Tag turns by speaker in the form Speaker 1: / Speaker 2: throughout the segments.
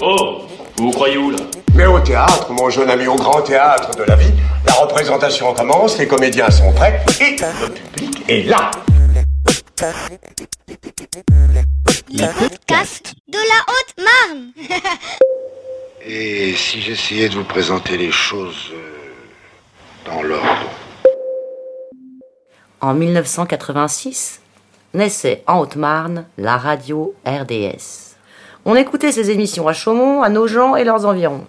Speaker 1: Oh Vous vous croyez où là
Speaker 2: Mais au théâtre, mon jeune ami, au grand théâtre de la vie, la représentation commence, les comédiens sont prêts et le public est là.
Speaker 3: Les podcasts de la Haute-Marne.
Speaker 4: Et si j'essayais de vous présenter les choses euh, dans l'ordre
Speaker 5: En 1986, naissait en Haute-Marne la radio RDS. On écoutait ses émissions à Chaumont, à Nogent et leurs environs.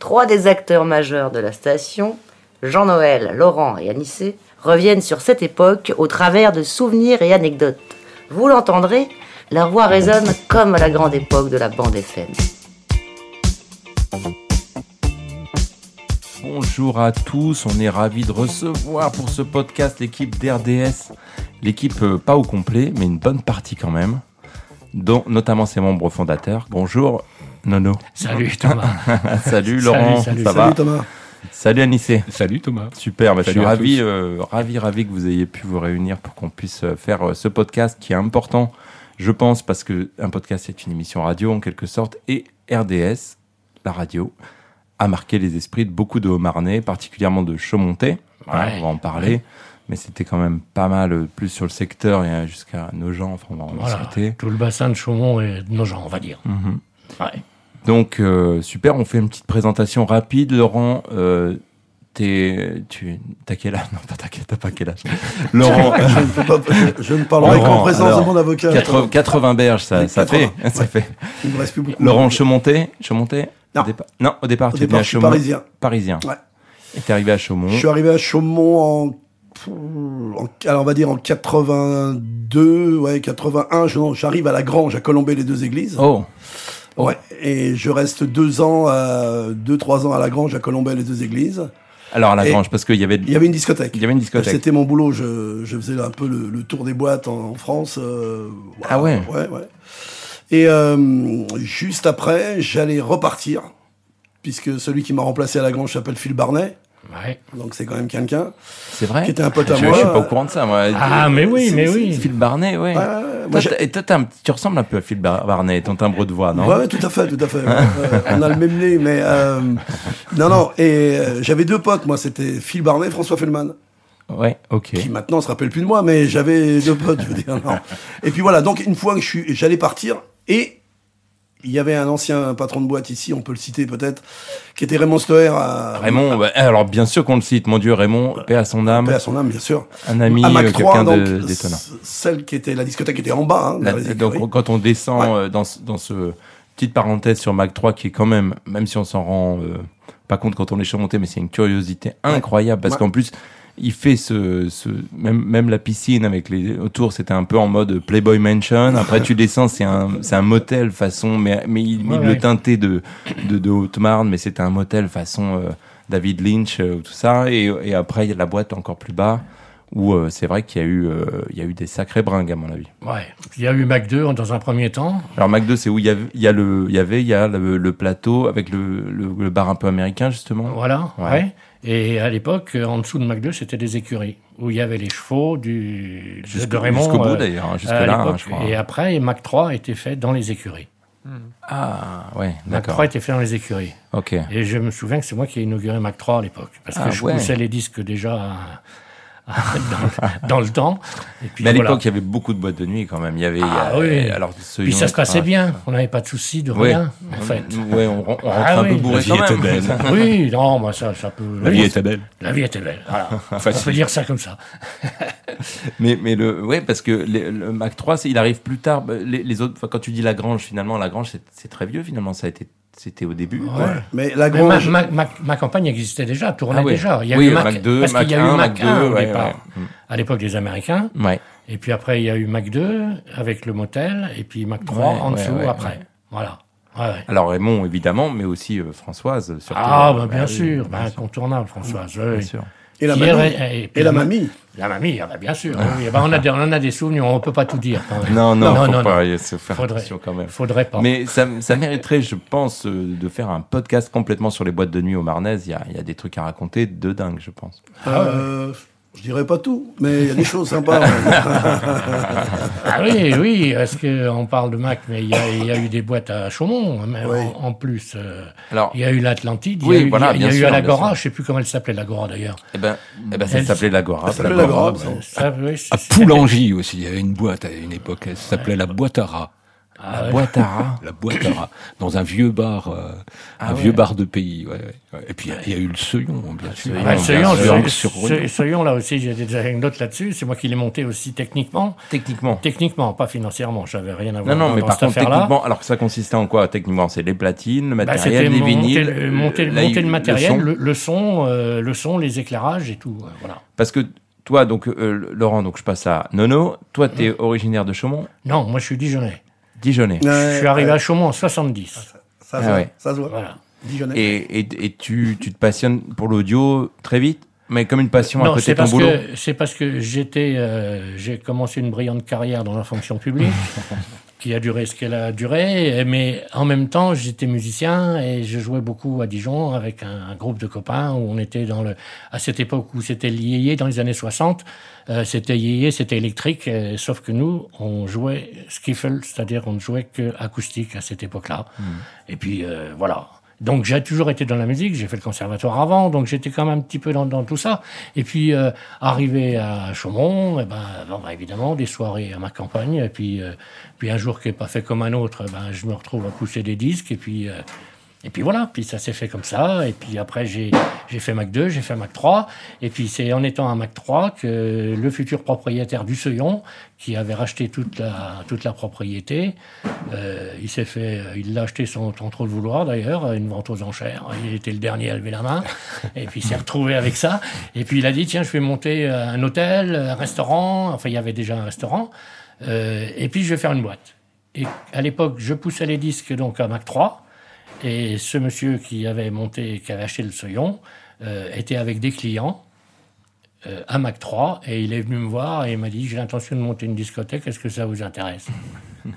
Speaker 5: Trois des acteurs majeurs de la station, Jean-Noël, Laurent et Anissé, reviennent sur cette époque au travers de souvenirs et anecdotes. Vous l'entendrez, la voix résonne comme à la grande époque de la bande FM.
Speaker 6: Bonjour à tous, on est ravis de recevoir pour ce podcast l'équipe d'RDS. L'équipe euh, pas au complet, mais une bonne partie quand même, dont notamment ses membres fondateurs. Bonjour Nono.
Speaker 7: Salut Thomas.
Speaker 6: salut Laurent,
Speaker 7: salut,
Speaker 6: ça va
Speaker 8: Salut Thomas.
Speaker 6: Salut Anissé.
Speaker 7: Salut Thomas.
Speaker 6: Super, bah, je
Speaker 7: Salut
Speaker 6: suis
Speaker 7: à
Speaker 6: ravi,
Speaker 7: tous.
Speaker 6: euh, ravi, ravi que vous ayez pu vous réunir pour qu'on puisse euh, faire euh, ce podcast qui est important, je pense, parce que un podcast c'est une émission radio en quelque sorte, et RDS, la radio, a marqué les esprits de beaucoup de Haut-Marnais, particulièrement de Chaumontais. Voilà,
Speaker 7: Ouais.
Speaker 6: on va en parler, mais c'était quand même pas mal euh, plus sur le secteur et euh, jusqu'à nos gens, enfin on va en
Speaker 7: Voilà,
Speaker 6: discuter.
Speaker 7: tout le bassin de Chaumont et de nos gens, on va dire.
Speaker 6: Mhm.
Speaker 7: Ouais.
Speaker 6: Donc, euh, super, on fait une petite présentation rapide. Laurent, euh, t'es- tu t'as quel âge Non, pas t'as quel- t'as pas quel âge. Laurent, euh,
Speaker 8: Je ne, peux pas- je ne parlerai
Speaker 6: Laurent,
Speaker 8: qu'en présence
Speaker 6: alors,
Speaker 8: de mon avocat.
Speaker 6: 80, 80 berges, ça,
Speaker 8: Oui,
Speaker 6: ça
Speaker 8: 80,
Speaker 6: fait. Ça
Speaker 8: ouais.
Speaker 6: fait.
Speaker 8: Il ne me reste plus beaucoup.
Speaker 6: Laurent Chaumonté, Chaumonté
Speaker 8: Non.
Speaker 6: Au dépa- non, au départ,
Speaker 8: Au
Speaker 6: tu es
Speaker 8: départ,
Speaker 6: venu à
Speaker 8: je suis
Speaker 6: Chaumont. Mmh.
Speaker 8: parisien.
Speaker 6: Parisien.
Speaker 8: Ouais.
Speaker 6: Et t'es arrivé à Chaumont.
Speaker 8: Je suis arrivé à Chaumont en, en- alors on va dire en 82, ouais 81. je- non, J'arrive à la Grange, à Colombey, les deux églises.
Speaker 6: Oh,
Speaker 8: Ouais. Et je reste deux ans, à- deux trois ans à la Grange, à Colombey, les deux églises.
Speaker 6: alors à la
Speaker 8: Et-
Speaker 6: grange, parce qu'il y avait,
Speaker 8: Il y avait une discothèque.
Speaker 6: il y avait une discothèque.
Speaker 8: C'était mon boulot. Je, je faisais un peu le, le tour des boîtes en, en France. euh,
Speaker 6: Ah ouais.
Speaker 8: Ouais, ouais. Et euh, juste après, j'allais repartir, puisque celui qui m'a remplacé à la grange s'appelle Phil Barnet.
Speaker 6: Mm.
Speaker 7: Ouais.
Speaker 8: Donc c'est quand même quelqu'un
Speaker 6: C'est vrai
Speaker 8: qui était un pote
Speaker 6: je,
Speaker 8: à
Speaker 6: je
Speaker 8: moi.
Speaker 6: suis pas au courant de ça, moi.
Speaker 7: Ah, mais oui,
Speaker 6: C'est-
Speaker 7: mais
Speaker 6: c'est-
Speaker 7: oui.
Speaker 6: Phil Barnet, oui.
Speaker 8: Ouais, ouais, ouais. Moi,
Speaker 6: Toi,
Speaker 8: j'ai-
Speaker 6: t'as- et toi, t'as un petit- tu ressembles un peu à Phil Bar- Barnet, ton timbre de voix, non
Speaker 8: Ouais, ouais, tout à fait, tout à fait. Euh, on a le même nez, mais euh, non, non. Et euh, j'avais deux potes, moi, c'était Phil Barnet, et François Fellman.
Speaker 6: Ouais, ok.
Speaker 8: qui maintenant se rappelle plus de moi, mais j'avais deux potes, je veux dire. non. Et puis voilà, donc une fois que je suis- j'allais partir, et il y avait un ancien patron de boîte ici, on peut le citer peut-être, qui était Raymond Stoer, à,
Speaker 6: Raymond, bah, alors bien sûr qu'on le cite, mon Dieu, Raymond, paix à son âme,
Speaker 8: paix à son âme, bien sûr.
Speaker 6: un ami,
Speaker 8: à
Speaker 6: euh,
Speaker 8: Mac 3,
Speaker 6: quelqu'un
Speaker 8: donc,
Speaker 6: de-
Speaker 8: c-
Speaker 6: d'étonnant.
Speaker 8: celle qui était, la discothèque qui était en bas. hein,
Speaker 6: La-
Speaker 8: dans les
Speaker 6: Bah, donc
Speaker 8: écuries.
Speaker 6: quand on descend
Speaker 8: Ouais.
Speaker 6: euh, dans, ce- dans ce petite parenthèse sur Mac 3 qui est quand même, même si on s'en rend euh, pas compte quand on est surmonté, mais c'est une curiosité incroyable parce
Speaker 8: Ouais.
Speaker 6: qu'en plus il fait ce, ce même, même la piscine avec les autour c'était un peu en mode Playboy Mansion après tu descends c'est un c'est un motel façon mais mais il, il
Speaker 7: Ouais,
Speaker 6: le
Speaker 7: ouais.
Speaker 6: teinté de de, de Haute-Marne mais c'était un motel façon euh, David Lynch euh, tout ça et, et après il y a la boîte encore plus bas où euh, c'est vrai qu'il y a eu euh, il y a eu des sacrés bringues à mon avis
Speaker 7: Ouais. Il y a eu Mac 2 dans un premier temps.
Speaker 6: alors Mac 2, c'est où il y, avait, il y a le, il y avait, il y a le, le plateau avec le, le, le bar un peu américain justement.
Speaker 7: Voilà.
Speaker 6: Ouais.
Speaker 7: Ouais. Et à l'époque, euh, en dessous de Mac 2, c'était des écuries où il y avait les chevaux du, de- de
Speaker 6: Jusqu'au
Speaker 7: Raymond.
Speaker 6: jusqu'au bout
Speaker 7: euh,
Speaker 6: d'ailleurs, hein, jusque
Speaker 7: à
Speaker 6: là, hein,
Speaker 7: l'époque.
Speaker 6: je crois.
Speaker 7: Et après, Mac 3 était fait dans les écuries.
Speaker 6: Ah ouais,
Speaker 7: Mac
Speaker 6: d'accord.
Speaker 7: 3 était fait dans les écuries.
Speaker 6: Ok.
Speaker 7: Et je me souviens que c'est moi qui ai inauguré Mac 3 à l'époque. Parce que
Speaker 6: Ah,
Speaker 7: je
Speaker 6: ouais.
Speaker 7: poussais les disques déjà à- à- dans, le- dans le temps. Et puis,
Speaker 6: Mais à
Speaker 7: voilà.
Speaker 6: l'époque, il y avait beaucoup de boîtes de nuit quand même. Il y avait. il y
Speaker 7: Ah
Speaker 6: a-
Speaker 7: oui.
Speaker 6: euh, Alors ce
Speaker 7: Puis ça
Speaker 6: Young-
Speaker 7: se passait
Speaker 6: ah,
Speaker 7: bien. On n'avait pas de soucis, de
Speaker 6: Ouais.
Speaker 7: rien, en fait.
Speaker 6: Ouais, on, on rentre
Speaker 7: Ah
Speaker 6: un peu
Speaker 7: oui.
Speaker 6: bourré
Speaker 7: La vie
Speaker 6: quand
Speaker 7: était
Speaker 6: même.
Speaker 7: Oui, non, moi, ça, ça peut.
Speaker 6: vie
Speaker 7: oui,
Speaker 6: était
Speaker 7: belle. La vie était belle. Voilà. On peut
Speaker 6: Facile.
Speaker 7: dire ça comme ça.
Speaker 6: Mais, mais le, ouais, parce que les- le Mac 3, c'est- il arrive plus tard. Bah, Les, les autres, enfin, quand tu dis la Grange, finalement, la Grange, c'est- c'est très vieux. Finalement, ça a été, c'était au début.
Speaker 8: Ouais. Mais la
Speaker 7: Mais ma,
Speaker 8: grange,
Speaker 7: ma- ma- ma campagne existait déjà, tournait
Speaker 6: Ah oui.
Speaker 7: déjà. Il y a
Speaker 6: Oui,
Speaker 7: eu
Speaker 6: Mac
Speaker 7: Mac,
Speaker 6: 2,
Speaker 7: parce qu'il y a
Speaker 6: Mac 1,
Speaker 7: eu
Speaker 6: Mac
Speaker 7: Mac 1 au
Speaker 6: 2, ouais,
Speaker 7: départ, Mm.
Speaker 6: ouais.
Speaker 7: à l'époque des Américains.
Speaker 6: Ouais.
Speaker 7: Et puis après, il y a eu Mac 2 avec le motel, et puis Mac 3
Speaker 6: Ouais,
Speaker 7: en
Speaker 6: ouais,
Speaker 7: dessous
Speaker 6: ouais,
Speaker 7: après.
Speaker 6: ouais.
Speaker 7: Voilà. Ouais, ouais.
Speaker 6: Alors Raymond, évidemment, mais aussi euh, Françoise. Surtout,
Speaker 7: Ah, bah,
Speaker 6: Bah
Speaker 7: bien
Speaker 6: oui,
Speaker 7: sûr,
Speaker 6: bien
Speaker 7: bah, incontournable, Françoise. oui.
Speaker 6: bien sûr.
Speaker 8: et la
Speaker 7: Qui
Speaker 8: mamie.
Speaker 7: est- et-
Speaker 8: Et
Speaker 7: puis
Speaker 8: la
Speaker 7: ma-
Speaker 8: mamie.
Speaker 7: La mamie, ah bah, bien sûr. oui, oui. Bah, on, a des, on a des souvenirs, on ne peut pas tout dire. quand même.
Speaker 6: Non, non, faut pas,
Speaker 7: non.
Speaker 6: il faut faire
Speaker 7: Faudrait-
Speaker 6: attention quand même.
Speaker 7: Faudrait pas.
Speaker 6: Mais ça, ça mériterait, je pense, euh, de faire un
Speaker 7: Ah
Speaker 6: podcast complètement sur les boîtes de nuit au Marnaise. Il y a, il y a des trucs à raconter de dingue, je pense.
Speaker 8: Euh, Je dirais pas tout, mais il y a des choses sympas. ouais.
Speaker 7: Ah oui, oui, parce qu'on parle de Mac, mais il y, a- il y a eu des boîtes à Chaumont, hein, mais en-
Speaker 8: Oui.
Speaker 7: en, plus. euh,
Speaker 6: Alors,
Speaker 7: il y a eu l'Atlantide, il
Speaker 6: Oui,
Speaker 7: y a eu,
Speaker 6: voilà,
Speaker 7: il y a
Speaker 6: bien
Speaker 7: eu
Speaker 6: sûr,
Speaker 7: à
Speaker 6: bien
Speaker 7: l'Agora,
Speaker 6: sûr.
Speaker 7: je sais plus comment elle s'appelait, l'Agora d'ailleurs.
Speaker 6: eh ben, eh ben, ça
Speaker 7: Elle-
Speaker 6: s'appelait l'Agora.
Speaker 8: ça s'appelait
Speaker 6: l'Agora,
Speaker 8: l'Agora,
Speaker 6: ouais.
Speaker 8: ça.
Speaker 7: Ça, oui, c'est-
Speaker 9: À
Speaker 6: ah,
Speaker 7: c'est-
Speaker 9: Poulangy aussi, il y avait une boîte à une époque, elle s'appelait la boîte à rats.
Speaker 7: Ah
Speaker 6: La boîte à rats.
Speaker 9: La boîte à rats, dans un vieux bar, euh,
Speaker 6: Ah
Speaker 9: un
Speaker 6: ouais.
Speaker 9: vieux bar de pays. ouais, ouais, ouais. Et puis il y a- il y, a eu le Seuillon, bien sûr.
Speaker 6: Seuillon,
Speaker 7: Ah,
Speaker 6: bien
Speaker 7: Soyon,
Speaker 6: sûr.
Speaker 7: je-
Speaker 9: sur
Speaker 7: Ce- Soyon, là aussi, j'ai des anecdotes là-dessus. C'est moi qui l'ai monté aussi techniquement.
Speaker 6: Techniquement.
Speaker 7: Techniquement, pas financièrement. J'avais rien à
Speaker 6: Non,
Speaker 7: voir
Speaker 6: non,
Speaker 7: dans,
Speaker 6: mais
Speaker 7: dans
Speaker 6: par
Speaker 7: cette
Speaker 6: contre,
Speaker 7: affaire-là.
Speaker 6: techniquement, alors que ça consistait en quoi Techniquement, c'est les platines, le
Speaker 7: Bah,
Speaker 6: matériel, les
Speaker 7: monter,
Speaker 6: vinyles.
Speaker 7: le- euh, monter,
Speaker 6: la-
Speaker 7: monter le matériel,
Speaker 6: son.
Speaker 7: le, le son, euh, le son, les éclairages et tout. euh, Voilà.
Speaker 6: Parce que toi, donc, euh, Laurent, donc je passe à Nono. Toi,
Speaker 7: Hein.
Speaker 6: t'es originaire de Chaumont,
Speaker 7: Non, moi je suis Dijonais.
Speaker 6: Dijonais.
Speaker 8: Ouais,
Speaker 7: je suis arrivé
Speaker 8: ouais.
Speaker 7: à Chaumont en 70.
Speaker 8: Ça,
Speaker 6: Ah
Speaker 8: se voit,
Speaker 6: ouais.
Speaker 8: ça se voit.
Speaker 7: Voilà.
Speaker 8: Dijonais.
Speaker 6: Et, et, et tu, tu te passionnes pour l'audio très vite, mais comme une passion à
Speaker 7: Non,
Speaker 6: côté
Speaker 7: c'est
Speaker 6: de ton
Speaker 7: parce
Speaker 6: boulot.
Speaker 7: que c'est parce que j'étais, euh, j'ai commencé une brillante carrière dans la fonction publique, qui a duré ce qu'elle a duré, mais en même temps j'étais musicien et je jouais beaucoup à Dijon avec un, un groupe de copains où on était dans le, à cette époque où c'était lié dans les années 60, euh, c'était lié, c'était électrique, euh, sauf que nous on jouait skiffle, c'est-à-dire on ne jouait que acoustique à cette époque-là.
Speaker 6: Hmm.
Speaker 7: Et puis euh, voilà. Donc j'ai toujours été dans la musique, j'ai fait le conservatoire avant, donc j'étais quand même un petit peu dans, dans tout ça. Et puis euh, arrivé à Chaumont, eh ben, bon, bah, évidemment des soirées à ma campagne, et puis euh, puis un jour qui est pas fait comme un autre, eh ben je me retrouve à pousser des disques, et puis euh, et puis voilà, puis ça s'est fait comme ça. Et puis après j'ai j'ai fait Mac 2, j'ai fait Mac 3, et puis c'est en étant à Mac 3 que le futur propriétaire du Seuillon, qui avait racheté toute la toute la propriété, euh, il s'est fait, euh, il l'a acheté sans, sans trop le vouloir d'ailleurs, à une vente aux enchères. Il était le dernier à lever la main, et puis il s'est retrouvé avec ça. Et puis il a dit tiens, je vais monter euh, un hôtel, un restaurant. Enfin, il y avait déjà un restaurant. Euh, et puis je vais faire une boîte. Et à l'époque, je poussais les disques donc à Mac 3. Et ce monsieur qui avait monté, qui avait acheté le Soyon, euh, était avec des clients euh, à Mac 3 et il est venu me voir et il m'a dit j'ai l'intention de monter une discothèque, est-ce que ça vous intéresse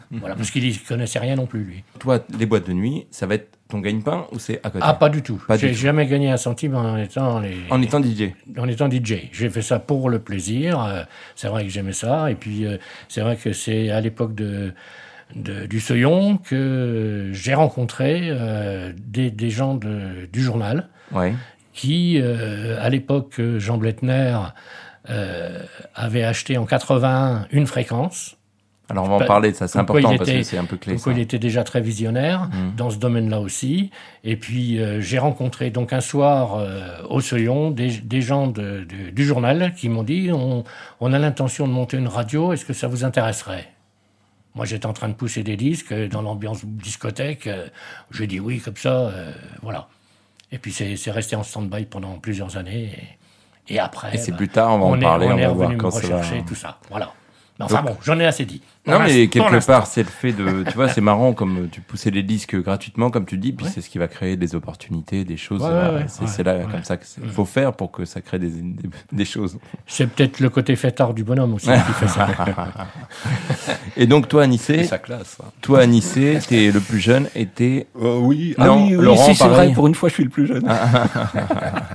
Speaker 7: Voilà, parce qu'il ne connaissait rien non plus lui.
Speaker 6: Toi, les boîtes de nuit, ça va être ton gagne-pain ou c'est à côté
Speaker 7: Ah pas du tout.
Speaker 6: Pas du
Speaker 7: J'ai
Speaker 6: tout.
Speaker 7: jamais gagné un centime en étant les-
Speaker 6: En étant DJ.
Speaker 7: en étant DJ. J'ai fait ça pour le plaisir. euh, c'est vrai que j'aimais ça. Et puis, euh, c'est vrai que c'est à l'époque de, de- du Seuillon que j'ai rencontré euh, des, des gens de- du journal
Speaker 6: Ouais.
Speaker 7: qui, euh, à l'époque, euh, Jean Blettner euh, avait acheté en 80 une fréquence.
Speaker 6: Alors, on va en
Speaker 7: Pas-
Speaker 6: parler de ça, c'est
Speaker 7: comme quoi
Speaker 6: important
Speaker 7: il
Speaker 6: parce que
Speaker 7: était-
Speaker 6: c'est un peu clé.
Speaker 7: Donc, il
Speaker 6: ça. Mmh.
Speaker 7: était déjà très visionnaire dans ce domaine-là aussi. Et puis, euh, j'ai rencontré donc un soir euh, au Seuillon des, des gens de- de- du journal qui m'ont dit on, on a l'intention de monter une radio, est-ce que ça vous intéresserait moi, j'étais en train de pousser des disques euh, dans l'ambiance discothèque. euh, J'ai dit oui, comme ça, euh, voilà. Et puis, c'est c'est resté en stand-by pendant plusieurs années. Et, et après,
Speaker 6: Et c'est
Speaker 7: bah,
Speaker 6: plus tard, on va en
Speaker 7: est-
Speaker 6: parler, on,
Speaker 7: est
Speaker 6: va voir
Speaker 7: revenu me
Speaker 6: quand ça va.
Speaker 7: rechercher, tout ça. Voilà. Mais Enfin bon, j'en ai assez dit. Pour
Speaker 6: Non, mais
Speaker 7: l'instant- pour
Speaker 6: quelque
Speaker 7: l'instant.
Speaker 6: part, c'est le fait de. Tu vois, c'est marrant comme euh, tu poussais les disques gratuitement, comme tu dis, puis
Speaker 7: Ouais.
Speaker 6: c'est ce qui va créer des opportunités, des choses.
Speaker 7: Ouais,
Speaker 6: euh,
Speaker 7: ouais, ouais,
Speaker 6: c'est
Speaker 7: ouais,
Speaker 6: c'est là,
Speaker 7: ouais. Mm.
Speaker 6: comme ça, qu'il faut faire pour que ça crée des, des, des choses.
Speaker 7: C'est peut-être le côté fêtard du bonhomme aussi qui fait ça.
Speaker 6: Et donc, toi, à Nice,
Speaker 9: Et sa classe. hein.
Speaker 6: toi, à Nice, t'es le plus jeune et t'es.
Speaker 9: Euh, oui,
Speaker 6: Non,
Speaker 9: ah, oui, oui,
Speaker 6: Laurent,
Speaker 9: si, c'est
Speaker 6: pareil.
Speaker 9: vrai, pour une fois je suis le plus jeune.
Speaker 6: Alors,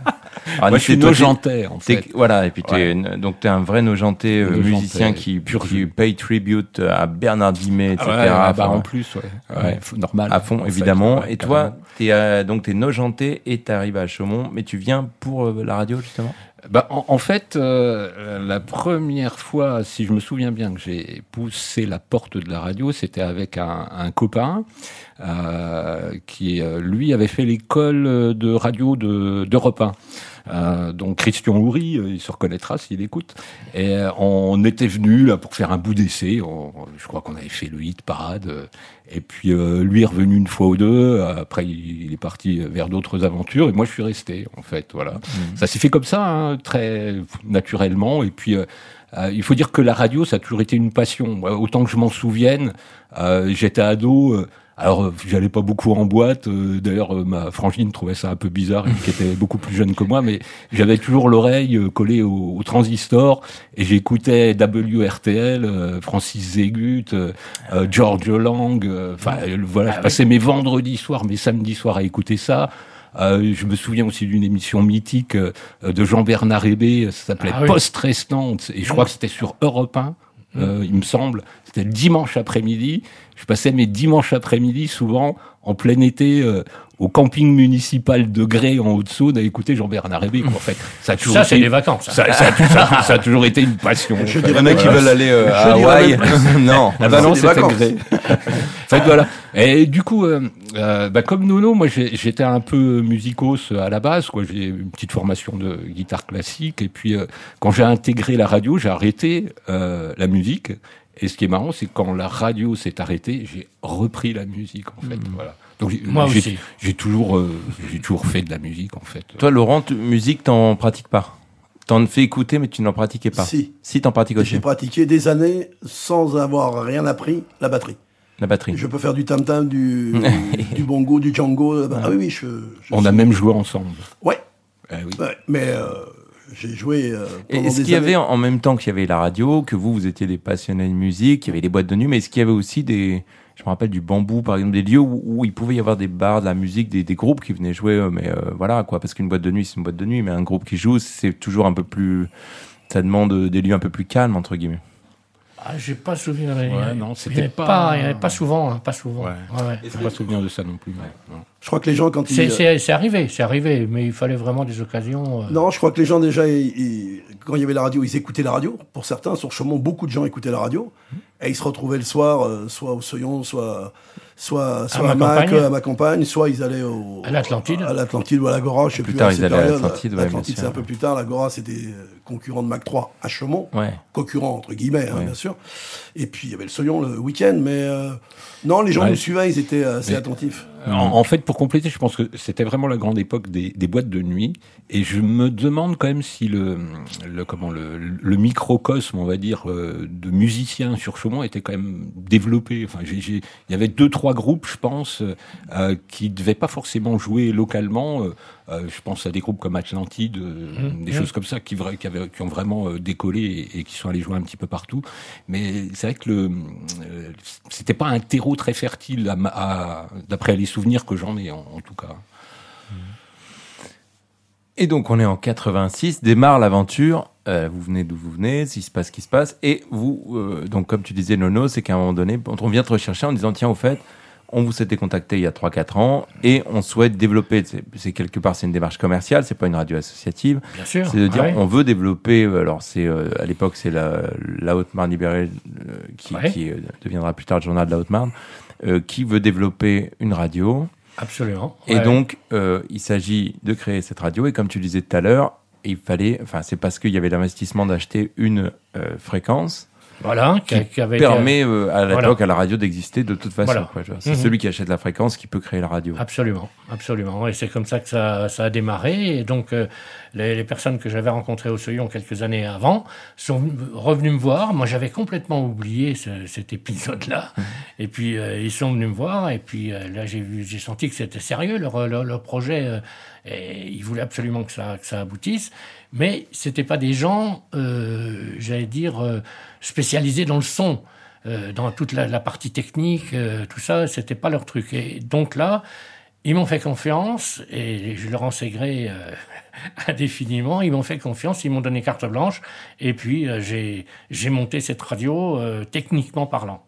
Speaker 9: Moi
Speaker 6: Nice,
Speaker 9: je suis
Speaker 6: toi, t'es-
Speaker 9: nogentais en
Speaker 6: t'es-
Speaker 9: fait.
Speaker 6: Voilà, et puis t'es
Speaker 9: Ouais.
Speaker 6: une- donc t'es un vrai nogenté euh,
Speaker 9: Nogentais,
Speaker 6: musicien qui,
Speaker 9: pur
Speaker 6: qui
Speaker 9: jus.
Speaker 6: paye tribute à Bernard Dimet, etc.
Speaker 9: Ah ouais, ah bah,
Speaker 6: Enfin,
Speaker 9: en plus, ouais. Ouais,
Speaker 6: Ouais.
Speaker 9: f- normal.
Speaker 6: à fond
Speaker 9: en fait,
Speaker 6: évidemment.
Speaker 9: ouais,
Speaker 6: et
Speaker 9: carrément.
Speaker 6: toi, t'es euh, donc t'es nogenté et t'arrives à Chaumont, mais tu viens pour euh, la radio justement.
Speaker 9: Bah, en, en fait, euh, la première fois, si je me souviens bien, que j'ai poussé la porte de la radio, c'était avec un, un copain euh, qui, euh, lui, avait fait l'école de radio de- d'Europe 1. Euh, donc Christian Houry, euh, il se reconnaîtra s'il écoute. Et euh, on était venu là pour faire un bout d'essai. On- Je crois qu'on avait fait le hit parade. euh, Et puis euh, lui est revenu une fois ou deux. Après, il il est parti vers d'autres aventures. Et moi, je suis resté en fait. Voilà. Ça s'est fait comme ça, hein, très naturellement. Et puis, euh, euh, il faut dire que la radio, ça a toujours été une passion. Moi, Autant que je m'en souvienne, euh, j'étais ado. euh, alors, euh, j'allais pas beaucoup en boîte. euh, D'ailleurs, euh, ma frangine trouvait ça un peu bizarre, elle, qui était beaucoup plus jeune que moi. Mais j'avais toujours l'oreille euh, collée au, au transistor et j'écoutais WRTL, euh, Francis Zégut, euh, euh, George Lang. euh, Enfin, euh, voilà, je passais mes vendredis soirs, mes samedis soirs à écouter ça. Euh, je me souviens aussi d'une émission mythique euh, de Jean-Bernard Hébé, euh, ça s'appelait
Speaker 7: Ah oui. Mm.
Speaker 9: Post-Restante, et je crois que c'était sur Europe 1. euh, il me semble, c'était le dimanche après-midi. Je passais mes dimanches après-midi, souvent en plein été, euh, au camping municipal de Gré en Haute-Saône, à écouter Jean-Bernard Hébé. quoi. En fait, ça a toujours
Speaker 7: Ça,
Speaker 9: été
Speaker 7: c'est des vacances. hein. ça.
Speaker 9: ça, ça, ça- ça a toujours été une passion. en fait.
Speaker 6: Il y en a qui
Speaker 9: Voilà.
Speaker 6: veulent aller euh, à
Speaker 8: Je dirais
Speaker 6: Hawaï. non.
Speaker 9: Ah bah non,
Speaker 8: C'est
Speaker 9: c'était
Speaker 8: des vacances.
Speaker 9: gré. en fait, voilà. Et du coup, euh, euh, bah, comme Nono, moi j'ai- j'étais un peu musicos à la base. quoi. J'ai une petite formation de guitare classique. Et puis, euh, quand j'ai intégré la radio, j'ai arrêté euh, la musique. Et ce qui est marrant, c'est que quand la radio s'est arrêtée, j'ai repris la musique, en fait. Voilà. Donc, j'ai-
Speaker 7: Hmm. Moi
Speaker 9: j'ai-
Speaker 7: aussi.
Speaker 9: J'ai toujours, euh, j'ai toujours fait de la musique, en fait.
Speaker 6: Toi, Laurent, tu- musique, t'en pratiques pas. T'en fais écouter, mais tu n'en pratiquais pas.
Speaker 8: Si.
Speaker 6: Si, t'en pratiques
Speaker 8: Et J'ai
Speaker 6: aussi.
Speaker 8: pratiqué des années sans avoir rien appris la batterie.
Speaker 6: La batterie.
Speaker 8: Je peux faire du tam-tam, du, du bongo, du django. Bah, ah oui, oui, je. je-
Speaker 9: On a même joué ensemble.
Speaker 8: Ouais,
Speaker 9: Eh oui.
Speaker 8: ouais, mais euh, j'ai joué. euh,
Speaker 6: Et
Speaker 8: pendant
Speaker 6: Est-ce
Speaker 8: des
Speaker 6: qu'il y
Speaker 8: années.
Speaker 6: avait, en en même temps qu'il y avait la radio, que vous, vous étiez des passionnés de musique, il y avait des boîtes de nuit, mais est-ce qu'il y avait aussi des, je me rappelle du bambou, par exemple, des lieux où, où il pouvait y avoir des bars, de la musique, des, des groupes qui venaient jouer, euh, mais euh, voilà, quoi, parce qu'une boîte de nuit, c'est une boîte de nuit, mais un groupe qui joue, c'est toujours un peu plus, ça demande euh, des lieux un peu plus calmes, entre guillemets.
Speaker 7: Ah, j'ai pas souvenir. il y
Speaker 9: Ouais,
Speaker 7: avait-
Speaker 9: non,
Speaker 7: il y
Speaker 9: c'était
Speaker 7: avait
Speaker 9: pas-
Speaker 7: pas. Il n'y avait pas souvent, hein, pas souvent.
Speaker 9: Ouais.
Speaker 7: Ouais, ouais.
Speaker 9: J'ai pas souvenir de ça non plus. non.
Speaker 8: Je crois que les gens, quand ils.
Speaker 6: euh,
Speaker 7: C'est- C'est c'est arrivé, c'est arrivé, mais il fallait vraiment des occasions. euh,
Speaker 8: Non, je crois que les gens déjà, ils- ils- quand il y avait la radio, ils écoutaient la radio. Pour certains, sur Chaumont, beaucoup de gens écoutaient la radio.
Speaker 7: Mmh.
Speaker 8: Et ils se retrouvaient le soir, euh, soit au Soyon, soit, soit, soit
Speaker 7: ma
Speaker 8: à, Mac,
Speaker 7: campagne.
Speaker 8: euh, à ma campagne, soit ils allaient au,
Speaker 7: À l'Atlantide.
Speaker 8: À l'Atlantide ou à l'Agora, je sais plus.
Speaker 6: tard,
Speaker 8: hein,
Speaker 6: ils
Speaker 8: ces
Speaker 6: allaient à
Speaker 8: périodes.
Speaker 6: l'Atlantide, ouais, bien
Speaker 8: c'est
Speaker 6: sûr.
Speaker 8: un peu plus tard. L'Agora, c'était euh, concurrent de Mac 3 à Chaumont.
Speaker 6: Ouais.
Speaker 8: Concurrent, entre guillemets, hein,
Speaker 6: Ouais.
Speaker 8: bien sûr. Et puis, il y avait le Soyon le week-end. Mais euh, non, les gens
Speaker 9: Ouais.
Speaker 8: nous suivaient, ils étaient euh, assez
Speaker 9: Mais-
Speaker 8: attentifs.
Speaker 9: En, en fait, pour compléter, je pense que c'était vraiment la grande époque des, des boîtes de nuit. Et je me demande quand même si le, le, comment, le, le microcosme, on va dire, euh, de musiciens sur Chaumont était quand même développé. Enfin, j'ai- j'ai- il y avait deux, trois groupes, je pense, euh, euh, qui devaient pas forcément jouer localement. Euh, euh, je pense à des groupes comme Atlantide, euh,
Speaker 7: Mhm.
Speaker 9: des choses comme ça, qui, vra- qui, avaient- qui ont vraiment euh, décollé et, et qui sont allés jouer un petit peu partout. Mais c'est vrai que le, euh, c'était pas un terreau très fertile, à ma- à- d'après les souvenirs que j'en ai, en, en tout cas.
Speaker 6: Et donc, on est en 86, démarre l'aventure. euh, vous venez d'où vous venez, s'il se passe ce qui se passe. Et vous, euh, donc, comme tu disais, Nono, c'est qu'à un moment donné, on on vient te rechercher en disant tiens, au fait, on vous s'était contacté il y a 3-4 ans et on souhaite développer. C'est- C'est quelque part, c'est une démarche commerciale, c'est pas une radio associative.
Speaker 7: bien sûr.
Speaker 6: C'est de dire,
Speaker 7: ouais.
Speaker 6: on veut développer. euh, Alors, c'est euh, à l'époque, c'est la, la Haute-Marne libérée euh, qui,
Speaker 7: Ouais.
Speaker 6: qui, euh, deviendra plus tard le journal de la Haute-Marne, euh, qui veut développer une radio.
Speaker 7: absolument.
Speaker 6: Et
Speaker 7: ouais.
Speaker 6: donc, euh, il s'agit de créer cette radio. Et comme tu le disais tout à l'heure, il fallait, enfin, c'est parce qu'il y avait l'investissement d'acheter une euh, fréquence
Speaker 7: voilà, qui, qui avait été-
Speaker 6: permet euh, à l'époque
Speaker 7: Voilà.
Speaker 6: à la radio d'exister de toute façon.
Speaker 7: Voilà.
Speaker 6: quoi, tu vois. C'est
Speaker 7: Mhm. Ah,
Speaker 6: celui qui achète la fréquence qui peut créer la radio.
Speaker 7: Absolument, absolument. Et c'est comme ça que ça, ça a démarré. Et donc, euh, les, les personnes que j'avais rencontrées au Soyon quelques années avant sont revenues me voir. Moi, j'avais complètement oublié ce- cet épisode-là. Et puis, euh, ils sont venus me voir. Et puis, euh, là, j'ai vu, j'ai senti que c'était sérieux, leur, leur, leur projet. euh, et ils voulaient absolument que ça, que ça aboutisse. Mais c'était pas des gens, euh, j'allais dire, euh, spécialisés dans le son. Euh, dans toute la, la partie technique, euh, tout ça, c'était pas leur truc. Et donc là, ils m'ont fait confiance et je leur en sais gré euh, indéfiniment. Ils m'ont fait confiance, ils m'ont donné carte blanche et puis euh, j'ai j'ai monté cette radio euh, techniquement parlant.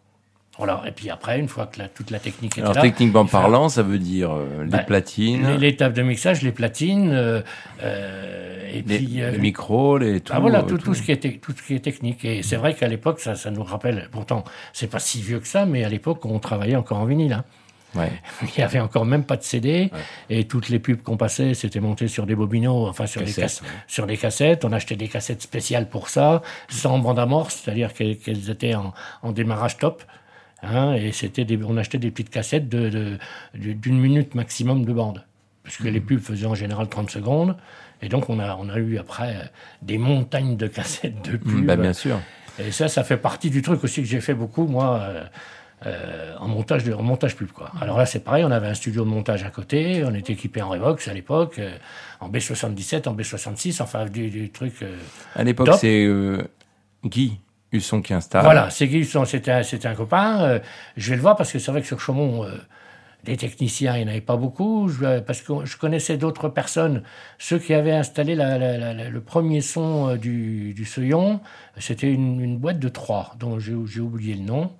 Speaker 7: Voilà. Et puis après, une fois que la- toute la technique était
Speaker 6: Alors,
Speaker 7: là,
Speaker 6: techniquement
Speaker 7: il fallait-
Speaker 6: parlant, ça veut dire euh, les
Speaker 7: Bah,
Speaker 6: platines,
Speaker 7: les-
Speaker 6: les,
Speaker 7: les tables de mixage, les platines euh, euh, et puis euh,
Speaker 6: le micro, les tout.
Speaker 7: ah voilà,
Speaker 6: euh,
Speaker 7: tout, tout, ce qui est tec- tout ce qui est technique. Et c'est vrai qu'à l'époque, ça, ça nous rappelle, pourtant, c'est pas si vieux que ça, mais à l'époque, on travaillait encore en vinyle. hein.
Speaker 6: Ouais.
Speaker 7: Il n'y avait encore même pas de CD. Et toutes les pubs qu'on passait, c'était monté sur des bobineaux, enfin sur, des, casse-
Speaker 9: Cassettes,
Speaker 7: sur des cassettes. On achetait des cassettes spéciales pour ça, sans bande amorce, c'est-à-dire que- qu'elles étaient en, en démarrage top. hein, et c'était des- on achetait des petites cassettes de- de- de- d'une minute maximum de bande. Parce que
Speaker 6: Mmh.
Speaker 7: les pubs faisaient en général 30 secondes. Et donc, on a, on a eu après euh, des montagnes de cassettes de pubs.
Speaker 6: Mm, bah, bien sûr.
Speaker 7: Et ça, ça fait partie du truc aussi que j'ai fait beaucoup, moi, euh, euh, en, montage de, en montage pub. Quoi. Alors là, c'est pareil, on avait un studio de montage à côté, on était équipé en Revox à l'époque, euh, en B77, en B66, enfin, du, du truc. euh,
Speaker 6: À l'époque,
Speaker 7: Top.
Speaker 6: c'est euh, Guy Husson qui installe.
Speaker 7: Voilà, c'est Guy Husson, c'était un, c'était un copain. euh, je vais le voir parce que c'est vrai que sur Chaumont, euh, Des techniciens, il n'y en avait pas beaucoup, je- euh, parce que je connaissais d'autres personnes. Ceux qui avaient installé la- la- la- la- le premier son euh, du, du Seuillon, c'était une, une boîte de trois, dont j'ai j'ai oublié le nom.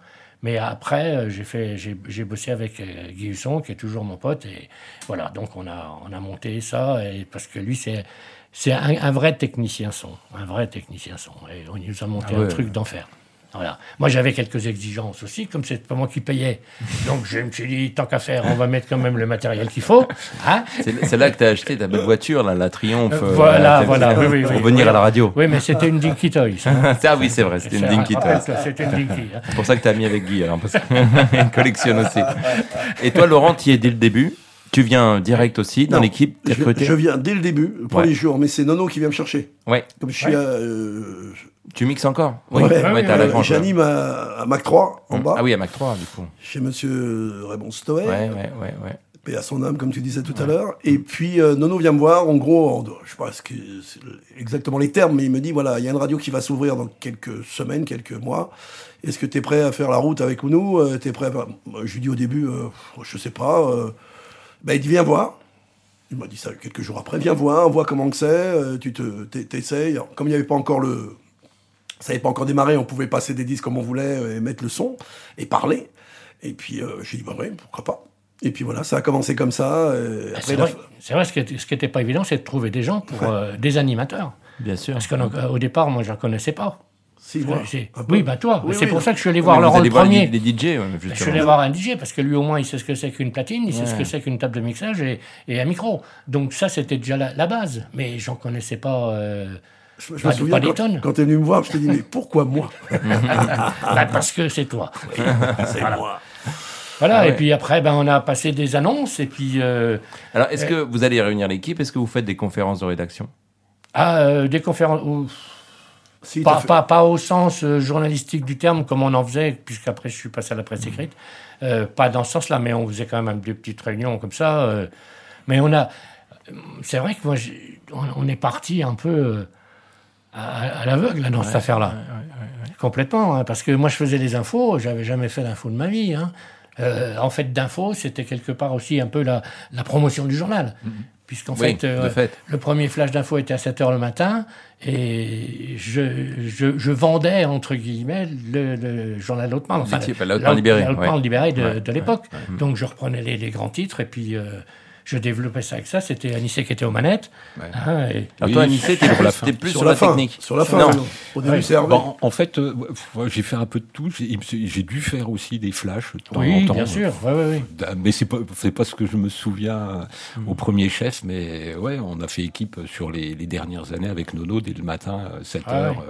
Speaker 7: Mais après, euh, j'ai fait, j'ai j'ai bossé avec euh, Guy Husson, qui est toujours mon pote, et voilà. Donc on a, on a monté ça, et parce que lui, c'est, c'est un, un vrai technicien son, un vrai technicien son, et on nous a monté
Speaker 6: Ah
Speaker 7: un
Speaker 6: ouais.
Speaker 7: truc d'enfer. Voilà. Moi, j'avais quelques exigences aussi, comme c'est pas moi qui payais. Donc, je me suis dit, tant qu'à faire, on va mettre quand même le matériel qu'il faut. Hein
Speaker 6: C'est c'est là que tu as acheté ta belle voiture, là, la Triomphe.
Speaker 7: Euh,
Speaker 6: euh,
Speaker 7: voilà,
Speaker 6: t'as-
Speaker 7: voilà,
Speaker 6: Pour
Speaker 7: oui, oui, oui.
Speaker 6: venir à la radio.
Speaker 7: oui, mais c'était une Dinky Toys. hein.
Speaker 6: Ah oui, c'est vrai, c'était une Dinky Toys.
Speaker 7: Rappelle-toi, C'était une Dinky. hein.
Speaker 6: C'est pour ça que tu as mis avec Guy, alors, parce qu'il collectionne aussi. Et toi, Laurent, tu y es dès le début. Tu viens direct aussi dans
Speaker 8: Non,
Speaker 6: l'équipe. T'es
Speaker 8: Je,
Speaker 6: recruté.
Speaker 8: je viens dès le début, le premier jour, mais c'est Nono qui vient me chercher.
Speaker 6: Ouais.
Speaker 8: Comme je suis
Speaker 7: Ouais.
Speaker 8: à, euh,
Speaker 6: Tu mixes encore Oui,
Speaker 8: Ouais,
Speaker 6: ouais,
Speaker 7: ouais,
Speaker 6: t'es à la
Speaker 8: euh,
Speaker 6: grange.
Speaker 8: j'anime à, à Mac 3 en bas,
Speaker 6: Ah oui, à Mac 3, du coup.
Speaker 8: chez Monsieur Raymond Stoer,
Speaker 6: Ouais, ouais, ouais. ouais.
Speaker 8: paix à son âme, comme tu disais tout à l'heure. Et puis euh, Nono vient me voir, en gros, en- je sais pas ce que, c'est exactement les termes, mais il me dit voilà, il y a une radio qui va s'ouvrir dans quelques semaines, quelques mois. Est-ce que tu es prêt à faire la route avec nous Euh, T'es prêt à... faire- Moi, Je lui dis au début, euh, je sais pas. euh, Ben, il dit viens voir. Il m'a dit ça quelques jours après, viens voir, vois comment que c'est, euh, tu te, t'es- t'essayes. Alors, Comme il n'y avait pas encore le, ça n'avait pas encore démarré, on pouvait passer des disques comme on voulait euh, et mettre le son et parler. Et puis euh, j'ai dit bah ouais, pourquoi pas. Et puis voilà, ça a commencé comme ça. euh, après,
Speaker 7: Ah, C'est
Speaker 8: la-
Speaker 7: vrai, c'est vrai, ce qui n'était pas évident, c'est de trouver des gens pour euh, des animateurs.
Speaker 6: Bien sûr.
Speaker 7: Parce qu'au départ, moi, je ne connaissais pas.
Speaker 8: si,
Speaker 7: Je-
Speaker 8: voilà.
Speaker 7: j'ai-
Speaker 8: Un peu.
Speaker 7: Oui, bah toi.
Speaker 8: Oui,
Speaker 7: c'est
Speaker 8: oui.
Speaker 7: pour ça que je suis allé
Speaker 6: Mais
Speaker 7: voir
Speaker 6: vous
Speaker 7: Laurent
Speaker 6: allez
Speaker 7: le
Speaker 6: voir les-
Speaker 7: premier.
Speaker 6: les DJ, ouais,
Speaker 7: Je suis allé
Speaker 6: justement.
Speaker 7: voir un DJ parce que lui au moins il sait ce que c'est qu'une platine, il sait ce que c'est qu'une table de mixage et, et un micro. Donc ça c'était déjà la, la base, mais j'en connaissais pas. euh,
Speaker 8: Je, je
Speaker 7: Pas
Speaker 8: me
Speaker 7: des-
Speaker 8: souviens
Speaker 7: pas des tonnes.
Speaker 8: quand, quand t'es venu me voir, je t'ai dit mais pourquoi moi
Speaker 7: bah, parce que c'est toi.
Speaker 8: Ah. C'est moi.
Speaker 7: Voilà.
Speaker 6: Ah ouais.
Speaker 7: Et puis après ben on a passé des annonces et puis euh,
Speaker 6: Alors, est-ce que vous allez réunir l'équipe Est-ce que vous faites des conférences de rédaction
Speaker 7: ah, euh, des conférences. ou-
Speaker 8: Si, t'as
Speaker 7: Pas,
Speaker 8: fait-
Speaker 7: pas, pas au sens euh, journalistique du terme, comme on en faisait, puisqu'après je suis passé à la presse écrite. Euh, pas dans ce sens-là, mais on faisait quand même des petites réunions comme ça. euh. mais on a. C'est vrai que moi, j'ai- on, on est parti un peu euh, à, à l'aveugle là, dans cette affaire-là. Complètement, hein, parce que moi je faisais les infos, j'avais jamais fait d'infos de ma vie. hein. Euh, en fait, d'infos, c'était quelque part aussi un peu la, la promotion du journal.
Speaker 8: Mm-hmm.
Speaker 7: Puisqu'en
Speaker 6: Oui,
Speaker 7: fait, euh,
Speaker 6: de fait.
Speaker 7: le premier flash d'info était à 7 heures le matin et je, je, je vendais, entre guillemets, le, le journal Haute-Marne.
Speaker 6: Vous étiez pas la Haute-Marne libérée,
Speaker 7: la Haute-Marne
Speaker 6: ouais.
Speaker 7: libérée de,
Speaker 6: Ouais,
Speaker 7: de l'époque. Donc je reprenais les, les grands titres et puis euh, je développais ça avec ça. C'était Anissé qui était aux manettes. hein, et-
Speaker 6: Alors,
Speaker 9: Oui,
Speaker 6: toi, Anissé, t'es
Speaker 9: sur
Speaker 6: plus-
Speaker 9: la fin.
Speaker 6: t'es plus
Speaker 8: sur la, fin.
Speaker 6: technique.
Speaker 8: Sur la fin.
Speaker 6: Non.
Speaker 8: Nono. Au début,
Speaker 7: Ouais.
Speaker 8: c'est Hervé.
Speaker 9: Bon, en fait, euh, ouais, j'ai fait un peu de tout. J'ai il me s'est- j'ai dû faire aussi des flashs de temps
Speaker 7: oui,
Speaker 9: en temps.
Speaker 7: bien sûr. Ouais, ouais, ouais.
Speaker 9: Ah, Mais c'est pas, c'est pas ce que je me souviens euh,
Speaker 7: Hmm.
Speaker 9: au premier chef, mais euh, ouais, on a fait équipe euh, sur les, les dernières années avec Nono dès le matin, euh, 7h,
Speaker 7: Ah ouais. Mais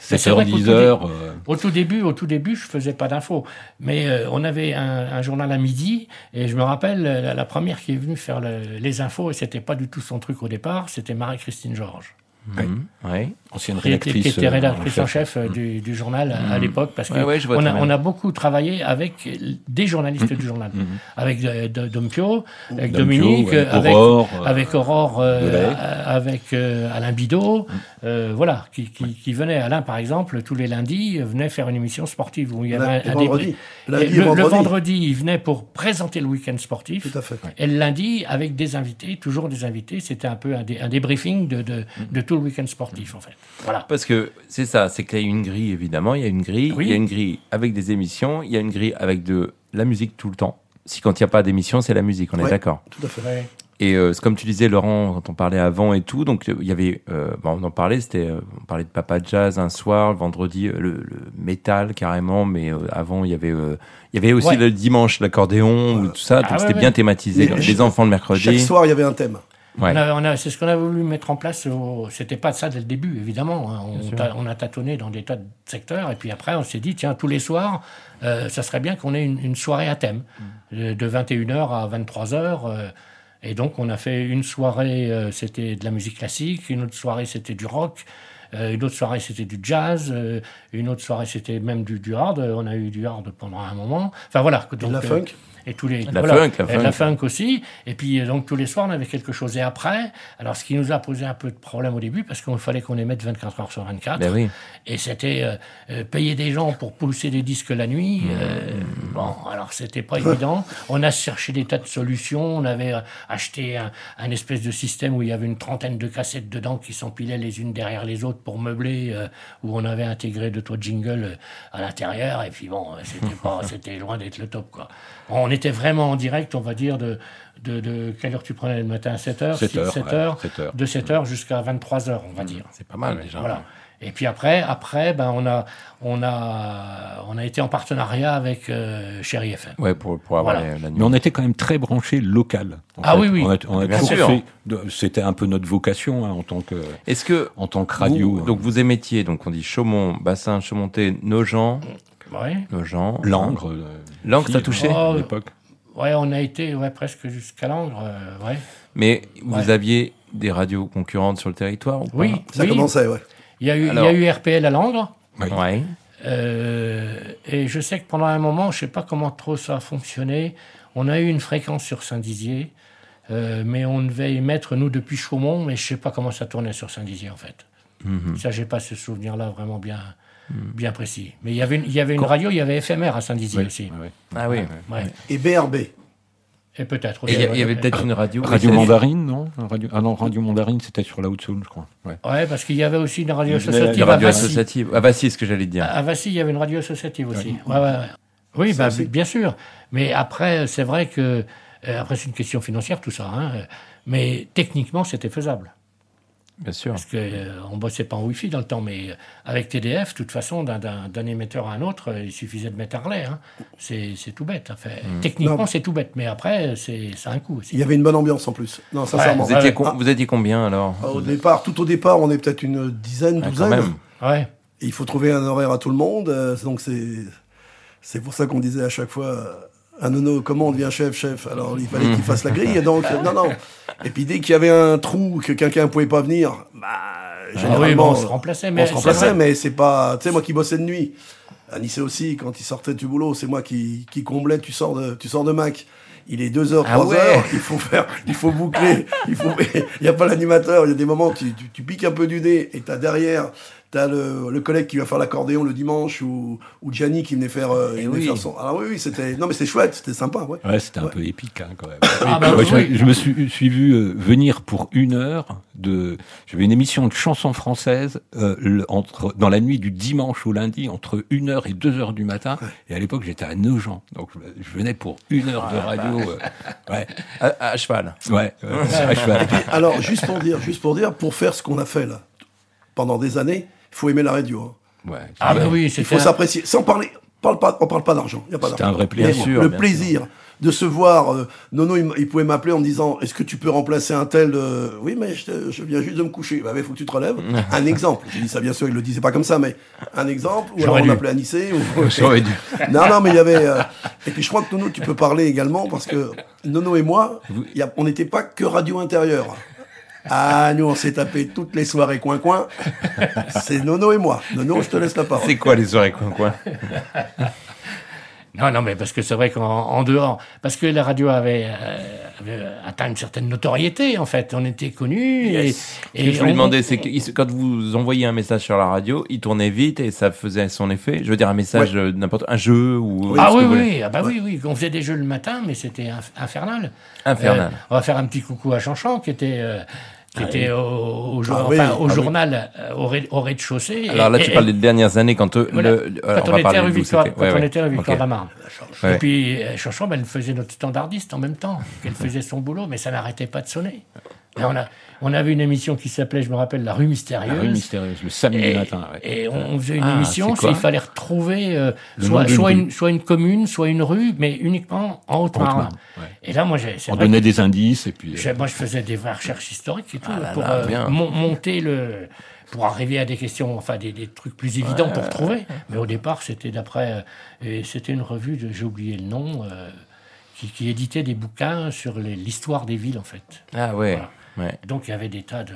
Speaker 7: c'est
Speaker 9: 7h,
Speaker 7: vrai qu'au tout
Speaker 9: 10h. euh,
Speaker 7: Au tout début, au tout début, je faisais pas d'infos, mais euh, on avait un, un journal à midi et je me rappelle euh, la, la première qui est venue faire le- les infos et c'était pas du tout son truc au départ, c'était Marie-Christine Georges,
Speaker 6: Mhm. Ouais.
Speaker 9: ancienne
Speaker 7: qui, était-
Speaker 9: rédactrice.
Speaker 7: qui était
Speaker 9: euh,
Speaker 7: rédactrice en
Speaker 9: en chef.
Speaker 7: chef euh, du, du journal à- à l'époque parce
Speaker 6: Ouais,
Speaker 7: qu'on
Speaker 6: ouais, je vois très
Speaker 7: a,
Speaker 6: bien.
Speaker 7: on a beaucoup travaillé avec des journalistes du journal, avec euh, Do- Dompio, avec
Speaker 9: Dame
Speaker 7: Dominique,
Speaker 9: Pio, ouais,
Speaker 7: avec
Speaker 9: Aurore, euh,
Speaker 7: avec Aurore, euh,
Speaker 9: Delay.
Speaker 7: euh, avec euh, Alain Bidot, euh, voilà, qui, qui, qui venait. Alain, par exemple, tous les lundis, euh, venait faire une émission sportive où il y avait
Speaker 8: Là,
Speaker 7: un,
Speaker 8: et
Speaker 7: un
Speaker 8: vendredi.
Speaker 7: débrief.
Speaker 8: Là,
Speaker 7: Et
Speaker 8: il y a
Speaker 7: le, le vendredi, il venait pour présenter le week-end sportif.
Speaker 8: Tout à fait.
Speaker 7: Et le lundi, avec des invités, toujours des invités, c'était un peu un, dé- un débriefing de, de, de tout le week-end sportif, en fait. Voilà.
Speaker 6: Parce que c'est ça, c'est qu'il y a une grille, évidemment. Il y a une grille.
Speaker 7: Oui.
Speaker 6: Il y a une grille avec des émissions. Il y a une grille avec de la musique tout le temps. Si quand il n'y a pas d'émission, c'est la musique, on est
Speaker 8: Ouais.
Speaker 6: d'accord.
Speaker 8: Tout à fait.
Speaker 7: Ouais.
Speaker 6: Et euh, c'est comme tu disais, Laurent, quand on parlait avant et tout, donc euh, il y avait, euh, bah, on en parlait, c'était, euh, on parlait de Papa Jazz un soir, le vendredi, euh, le, le métal carrément, mais euh, avant il y avait, euh, il y avait aussi
Speaker 7: Ouais.
Speaker 6: le dimanche l'accordéon ou tout ça, donc
Speaker 7: ouais,
Speaker 6: c'était
Speaker 7: ouais.
Speaker 6: bien thématisé.
Speaker 8: Mais
Speaker 6: Donc,
Speaker 8: chaque-
Speaker 6: les enfants le
Speaker 8: Chaque
Speaker 6: mercredi.
Speaker 8: soir, il y avait un thème.
Speaker 6: Ouais.
Speaker 7: On a- on a- c'est ce qu'on a voulu mettre en place. au- C'était pas ça dès le début, évidemment. hein. On, ta- on a tâtonné dans des tas de secteurs, et puis après, on s'est dit, tiens, tous les soirs, euh, ça serait bien qu'on ait une, une soirée à thème, de, 21h à 23h. et donc, on a fait une soirée, euh, c'était de la musique classique, une autre soirée, c'était du rock. euh, une autre soirée, c'était du jazz. euh, une autre soirée, c'était même du, du hard. On a eu du hard pendant un moment. Enfin voilà.
Speaker 8: Et de la
Speaker 7: euh,
Speaker 8: funk
Speaker 7: et tous les
Speaker 6: La funk, la
Speaker 7: et de la
Speaker 6: funk.
Speaker 7: funk aussi. Et puis euh, donc tous les soirs on avait quelque chose. Et après, alors ce qui nous a posé un peu de problème au début parce qu'il fallait qu'on émette 24 heures sur 24.
Speaker 6: Ben oui.
Speaker 7: Et c'était euh, euh, payer des gens pour pousser des disques la nuit. euh,
Speaker 9: Mmh.
Speaker 7: bon, alors c'était pas évident. On a cherché des tas de solutions. On avait euh, acheté un, un espèce de système où il y avait une trentaine de cassettes dedans qui s'empilaient les unes derrière les autres pour meubler, euh, où on avait intégré deux trois jingles euh, à l'intérieur. Et puis bon, euh, c'était pas, c'était loin d'être le top quoi. Bon, on était vraiment en direct, on va dire de de, de quelle heure tu prenais le matin 7h
Speaker 9: 7 heures,
Speaker 7: 7h,
Speaker 9: ouais, 7 heures.
Speaker 7: de 7h jusqu'à 23h, on va dire.
Speaker 6: C'est pas mal déjà.
Speaker 7: Voilà. Et puis après, après, ben on a, on a, on a été en partenariat avec euh, Chéri FM.
Speaker 6: Ouais, pour, pour avoir
Speaker 7: Voilà.
Speaker 6: les- la nuit.
Speaker 9: Mais on était quand même très branché local. en
Speaker 7: Ah
Speaker 9: fait.
Speaker 7: oui, oui.
Speaker 9: On a, on a
Speaker 6: Bien
Speaker 9: toujours
Speaker 6: sûr.
Speaker 9: fait de- C'était un peu notre vocation hein, en tant que
Speaker 6: Est-ce que
Speaker 9: en tant que radio.
Speaker 6: vous-
Speaker 9: hein.
Speaker 6: donc vous émettiez, donc on dit Chaumont, Bassin, Chaumonté, Nogent,
Speaker 7: Ouais.
Speaker 6: Nogent,
Speaker 9: Langres. euh,
Speaker 6: Langres,
Speaker 9: si,
Speaker 6: t'as touché
Speaker 7: Oh,
Speaker 9: à l'époque.
Speaker 7: Ouais, on a été ouais, presque jusqu'à Langres. euh, ouais.
Speaker 6: Mais vous
Speaker 7: Ouais.
Speaker 6: aviez des radios concurrentes sur le territoire ou pas
Speaker 7: Oui,
Speaker 8: Ça
Speaker 7: oui.
Speaker 8: commençait, ouais.
Speaker 7: Il y a eu,
Speaker 6: Alors-
Speaker 7: il y a eu RPL à Langres.
Speaker 6: Ouais.
Speaker 7: euh, et je sais que pendant un moment, je sais pas comment trop ça a fonctionné. On a eu une fréquence sur Saint-Dizier, euh, mais on devait émettre nous depuis Chaumont, mais je sais pas comment ça tournait sur Saint-Dizier en fait.
Speaker 6: Mhm.
Speaker 7: Ça, j'ai pas ce souvenir-là vraiment bien, bien précis. Mais il y avait une, il y avait une radio, il y avait éphémère à Saint-Dizier
Speaker 9: Oui,
Speaker 7: aussi.
Speaker 9: oui, oui.
Speaker 6: Ah oui.
Speaker 7: Ouais.
Speaker 8: Et BRB.
Speaker 7: Et peut-être
Speaker 6: Et
Speaker 7: aussi.
Speaker 6: il y, a-
Speaker 7: ouais.
Speaker 6: il y avait peut-être une radio.
Speaker 9: Radio
Speaker 6: Oui,
Speaker 9: Mandarine, non radio... Ah non, Radio Mandarine, c'était sur la Haute Saône, je crois. Ouais.
Speaker 7: Ouais, parce qu'il y avait aussi une radio
Speaker 9: Une
Speaker 6: c'est-
Speaker 7: associative
Speaker 6: Une
Speaker 7: à
Speaker 6: radio
Speaker 7: Vassy.
Speaker 6: associative. Ah bah si, c'est ce que j'allais te dire.
Speaker 7: À Vassy, bah il y avait une radio associative aussi. Ouais, ouais, ouais. Oui, bah, bien sûr. Mais après, c'est vrai que. euh, Après, c'est une question financière, tout ça. hein. Mais techniquement, c'était faisable.
Speaker 6: Bien sûr.
Speaker 7: Parce qu'on ne bossait pas en Wi-Fi dans le temps, mais euh, avec TDF, de toute façon, d'un- d'un d'un émetteur à un autre, euh, il suffisait de mettre un relais. hein. C'est c'est tout bête. hein. Fait, Techniquement,
Speaker 8: Non.
Speaker 7: c'est tout bête, mais après, c'est ça a un coût aussi.
Speaker 8: Il y avait une bonne ambiance en plus. Non, sincèrement. Ah,
Speaker 6: Vous étiez,
Speaker 7: ouais.
Speaker 6: com- vous étiez combien alors
Speaker 7: Ah,
Speaker 8: Au départ, tout au départ, on est peut-être une dizaine,
Speaker 6: Ah,
Speaker 8: douzaine.
Speaker 7: Ouais.
Speaker 8: Et il faut trouver un horaire à tout le monde. euh, donc c'est c'est pour ça qu'on disait à chaque fois euh, à Nono comment on devient chef, chef. Alors il
Speaker 7: Mmh.
Speaker 8: fallait qu'il fasse la grille. Et donc euh, non non. Et puis dès qu'il y avait un trou que quelqu'un ne pouvait pas venir, bah
Speaker 7: Ah oui, bon,
Speaker 8: généralement
Speaker 7: on se remplaçait, mais
Speaker 8: on se
Speaker 7: c'est
Speaker 8: remplaçait.
Speaker 7: vrai.
Speaker 8: Mais c'est pas tu sais moi qui bossais de nuit. À Nice aussi, quand il sortait du boulot, c'est moi qui, qui comblais. Tu sors de tu sors de Mac. Il est 2h, 3h,
Speaker 6: Ah ouais.
Speaker 8: il faut faire, il faut boucler, il faut, il n'y a pas l'animateur, il y a des moments, tu, tu, tu piques un peu du nez et t'as derrière, t'as le, le collègue qui va faire l'accordéon le dimanche ou, ou Gianni qui venait faire, euh, il venait
Speaker 6: Eh oui.
Speaker 8: faire son, alors oui, oui, c'était, non mais c'est chouette, c'était sympa, ouais.
Speaker 9: Ouais, c'était un peu épique hein, quand même.
Speaker 7: Ah, bah,
Speaker 9: Moi, je,
Speaker 7: oui.
Speaker 9: me- je me suis, suis vu euh, venir pour une heure de. J'avais une émission de chansons françaises euh, le- entre dans la nuit du dimanche au lundi entre 1 heure et 2 heures du matin. Et à l'époque, j'étais à Nogent, donc je, je venais pour une heure
Speaker 7: Ah,
Speaker 9: de radio.
Speaker 7: bah.
Speaker 9: euh, ouais,
Speaker 6: À, à cheval.
Speaker 9: ouais. euh, à cheval.
Speaker 8: Alors, juste pour dire, juste pour dire, pour faire ce qu'on a fait là, pendant des années, il faut aimer la radio, hein.
Speaker 9: Ouais,
Speaker 7: Ah, bah oui,
Speaker 8: Il
Speaker 7: c'était.
Speaker 8: faut s'apprécier, sans parler, parle pas, on parle pas d'argent, il y a pas
Speaker 9: C'était
Speaker 8: d'argent.
Speaker 9: un vrai
Speaker 8: Bien
Speaker 9: plaisir.
Speaker 6: Bien sûr,
Speaker 8: sûr, le
Speaker 6: bien
Speaker 8: plaisir de se voir. euh, Nono, il, m- il pouvait m'appeler en me disant Est-ce que tu peux remplacer un tel euh, Oui, mais je, te- je viens juste de me coucher. Bah, il faut que tu te relèves. un exemple. J'ai dit ça, bien sûr, il le disait pas comme ça, mais un exemple. Ou alors
Speaker 7: J'aurais
Speaker 8: on
Speaker 7: dû.
Speaker 8: appelait à Nicée. Ou...
Speaker 9: J'aurais dû.
Speaker 8: non, non, mais il y avait. euh, Et puis je crois que Nono, tu peux parler également, parce que Nono et moi, il y a- on n'était pas que radio intérieure. Ah, nous, on s'est tapé toutes les soirées coin-coin. C'est Nono et moi. Nono, je te laisse la parole.
Speaker 6: C'est quoi les soirées coin coin
Speaker 7: Non, non, mais parce que c'est vrai qu'en en dehors, parce que la radio avait, euh, avait atteint une certaine notoriété, en fait. On était connus. Et, et
Speaker 6: Je lui
Speaker 7: on-
Speaker 6: demandais, c'est que il se- quand vous envoyez un message sur la radio, il tournait vite et ça faisait son effet. Je veux dire un message euh, n'importe un jeu ou euh,
Speaker 7: Ah
Speaker 6: ce que
Speaker 7: oui,
Speaker 6: vous voulez.
Speaker 7: oui, ah bah oui, oui. On faisait des jeux le matin, mais c'était inf- infernal.
Speaker 6: Infernal. Ah
Speaker 7: Euh, on va faire un petit coucou à Chanchon, qui était, euh, qui était au, au, jour-
Speaker 8: Ah oui,
Speaker 7: enfin,
Speaker 8: ah
Speaker 7: au
Speaker 8: oui.
Speaker 7: journal, euh, au, rez- au rez-de-chaussée.
Speaker 6: Alors là,
Speaker 7: Et-
Speaker 6: tu
Speaker 7: et-
Speaker 6: parles des dernières années quand euh,
Speaker 7: Eh, voilà.
Speaker 6: le- le-
Speaker 7: Quand
Speaker 6: alors,
Speaker 7: on
Speaker 6: va
Speaker 7: était
Speaker 6: parler
Speaker 7: à
Speaker 6: de
Speaker 7: rue
Speaker 6: vous,
Speaker 7: Victoire,
Speaker 6: c'était-
Speaker 7: quand
Speaker 6: ouais,
Speaker 7: on
Speaker 6: ouais.
Speaker 7: était à rue Victoire
Speaker 6: Ok.
Speaker 7: de la Marne.
Speaker 6: Ouais.
Speaker 7: Et puis, euh, Chanchon, ben, elle faisait notre standardiste en même temps. Elle faisait son boulot, mais ça n'arrêtait pas de sonner. Et on, a, on avait une émission qui s'appelait, je me rappelle, La rue mystérieuse.
Speaker 9: La rue mystérieuse, le samedi
Speaker 7: Et,
Speaker 9: matin. ouais.
Speaker 7: et on on faisait une
Speaker 6: Ah,
Speaker 7: émission,
Speaker 6: c'est quoi
Speaker 7: il fallait retrouver euh,
Speaker 9: Le nom
Speaker 7: soit,
Speaker 9: d'une
Speaker 7: soit,
Speaker 9: rue.
Speaker 7: une, soit une commune, soit une rue, mais uniquement en Haute-Marne.
Speaker 9: Haute-Marne, ouais.
Speaker 7: Et là, moi, j'ai, c'est
Speaker 9: On
Speaker 7: vrai
Speaker 9: donnait
Speaker 7: que
Speaker 9: des indices et puis. euh,
Speaker 7: j'ai- moi, je faisais des vraies recherches historiques et tout,
Speaker 6: Ah là
Speaker 7: pour
Speaker 6: là,
Speaker 7: euh,
Speaker 6: bien.
Speaker 7: mon- monter le. pour arriver à des questions, enfin, des, des trucs plus évidents pour trouver. Mais au départ, c'était d'après. euh, et c'était une revue, de, j'ai oublié le nom, euh, qui, qui éditait des bouquins sur les- l'histoire des villes, en fait.
Speaker 6: Ah ouais. ouais.
Speaker 7: Donc, il y avait des tas de.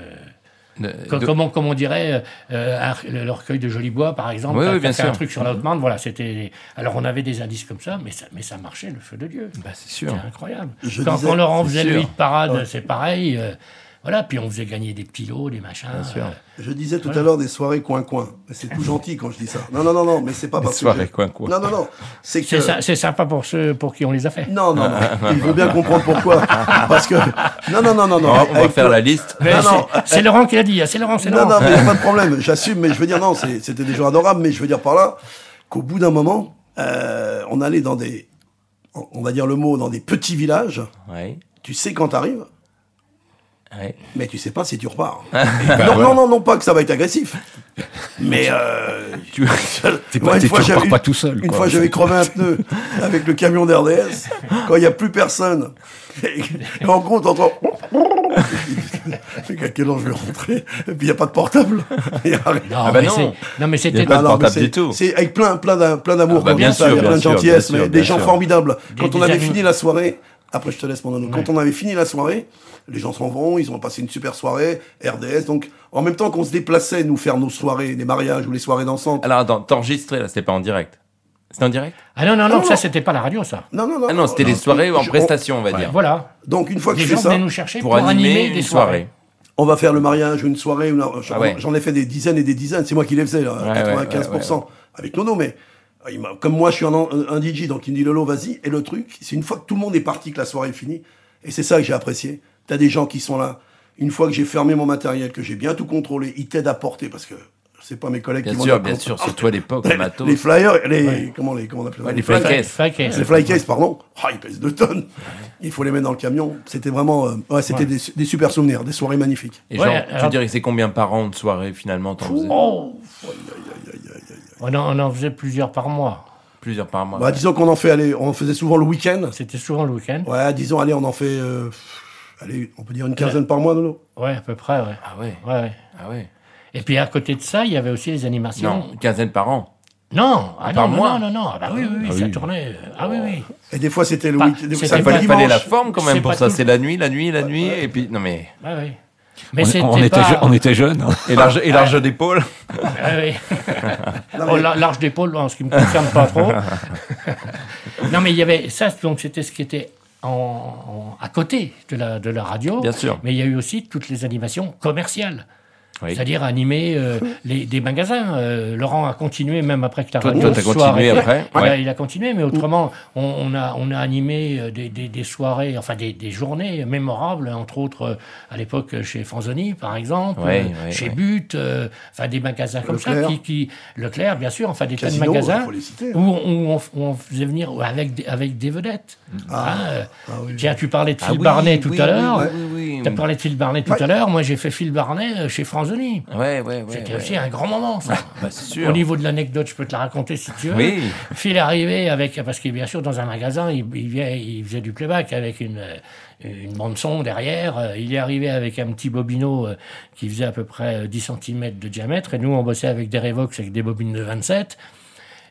Speaker 7: Co-
Speaker 6: de-
Speaker 7: Comment, comment on dirait euh, un- le- le recueil de Jolibois, par exemple,
Speaker 6: Oui,
Speaker 7: t'as-
Speaker 6: oui,
Speaker 7: t'as
Speaker 6: bien
Speaker 7: fait un
Speaker 6: sûr. Mm-hmm.
Speaker 7: truc sur la Haute-Marne, voilà, c'était... Alors, on avait des indices comme ça, mais ça, mais ça marchait, le feu de Dieu.
Speaker 6: Bah, c'est
Speaker 7: C'était
Speaker 6: sûr.
Speaker 7: incroyable.
Speaker 8: Je
Speaker 7: quand,
Speaker 8: disais-
Speaker 7: quand Laurent
Speaker 6: c'est
Speaker 7: faisait le
Speaker 6: sûr.
Speaker 7: hit parade,
Speaker 8: Ouais.
Speaker 7: c'est pareil. euh, voilà, puis on faisait gagner des petits lots, des machins.
Speaker 6: Bien sûr.
Speaker 7: euh,
Speaker 8: Je disais tout
Speaker 7: Voilà.
Speaker 8: à l'heure des soirées coin-coin. Mais C'est tout gentil quand je dis ça. Non, non, non, non, mais c'est pas
Speaker 6: Des
Speaker 8: parce que.
Speaker 6: soirées
Speaker 8: je-
Speaker 6: coin-coin.
Speaker 8: Non, non, non. C'est que.
Speaker 7: c'est, ça- c'est sympa pour ceux pour qui on les a fait.
Speaker 8: Non, non, non.
Speaker 6: Ah,
Speaker 8: Ils vont bien comprendre pourquoi. Parce que. Non, non, non, non, non.
Speaker 6: On va- on va
Speaker 8: Avec
Speaker 6: faire
Speaker 8: toi-
Speaker 6: la liste.
Speaker 7: Mais
Speaker 8: Non,
Speaker 7: c'est,
Speaker 8: non,
Speaker 7: c'est Laurent qui l'a dit, hein, c'est Laurent, c'est
Speaker 8: Non,
Speaker 7: Laurent.
Speaker 8: non, mais y a pas de problème. J'assume, mais je veux dire, non, c'est- c'était des gens adorables, mais je veux dire par là qu'au bout d'un moment, euh, on allait dans des. On va dire le mot, dans des petits villages.
Speaker 6: Ouais.
Speaker 8: Tu sais quand t'arrives,
Speaker 6: Ouais.
Speaker 8: mais tu sais pas si tu repars. non, non, non, non, pas que ça va être agressif. Mais euh,
Speaker 9: Bah, Tu t'es
Speaker 8: Moi,
Speaker 9: pas,
Speaker 8: une
Speaker 9: t'es-
Speaker 8: fois,
Speaker 9: tu
Speaker 8: j'avais-
Speaker 9: repars pas tout seul.
Speaker 8: Une
Speaker 9: quoi.
Speaker 8: fois, j'avais crevé un pneu avec le camion d'RDS. Quand il n'y a plus personne. Et en gros, t'entends. Mais à quel an je vais rentrer Et puis, il n'y a pas de portable. Il y a rien.
Speaker 7: Non,
Speaker 6: Ah bah
Speaker 7: mais
Speaker 6: non.
Speaker 7: c'est- non, mais c'était
Speaker 6: Il y a pas de
Speaker 8: Alors, mais
Speaker 6: portable
Speaker 8: c'est-
Speaker 6: du tout.
Speaker 8: C'est avec plein, plein, d'am- plein d'amour,
Speaker 6: Ah bah,
Speaker 8: quand on
Speaker 6: bien
Speaker 8: dit ça, il y a
Speaker 6: sûr,
Speaker 8: plein
Speaker 6: bien
Speaker 8: de
Speaker 6: sûr,
Speaker 8: gentillesse,
Speaker 6: bien
Speaker 8: mais
Speaker 6: sûr,
Speaker 8: des
Speaker 6: bien
Speaker 8: gens
Speaker 6: sûr.
Speaker 8: formidables.
Speaker 7: Des-
Speaker 8: Quand on
Speaker 7: des
Speaker 8: avait
Speaker 7: amis.
Speaker 8: fini la soirée, après je te laisse mon anneau, quand on avait fini la soirée, les gens s'en vont, ils ont passé une super soirée, RDS, donc en même temps qu'on se déplaçait, nous faire nos soirées, les mariages ou les soirées dansantes.
Speaker 6: Alors attends, t'enregistrais là, c'était pas en direct. C'était en direct
Speaker 7: Ah non, non,
Speaker 8: Ah
Speaker 7: non,
Speaker 8: non.
Speaker 7: ça, c'était pas la radio, ça.
Speaker 8: Non, non, non.
Speaker 6: Ah non, c'était des soirées en
Speaker 8: je- on-
Speaker 6: prestation, on va
Speaker 7: Ouais,
Speaker 6: dire.
Speaker 7: Voilà.
Speaker 8: Donc une fois que
Speaker 7: Les
Speaker 8: je fais
Speaker 7: gens
Speaker 8: ça,
Speaker 7: venaient nous chercher
Speaker 6: Pour animer
Speaker 7: des
Speaker 6: une soirée.
Speaker 8: on va faire le mariage ou une soirée. ou là, J'en
Speaker 6: Ah ouais.
Speaker 8: j'en ai fait des dizaines et des dizaines. C'est moi qui les faisais, là,
Speaker 6: Ouais,
Speaker 8: 95%.
Speaker 6: ouais, ouais, ouais.
Speaker 8: Avec Nono, mais euh, il m'a- comme moi, je suis un, an- un DJ, donc il me dit Lolo, vas-y. Et le truc, c'est une fois que tout le monde est parti, que la soirée est finie, et c'est ça que j'ai apprécié. T'as des gens qui sont là. Une fois que j'ai fermé mon matériel, que j'ai bien tout contrôlé, ils t'aident à porter parce que c'est pas mes collègues
Speaker 6: Bien
Speaker 8: qui vont
Speaker 6: sûr,
Speaker 8: leur
Speaker 6: bien
Speaker 8: compte-
Speaker 6: sûr, surtout à l'époque, le matos.
Speaker 8: les flyers, les
Speaker 7: Ouais.
Speaker 8: comment les comment on appelle ça
Speaker 6: Ouais, les
Speaker 7: Fly-
Speaker 6: Fly case.
Speaker 7: Fly case.
Speaker 8: les fly case, pardon. Ah, ils pèsent deux tonnes. Il faut les mettre dans le camion. C'était vraiment, euh, ouais, c'était
Speaker 7: Ouais.
Speaker 8: des, des super souvenirs, des soirées magnifiques.
Speaker 6: Et
Speaker 7: Ouais,
Speaker 6: genre,
Speaker 7: alors-
Speaker 6: tu dirais que c'est combien par an de soirée finalement t'en faisais
Speaker 7: Oh on en, on en faisait plusieurs par mois.
Speaker 6: Plusieurs par mois.
Speaker 8: Bah, disons qu'on en fait aller, on faisait souvent le week-end.
Speaker 7: C'était souvent le week-end.
Speaker 8: Ouais, disons, allez, on en fait, euh, allez, on peut dire une quinzaine par mois, Nono.
Speaker 7: Ouais, à peu près, ouais.
Speaker 6: Ah ouais,
Speaker 7: Ouais, ouais.
Speaker 6: ah ouais.
Speaker 7: Et puis à côté de ça, il y avait aussi les animations.
Speaker 6: Non, une quinzaine par an.
Speaker 7: Non, ah
Speaker 6: Par
Speaker 7: non,
Speaker 6: mois.
Speaker 7: non, non, non, ah bah oui, oui, oui,
Speaker 9: Ah
Speaker 7: ça
Speaker 9: oui.
Speaker 7: tournait. Ah oui, oui.
Speaker 8: Et des fois, c'était le
Speaker 7: Bah,
Speaker 8: week-end. des fois,
Speaker 7: c'était
Speaker 8: ça
Speaker 6: Il
Speaker 7: pas-
Speaker 8: fait le
Speaker 6: fallait, fallait la
Speaker 8: dimanche.
Speaker 6: forme quand
Speaker 7: C'est
Speaker 6: même
Speaker 7: pas
Speaker 6: pour ça.
Speaker 7: tout-
Speaker 6: C'est la nuit, la nuit, la nuit, et puis non mais
Speaker 7: Ouais, ouais. Mais
Speaker 9: On-
Speaker 7: c'était
Speaker 9: on, était
Speaker 7: pas...
Speaker 9: je- on était jeunes. hein.
Speaker 6: et large et large d'épaule.
Speaker 7: Ah oui.
Speaker 8: Non,
Speaker 7: Oh,
Speaker 8: mais-
Speaker 7: la- large d'épaule, en ce qui me concerne pas trop. non, mais il y avait ça, donc c'était ce qui était en, en- à côté de la, de la radio.
Speaker 6: Bien sûr.
Speaker 7: Mais il y a eu aussi toutes les animations commerciales.
Speaker 6: Oui.
Speaker 7: C'est-à-dire animer euh, les, des magasins. Euh, Laurent a continué même après que la
Speaker 6: Toi-
Speaker 7: radio
Speaker 6: toi, t'as
Speaker 7: soit
Speaker 6: continué
Speaker 7: arrêtée.
Speaker 6: après,
Speaker 7: Il, a,
Speaker 6: ouais.
Speaker 7: il a continué, mais autrement, on, on a, on a animé euh, des, des- des soirées, enfin des, des journées mémorables, entre autres euh, à l'époque chez Franzoni, par exemple,
Speaker 6: Ouais,
Speaker 7: euh,
Speaker 6: ouais,
Speaker 7: chez
Speaker 6: ouais.
Speaker 7: But, euh, enfin des magasins comme ça,
Speaker 8: Leclerc.
Speaker 7: qui, qui- Leclerc, bien sûr, enfin des tas de
Speaker 8: Casino,
Speaker 7: magasins
Speaker 8: faut les citer.
Speaker 7: où, on- où on, où on faisait venir avec des, avec des vedettes.
Speaker 6: Mm.
Speaker 7: Hein,
Speaker 8: Ah,
Speaker 7: euh, Tiens, tu parlais de Phil Barnet tout à l'heure.
Speaker 6: Ah oui,
Speaker 7: Tu as parlé de Phil Barnet tout
Speaker 8: Ouais.
Speaker 7: à l'heure. Moi, j'ai fait Phil Barnet euh, chez Franzoni.
Speaker 6: Ouais, ouais, ouais.
Speaker 7: C'était
Speaker 6: ouais.
Speaker 7: aussi un grand moment, ça.
Speaker 6: Bah, c'est
Speaker 7: Au
Speaker 6: sûr.
Speaker 7: niveau de l'anecdote, je peux te la raconter si tu veux.
Speaker 6: Oui.
Speaker 7: Phil est arrivé avec, parce que bien sûr, dans un magasin, il, il vient- il faisait du playback avec une, euh, une bande-son derrière. Euh, Il est arrivé avec un petit bobino euh, qui faisait à peu près euh, 10 cm de diamètre. Et nous, on bossait avec des Revox, avec des bobines de 27.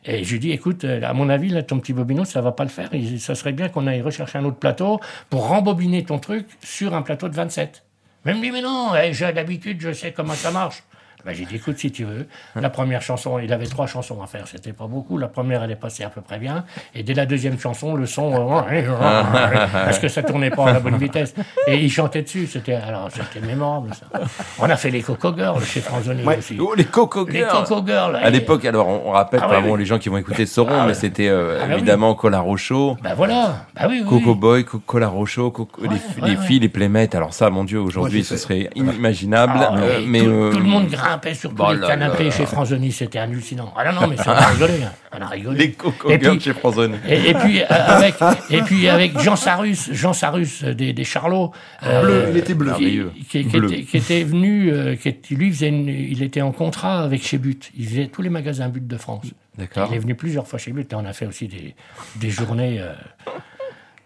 Speaker 7: Et je lui dis, écoute, euh, à mon avis, là, ton petit bobino, ça va pas le faire. Il- ça serait bien qu'on aille rechercher un autre plateau pour rembobiner ton truc sur un plateau de 27. Mais il me dit, mais non, eh, j'ai l'habitude, je sais comment ça marche. Ben, j'ai dit, écoute, si tu veux, la première chanson, il avait trois chansons à faire, c'était pas beaucoup. La première, elle est passée à peu près bien. Et dès la deuxième chanson, le son, euh, parce que ça tournait pas à la bonne vitesse. Et il chantait dessus, c'était, alors, c'était mémorable, ça. On a fait les Coco Girls chez Franzoni aussi.
Speaker 6: Oh, les coco
Speaker 7: Les
Speaker 6: girls.
Speaker 7: Coco Girls. eh.
Speaker 6: À l'époque, alors on, on rappelle,
Speaker 7: Ah
Speaker 6: enfin,
Speaker 7: oui,
Speaker 6: bon,
Speaker 7: oui.
Speaker 6: les gens qui vont écouter sauront,
Speaker 7: Ah
Speaker 6: mais
Speaker 7: ouais.
Speaker 6: c'était euh,
Speaker 7: Ah bah oui.
Speaker 6: évidemment Cola Rochaud,
Speaker 7: Ben voilà. Ben oui, oui.
Speaker 6: Coco Boy, Co- Cola Rochaud, Coco- les,
Speaker 7: Ouais,
Speaker 6: f-
Speaker 7: ouais,
Speaker 6: les
Speaker 7: ouais.
Speaker 6: filles, les playmates. Alors ça, mon Dieu,
Speaker 8: Moi,
Speaker 6: aujourd'hui,
Speaker 8: j'ai
Speaker 6: ce
Speaker 8: fait.
Speaker 6: serait inimaginable.
Speaker 7: Ah,
Speaker 6: euh,
Speaker 7: oui,
Speaker 6: mais
Speaker 7: tout,
Speaker 6: euh,
Speaker 7: tout le monde grimpait sur
Speaker 6: bah
Speaker 7: tous les
Speaker 6: là
Speaker 7: canapés
Speaker 6: là.
Speaker 7: chez Franzoni, c'était hallucinant. Ah non, non, mais ça, on a rigolé. hein. On a rigolé.
Speaker 6: Les Coco
Speaker 7: Et puis-
Speaker 6: Girls chez Franzoni.
Speaker 7: Et, et puis euh, avec et puis avec Jean Sarus, Jean Sarus euh, des, des Charlots,
Speaker 6: Ah,
Speaker 7: euh,
Speaker 8: Bleu, il était bleu.
Speaker 7: qui,
Speaker 6: Merveilleux.
Speaker 7: qui- qui
Speaker 6: Bleu.
Speaker 7: était, qui était venu, euh, qui était- lui faisait une- il était en contrat avec chez But, il faisait tous les magasins But de France.
Speaker 6: D'accord.
Speaker 7: Il est venu plusieurs fois chez But et on a fait aussi des des journées. euh,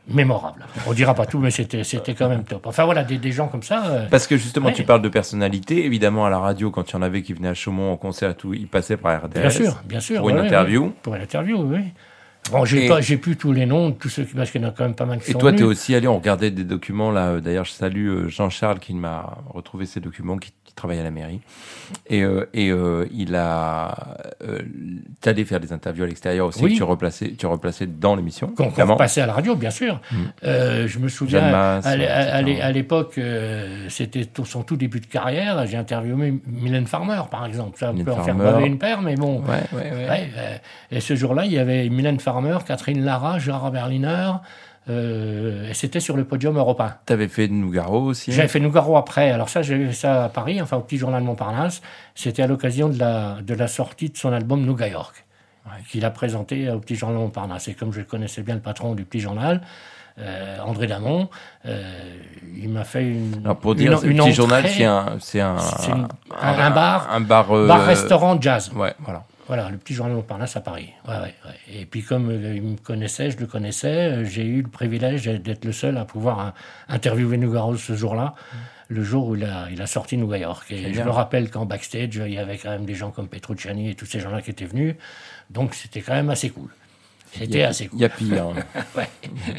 Speaker 7: mémorables. On dira pas tout, mais c'était c'était quand même top. Enfin voilà, des, des gens comme ça. euh,
Speaker 6: Parce que justement,
Speaker 7: Ouais.
Speaker 6: tu parles de personnalité. Évidemment, à la radio, quand il y en avait qui venaient à Chaumont en concert et tout, ils passaient par RDS.
Speaker 7: Bien sûr, bien sûr.
Speaker 6: Pour une
Speaker 7: ouais, ouais,
Speaker 6: interview.
Speaker 7: ouais. Pour une interview, oui. Bon, j'ai
Speaker 6: Et-
Speaker 7: pas, j'ai plus tous les noms, de tous ceux qui, parce qu'il y en a quand même pas mal qui
Speaker 6: Et
Speaker 7: sont
Speaker 6: toi,
Speaker 7: venus.
Speaker 6: t'es aussi allé, on regardait des documents là. euh, D'ailleurs, je salue euh, Jean-Charles qui m'a retrouvé ces documents, qui, qui travaille à la mairie. Et, euh, et euh, il a. Euh, T'allais faire des interviews à l'extérieur aussi,
Speaker 7: Oui.
Speaker 6: que tu replaçais, tu replaçais dans l'émission.
Speaker 7: qu'on qu'on
Speaker 6: évidemment. Mm.
Speaker 7: repassait à la radio, bien sûr. Euh, je me souviens,
Speaker 6: Jeanne Masse,
Speaker 7: à, l'é- à-
Speaker 6: etc.
Speaker 7: à l'é- à l'époque, euh, c'était tout- son tout début de carrière. J'ai interviewé Mylène Farmer, par exemple. Ça on
Speaker 6: Mylène
Speaker 7: peut en faire
Speaker 6: Farmer.
Speaker 7: baver une paire, mais bon.
Speaker 6: Ouais, ouais, ouais.
Speaker 7: Ouais, euh, et ce jour-là, il y avait Mylène Farmer, Catherine Lara, Gérard Berliner. euh, et c'était sur le podium européen.
Speaker 6: T'avais fait Nougaro aussi.
Speaker 7: J'avais fait Nougaro après. Alors ça, j'avais fait ça à Paris, enfin au petit journal Montparnasse. C'était à l'occasion de la, de la sortie de son album Nouga York, qu'il a présenté au petit journal Montparnasse. Et comme je connaissais bien le patron du petit journal, euh, André Damon, euh, il m'a fait une,
Speaker 6: Alors pour
Speaker 7: une-
Speaker 6: dire, c'est
Speaker 7: une
Speaker 6: le petit
Speaker 7: entrée,
Speaker 6: journal, c'est un, c'est un,
Speaker 7: C'est une- un- un bar,
Speaker 6: un bar, euh,
Speaker 7: bar-restaurant jazz.
Speaker 6: Ouais, voilà.
Speaker 7: Voilà, le petit journal Montparnasse à Paris. Ouais, ouais, ouais. Et puis comme euh, il me connaissait, je le connaissais, euh, j'ai eu le privilège d'être le seul à pouvoir euh, interviewer Nougaro ce jour-là, le jour où il a, il a sorti New York. Et je
Speaker 6: Génial.
Speaker 7: me rappelle qu'en backstage, il y avait quand même des gens comme Petrucciani et tous ces gens-là qui étaient venus. Donc c'était quand même assez cool.
Speaker 6: Il y
Speaker 7: C'était
Speaker 6: a-
Speaker 7: assez cool.
Speaker 6: Il y a pire. hein.
Speaker 7: Ouais.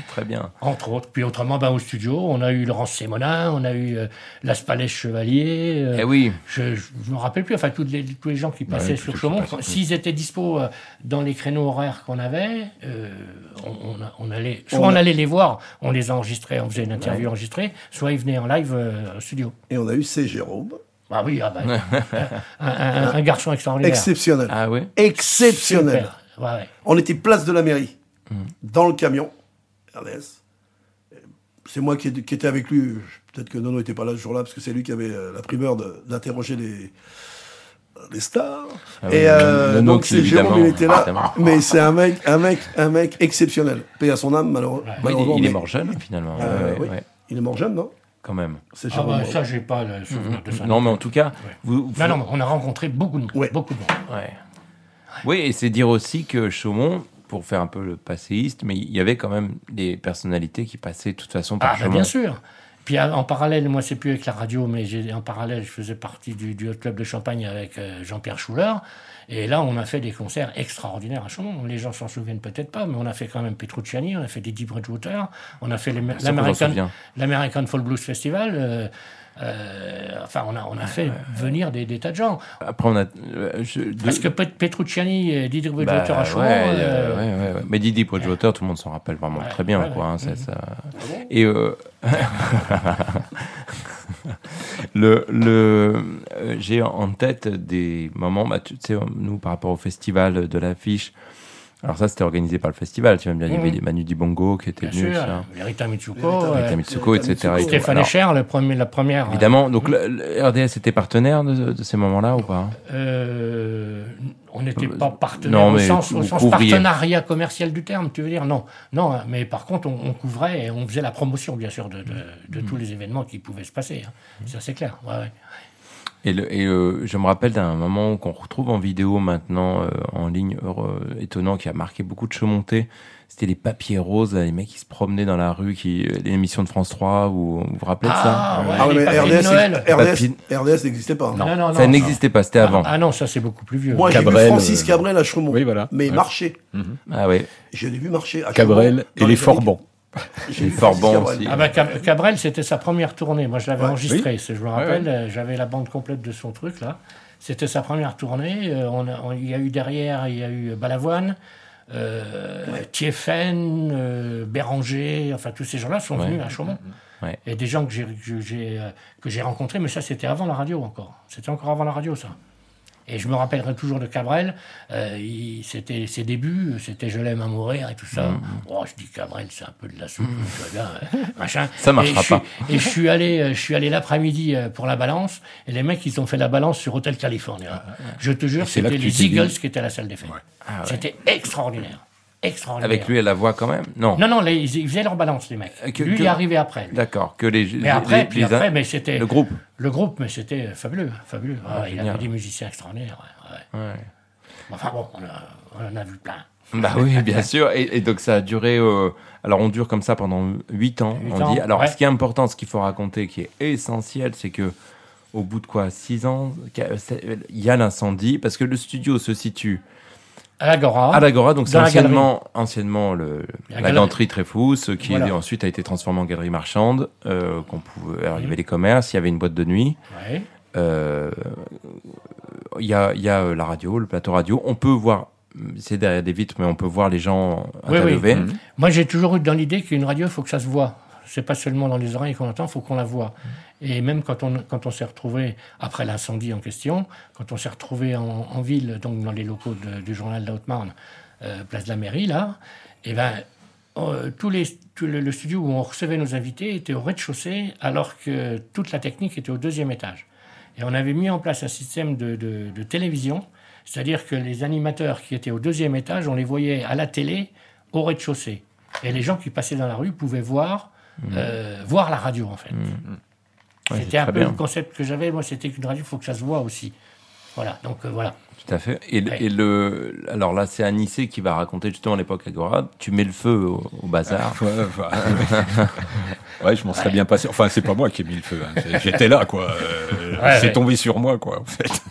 Speaker 6: Très bien.
Speaker 7: Entre autres. Puis autrement, ben, au studio, on a eu Laurence Sémonin, on a eu euh, Las Palais Chevalier. euh,
Speaker 6: Eh oui.
Speaker 7: je, je me rappelle plus, enfin, toutes les, tous les gens qui passaient
Speaker 6: ouais, tous ceux
Speaker 7: sur
Speaker 6: qui
Speaker 7: Chaumont,
Speaker 6: passent,
Speaker 7: quand-
Speaker 6: oui.
Speaker 7: s'ils étaient dispo euh, dans les créneaux horaires qu'on avait, euh, on, on a- on allait, soit
Speaker 8: On
Speaker 7: on,
Speaker 8: a-
Speaker 7: allait les voir, on les enregistrait, on faisait une interview enregistrée, soit ils venaient en live euh, au studio.
Speaker 8: Et on a eu C. Jérôme.
Speaker 7: Ah oui, ah bah, un, un- un garçon extraordinaire.
Speaker 8: Exceptionnel.
Speaker 6: Ah ouais.
Speaker 8: Exceptionnel.
Speaker 7: Super. Ouais, ouais.
Speaker 8: On était place de la mairie,
Speaker 6: Mhm.
Speaker 8: dans le camion, RDS. C'est moi qui, qui étais avec lui. Je- Peut-être que Nono n'était pas là ce jour-là, parce que c'est lui qui avait euh, la primeur de- d'interroger les, les stars.
Speaker 6: Ah oui,
Speaker 8: Et euh,
Speaker 6: Nono
Speaker 8: donc
Speaker 6: qui,
Speaker 8: c'est Jérôme, il
Speaker 6: évidemment,
Speaker 8: était là.
Speaker 6: évidemment.
Speaker 8: Mais c'est un mec, un mec, un mec exceptionnel. Payé à son âme, malheureux-
Speaker 6: Ouais, Bah, il, est-
Speaker 8: malheureusement.
Speaker 6: il est
Speaker 8: mais-
Speaker 6: mort jeune finalement.
Speaker 8: Euh,
Speaker 6: Ouais,
Speaker 8: oui.
Speaker 6: ouais,
Speaker 8: Il est mort jeune, non
Speaker 6: quand même.
Speaker 8: C'est
Speaker 7: Ah
Speaker 8: Jérôme.
Speaker 7: bah,
Speaker 8: Bravo.
Speaker 7: ça, j'ai pas le souvenir de ça.
Speaker 6: Mhm. Non, mais en tout cas, vous,
Speaker 7: Non, non, mais on a rencontré beaucoup de monde.
Speaker 8: Ouais.
Speaker 7: Beaucoup de monde.
Speaker 6: Ouais. Oui, et c'est dire aussi que Chaumont, pour faire un peu le passéiste, mais il y avait quand même des personnalités qui passaient de toute façon par
Speaker 7: Ah, bah,
Speaker 6: Chaumont.
Speaker 7: bien sûr. Puis à- en parallèle, moi c'est plus avec la radio, mais j'ai- en parallèle, je faisais partie du, du Hot Club de Champagne avec euh, Jean-Pierre Schuller. Et là, on a fait des concerts extraordinaires à Chaumont. Les gens s'en souviennent peut-être pas, mais on a fait quand même Petrucciani, on a fait Didi Bridgewater, on a fait les-
Speaker 6: sûr qu'on s'en
Speaker 7: l'American
Speaker 6: souvient.
Speaker 7: l'American Folk Blues Festival. euh, euh, enfin, on a, on a fait venir des, des tas de gens.
Speaker 6: Après, on a. euh, je- de-
Speaker 7: Parce que Pet- Petrucciani et Didi
Speaker 6: bah,
Speaker 7: Bridgewater à
Speaker 6: ouais,
Speaker 7: Chaumont.
Speaker 6: euh,
Speaker 7: euh,
Speaker 6: ouais, ouais, ouais. Mais Didi Bridgewater, tout le monde s'en rappelle vraiment
Speaker 7: Ouais,
Speaker 6: très bien.
Speaker 7: ouais,
Speaker 6: quoi,
Speaker 7: ouais. Mm-hmm. Ah
Speaker 6: hein, c'est ça. Et. euh, le, le, euh, J'ai en tête des moments, bah, tu sais, nous, par rapport au festival de l'affiche. Alors, ça, c'était organisé par le festival, tu vas me dire. Il y avait
Speaker 7: Mhm.
Speaker 6: des Manu Dibongo qui étaient
Speaker 7: bien
Speaker 6: venus.
Speaker 7: sûr,
Speaker 6: ça.
Speaker 7: Rita Mitsuko,
Speaker 8: Rita
Speaker 7: euh,
Speaker 6: Rita Mitsuko, etc.
Speaker 8: Mitsuko.
Speaker 6: et tout.
Speaker 7: Stéphane
Speaker 6: Alors,
Speaker 7: Echer, le premier, la première. euh,
Speaker 6: Évidemment, donc le, le RDS était partenaire de, de ces moments-là ou pas
Speaker 7: Euh, on n'était
Speaker 6: Euh,
Speaker 7: pas partenaire
Speaker 6: non,
Speaker 7: au
Speaker 6: mais
Speaker 7: sens, au
Speaker 6: vous
Speaker 7: sens
Speaker 6: couvriez.
Speaker 7: partenariat commercial du terme, tu veux dire Non, non. Mais par contre, on, on couvrait et on faisait la promotion, bien sûr, de, de- de tous les événements qui pouvaient se passer. hein. Ça, c'est clair. ouais, ouais.
Speaker 6: Et, le- et, euh, je me rappelle d'un moment qu'on retrouve en vidéo maintenant, euh, en ligne, heureux, étonnant, qui a marqué beaucoup de chemontés. C'était les papiers roses, là, les mecs qui se promenaient dans la rue, qui euh, l'émission de France 3, ou vous vous rappelez de ça
Speaker 7: Ah, ouais,
Speaker 8: Ah ouais,
Speaker 7: les
Speaker 8: mais
Speaker 7: papiers de
Speaker 8: RDS,
Speaker 7: Noël.
Speaker 8: RDS, RDS n'existait pas.
Speaker 7: Non, non, non,
Speaker 6: ça
Speaker 7: non.
Speaker 6: n'existait pas, c'était avant.
Speaker 7: Ah non, ça, c'est beaucoup plus vieux.
Speaker 8: Moi, j'ai vu
Speaker 9: Cabrel,
Speaker 8: Francis
Speaker 9: euh,
Speaker 8: Cabrel à Chaumont.
Speaker 9: oui, voilà.
Speaker 8: Mais
Speaker 9: Ouais.
Speaker 8: marcher.
Speaker 6: Ah ouais,
Speaker 8: Je l'ai vu marcher à
Speaker 9: Cabrel
Speaker 8: Chaumont,
Speaker 9: et
Speaker 8: dans
Speaker 9: les
Speaker 8: années-
Speaker 9: Forbans.
Speaker 8: J'ai
Speaker 6: Les
Speaker 8: vu Francis
Speaker 6: Forbans
Speaker 8: Cabrel.
Speaker 6: aussi.
Speaker 7: Ah bah, Cab- Cabrel, c'était sa première tournée. Moi, je l'avais
Speaker 8: Ouais,
Speaker 7: enregistré. c'est- Je me rappelle,
Speaker 9: ouais.
Speaker 7: euh, j'avais la bande complète de son truc là. C'était sa première tournée. Euh, on a- on- Il y a eu derrière, il y a eu Balavoine, euh, Thieffen, euh, Béranger. Enfin, tous ces gens-là sont
Speaker 6: Ouais.
Speaker 7: venus à Chaumont.
Speaker 6: Ouais.
Speaker 7: Et des gens que j'ai que j'ai, euh, que j'ai rencontrés, mais ça, c'était avant la radio encore. C'était encore avant la radio, ça. Et je me rappellerai toujours de Cabrel. Euh, il- c'était ses débuts, c'était Je l'aime à mourir et tout ça.
Speaker 6: Mm.
Speaker 7: Oh, je dis Cabrel, c'est un peu de la soupe, tu vois bien, euh, machin.
Speaker 6: Ça marchera
Speaker 7: et je suis-
Speaker 6: pas.
Speaker 7: Et je suis allé, euh, je suis allé l'après-midi euh, pour la balance. Et les mecs, ils ont fait la balance sur Hotel
Speaker 6: Ah,
Speaker 7: California. Je te jure,
Speaker 9: c'est là
Speaker 7: c'était
Speaker 9: que tu
Speaker 7: les
Speaker 9: t'es dit-
Speaker 7: Eagles qui étaient à la salle des fêtes. C'était extraordinaire, extraordinaire.
Speaker 6: avec lui à la voix quand même Non,
Speaker 7: ah, Non, non, les- ils, ils faisaient leur balance, les mecs.
Speaker 6: Euh, que-
Speaker 7: lui,
Speaker 6: que-
Speaker 7: il est arrivé après. lui.
Speaker 6: d'accord, que les,
Speaker 7: Mais après, puis après, mais c'était
Speaker 6: le groupe.
Speaker 7: le groupe, mais c'était fabuleux, fabuleux.
Speaker 6: Ah,
Speaker 7: Ouais, il
Speaker 6: génial.
Speaker 7: avait des musiciens extraordinaires. ouais, ouais.
Speaker 6: Ouais.
Speaker 7: Enfin bon, on, a- on en a vu plein.
Speaker 6: Bah oui, bien sûr. Et, et donc ça a duré. euh, alors on dure comme ça pendant 8 ans.
Speaker 7: Huit
Speaker 6: on
Speaker 7: ans,
Speaker 6: dit. Alors
Speaker 7: ouais.
Speaker 6: ce qui est important, ce qu'il faut raconter, qui est essentiel, c'est que au bout de quoi 6 ans, qu'à- euh, c'est- euh, il y a l'incendie parce que le studio se situe
Speaker 7: à l'Agora.
Speaker 6: À l'Agora, donc c'est
Speaker 7: Ah, Dans la
Speaker 6: anciennement, anciennement le,
Speaker 7: La
Speaker 6: la,
Speaker 7: galerie.
Speaker 6: ganterie Tréfousse, qui
Speaker 7: Voilà.
Speaker 6: est- ensuite a été transformée en galerie marchande, euh, qu'on
Speaker 7: Mmh.
Speaker 6: pouvait, alors, il y avait les commerces, il y avait une boîte de nuit,
Speaker 7: Ouais.
Speaker 6: euh, il y a, il y a euh, la radio, le plateau radio, on peut voir, c'est derrière des vitres, mais on peut voir les gens à
Speaker 7: Oui, Mhm.
Speaker 6: tête
Speaker 7: oui.
Speaker 6: levée.
Speaker 7: Moi, j'ai toujours eu dans l'idée qu'une radio, il faut que ça se voit. C'est pas seulement dans les oreilles qu'on entend, il faut qu'on la voit. Et même quand on, quand on s'est retrouvé après l'incendie en question, quand on s'est retrouvé en, en ville, donc dans les locaux de- du journal de la Haute-Marne, euh, place de la mairie, là, et ben, euh, tous les, tout le, le studio où on recevait nos invités était au rez-de-chaussée, alors que toute la technique était au deuxième étage. Et on avait mis en place un système de, de- de télévision, c'est-à-dire que les animateurs qui étaient au deuxième étage, on les voyait à la télé au rez-de-chaussée. Et les gens qui passaient dans la rue pouvaient voir, euh, voir la radio, en fait.
Speaker 6: Ouais, Mm. c'est
Speaker 7: c'était un
Speaker 6: très
Speaker 7: peu
Speaker 6: bien.
Speaker 7: le concept que j'avais. Moi, c'était qu'une radio, il faut que ça se voit aussi. Voilà, donc euh, voilà.
Speaker 6: Tout à fait. Et, le-
Speaker 7: Ouais.
Speaker 6: et le, alors là, c'est Anissé qui va raconter justement l'époque Agora. Tu mets le feu au, au bazar.
Speaker 9: Ouais,
Speaker 7: euh,
Speaker 9: enfin, ouais, je m'en serais bien passé. Enfin, c'est pas moi qui ai mis le feu. hein. C'est- J'étais là, quoi. Euh,
Speaker 7: Ouais,
Speaker 9: c'est
Speaker 7: ouais.
Speaker 9: tombé sur moi, quoi, en fait.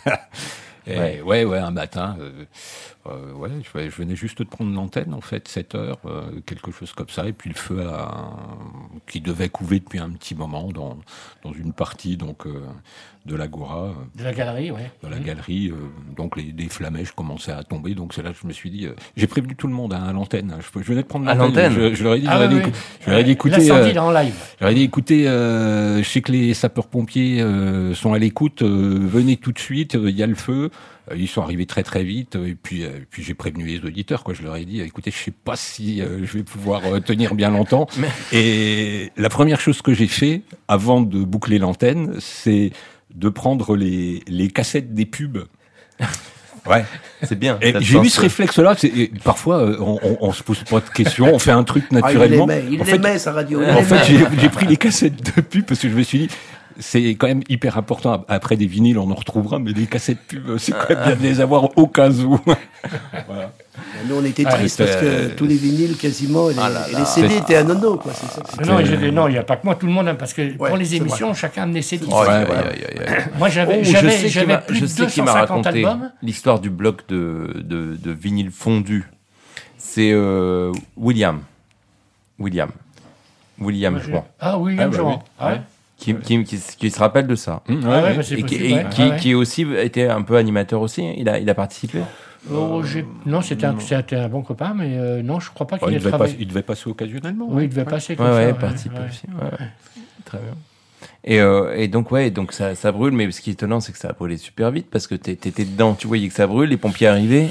Speaker 9: Et
Speaker 6: Ouais.
Speaker 9: ouais. ouais, un matin, euh, euh, ouais, je, ouais, je venais juste de prendre l'antenne, en fait, 7 heures, euh, quelque chose comme ça. Et puis le feu a- qui devait couver depuis un petit moment dans, dans une partie donc euh, de l'agora. euh,
Speaker 7: De la galerie, ouais.
Speaker 9: dans la galerie, euh, donc les, les flamèches commençaient à tomber. Donc c'est là que je me suis dit, euh, j'ai prévenu tout le monde hein, à l'antenne. hein. je, je venais de prendre
Speaker 6: À l'antenne.
Speaker 9: Je, je leur ai dit,
Speaker 7: Ah
Speaker 9: je leur ai
Speaker 7: oui,
Speaker 9: dit,
Speaker 7: oui.
Speaker 9: écou- je leur ai dit, écoutez,
Speaker 7: L'incendie,
Speaker 9: euh,
Speaker 7: là, en live.
Speaker 9: J'aurais dit, écoutez, euh, je sais que les sapeurs-pompiers euh, sont à l'écoute, euh, venez tout de suite, euh, il y a le feu. Euh, Ils sont arrivés très très vite, euh, et puis, euh, et puis j'ai prévenu les auditeurs, quoi. Je leur ai dit, euh, écoutez, je sais pas si euh, je vais pouvoir euh, tenir bien longtemps. Et la première chose que j'ai fait, avant de boucler l'antenne, c'est de prendre les, les cassettes des pubs. Ouais.
Speaker 6: C'est bien.
Speaker 8: Ah,
Speaker 9: Et
Speaker 6: Ça te
Speaker 9: J'ai eu
Speaker 6: sens-
Speaker 9: ce réflexe-là. c'est- et Parfois, euh, on, on, on se pose pas de questions, on fait un truc
Speaker 8: Ah, il
Speaker 9: naturellement.
Speaker 8: aimait, il
Speaker 9: En fait,
Speaker 8: aimait sa radio. il
Speaker 9: en
Speaker 8: aimait.
Speaker 9: fait, j'ai- j'ai pris les cassettes de pub parce que je me suis dit, c'est quand même hyper important. Après des vinyles, on en retrouvera, mais des cassettes pub, c'est quand même bien de les avoir au cas où.
Speaker 8: Nous, on était
Speaker 7: Ah,
Speaker 8: tristes parce que
Speaker 9: c'était-
Speaker 8: tous les vinyles, quasiment,
Speaker 9: Ah
Speaker 8: et les, et les CD étaient à nono, quoi. C'est ça.
Speaker 7: Non, non, il y avait- non, il n'y a pas que moi, tout le monde, hein, parce que pour les
Speaker 8: c'est
Speaker 7: émissions, chacun amenait ses disques.
Speaker 6: Oh,
Speaker 9: Ouais,
Speaker 6: euh, ouais,
Speaker 9: ouais,
Speaker 6: ouais, ouais, ouais.
Speaker 7: Moi,
Speaker 6: Oh,
Speaker 7: j'avais
Speaker 6: je sais
Speaker 7: j'avais
Speaker 6: qu'il
Speaker 7: j'avais
Speaker 6: m'a-
Speaker 7: plus
Speaker 6: je
Speaker 7: de
Speaker 6: sais qu'il m'a
Speaker 7: 250
Speaker 6: raconté
Speaker 7: albums.
Speaker 6: l'histoire du bloc de, de, de vinyle fondu. C'est euh, William. William. William Jouan.
Speaker 7: Ah oui,
Speaker 9: Ah, bah
Speaker 7: Jean.
Speaker 9: oui.
Speaker 7: Ah ouais.
Speaker 9: Ouais.
Speaker 6: Qui, qui, qui, qui se rappelle de ça.
Speaker 7: Ah ouais, bah, c'est
Speaker 6: Et, qui,
Speaker 7: possible,
Speaker 6: et
Speaker 7: ouais.
Speaker 6: qui,
Speaker 7: Ah ouais.
Speaker 6: qui aussi était un peu animateur aussi. Il a, il a participé.
Speaker 7: Oh, j'ai- non, c'était un, c'était un bon copain, mais euh, non, je crois pas
Speaker 6: Oh,
Speaker 7: qu'il
Speaker 9: il,
Speaker 7: ait
Speaker 9: devait pas-
Speaker 7: travaillé.
Speaker 9: il devait passer occasionnellement.
Speaker 7: Oui, il devait passer
Speaker 6: Ouais,
Speaker 7: comme
Speaker 6: ouais,
Speaker 7: ça. ouais,
Speaker 6: participe
Speaker 7: ouais.
Speaker 6: aussi. ouais, ouais. Très bien. Et, euh, et donc, ouais, donc ça, ça brûle, mais ce qui est étonnant, c'est que ça a brûlé super vite parce que t'é- t'étais dedans, tu voyais que ça brûle, les pompiers arrivaient.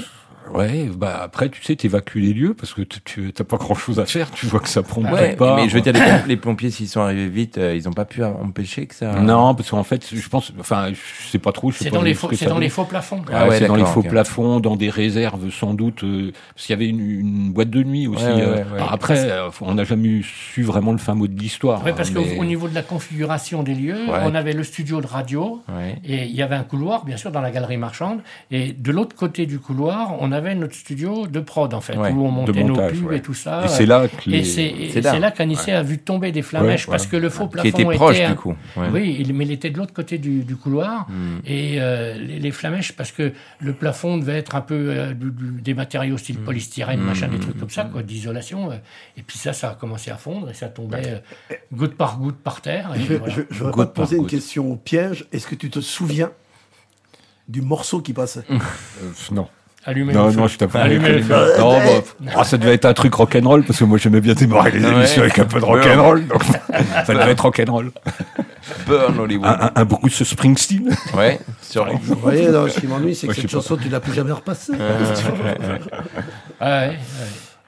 Speaker 9: Ouais, bah après, tu sais, t'évacues les lieux parce que tu- tu t'as pas grand chose à faire. Tu vois que ça
Speaker 7: Ah,
Speaker 9: prend
Speaker 6: Ouais,
Speaker 9: pas.
Speaker 6: mais je veux dire, les, pom- les pompiers, s'ils sont arrivés vite, euh, ils n'ont pas pu empêcher que ça.
Speaker 9: Non, parce qu'en fait, je pense, enfin, je sais pas trop. je sais
Speaker 7: C'est
Speaker 9: pas
Speaker 7: dans, les
Speaker 9: ce
Speaker 7: faux,
Speaker 9: que
Speaker 7: c'est
Speaker 9: ça
Speaker 7: dans
Speaker 9: donne.
Speaker 7: les faux plafonds.
Speaker 6: Ah
Speaker 9: Ouais,
Speaker 6: ouais,
Speaker 9: c'est dans les
Speaker 6: d'accord,
Speaker 9: faux
Speaker 6: ok.
Speaker 9: plafonds, dans des réserves sans doute, euh, parce qu'il y avait une, une boîte de nuit aussi.
Speaker 6: Ouais, ouais,
Speaker 9: euh.
Speaker 6: ouais,
Speaker 9: Alors
Speaker 6: ouais.
Speaker 9: Après, euh, on n'a jamais eu- su vraiment le fin mot de l'histoire.
Speaker 7: Ouais, parce
Speaker 9: hein,
Speaker 7: qu'au
Speaker 9: mais-
Speaker 7: au niveau de la configuration des lieux,
Speaker 6: Ouais.
Speaker 7: on avait le studio de radio.
Speaker 6: Ouais.
Speaker 7: Et il y avait un couloir, bien sûr, dans la galerie marchande. Et de l'autre côté du couloir, on avait notre studio de prod, en fait,
Speaker 6: Ouais,
Speaker 7: où on montait
Speaker 9: montage,
Speaker 7: nos pubs
Speaker 9: ouais.
Speaker 7: et tout ça.
Speaker 9: Et c'est là que les... euh,
Speaker 7: Et c'est et
Speaker 6: C'est
Speaker 7: c'est
Speaker 6: là.
Speaker 7: là, qu'Anissé a vu tomber des flamèches
Speaker 9: Ouais,
Speaker 7: parce que le faux plafond
Speaker 6: Qui était proche,
Speaker 7: un-
Speaker 6: du coup. Ouais. Hmm.
Speaker 7: Oui, il- mais il était de l'autre côté du, du couloir et euh, les, les flamèches parce que le plafond devait être un peu euh, du- du- des matériaux style
Speaker 9: Mm.
Speaker 7: polystyrène, machin, des trucs comme ça, quoi, d'isolation. euh. et puis ça, ça a commencé à fondre et ça tombait
Speaker 9: Bah.
Speaker 7: euh, goutte par goutte par terre. et
Speaker 8: Je,
Speaker 7: voilà.
Speaker 8: je, je voudrais
Speaker 9: Goutte
Speaker 8: pas te poser une
Speaker 9: par goutte.
Speaker 8: question au piège. Est-ce que tu te souviens du morceau qui passait
Speaker 9: Euh, non.
Speaker 7: Allumer
Speaker 9: Non,
Speaker 7: le feu.
Speaker 9: non, je t'avoue.
Speaker 7: Allumer
Speaker 9: que-
Speaker 7: le feu.
Speaker 9: Non, bah, pff, ah, ça devait être un truc rock'n'roll, parce que moi j'aimais bien démarrer les
Speaker 6: Ah Ouais.
Speaker 9: émissions avec un peu de rock'n'roll. Donc, ça devait être rock'n'roll.
Speaker 6: Burn Hollywood.
Speaker 7: Ah,
Speaker 9: Un, un, un beaucoup de ce Springsteen.
Speaker 6: Ouais, sûrement.
Speaker 8: Vous voyez, non, ce qui m'ennuie, c'est que
Speaker 9: Ouais, je
Speaker 8: cette
Speaker 9: sais pas.
Speaker 8: chanson, tu l'as plus jamais repassée.
Speaker 7: Ah ouais, ouais.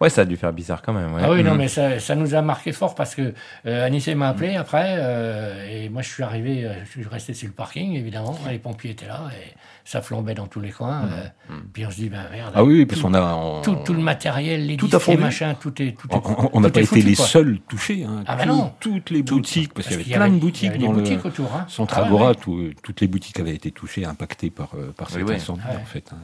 Speaker 6: Ouais, ça a dû faire bizarre quand même. ouais.
Speaker 7: Ah oui, non,
Speaker 6: Mm.
Speaker 7: mais ça, ça nous a marqué fort parce que euh, Anissé m'a appelé
Speaker 9: Mm.
Speaker 7: après euh, et moi je suis arrivé, euh, je suis resté sur le parking évidemment, les pompiers étaient là et ça flambait dans tous les coins. euh, Puis on se dit, ben merde,
Speaker 9: Mm. Ah oui, oui, parce
Speaker 7: tout,
Speaker 9: qu'on a... on-
Speaker 7: tout, tout le matériel, les
Speaker 8: Tout a
Speaker 7: disques, les
Speaker 8: fondu.
Speaker 7: machins, tout est. Tout est
Speaker 9: on- On n'a
Speaker 7: tout
Speaker 9: pas
Speaker 7: est
Speaker 9: été
Speaker 7: foutu,
Speaker 9: les
Speaker 7: quoi.
Speaker 9: seuls touchés. Hein.
Speaker 7: Ah bah
Speaker 9: Tout-
Speaker 7: non.
Speaker 9: Toutes les boutiques, parce qu'il y
Speaker 7: qu'il
Speaker 9: avait plein de
Speaker 7: il y
Speaker 9: boutiques
Speaker 7: avait des
Speaker 9: dans le
Speaker 7: boutiques autour. Hein.
Speaker 9: centre
Speaker 7: Ah ouais,
Speaker 9: Agora.
Speaker 7: ouais.
Speaker 9: tout- toutes les boutiques avaient été touchées, impactées par, euh, par cet
Speaker 6: ouais.
Speaker 9: incendie,
Speaker 7: Ouais.
Speaker 9: en fait. hein.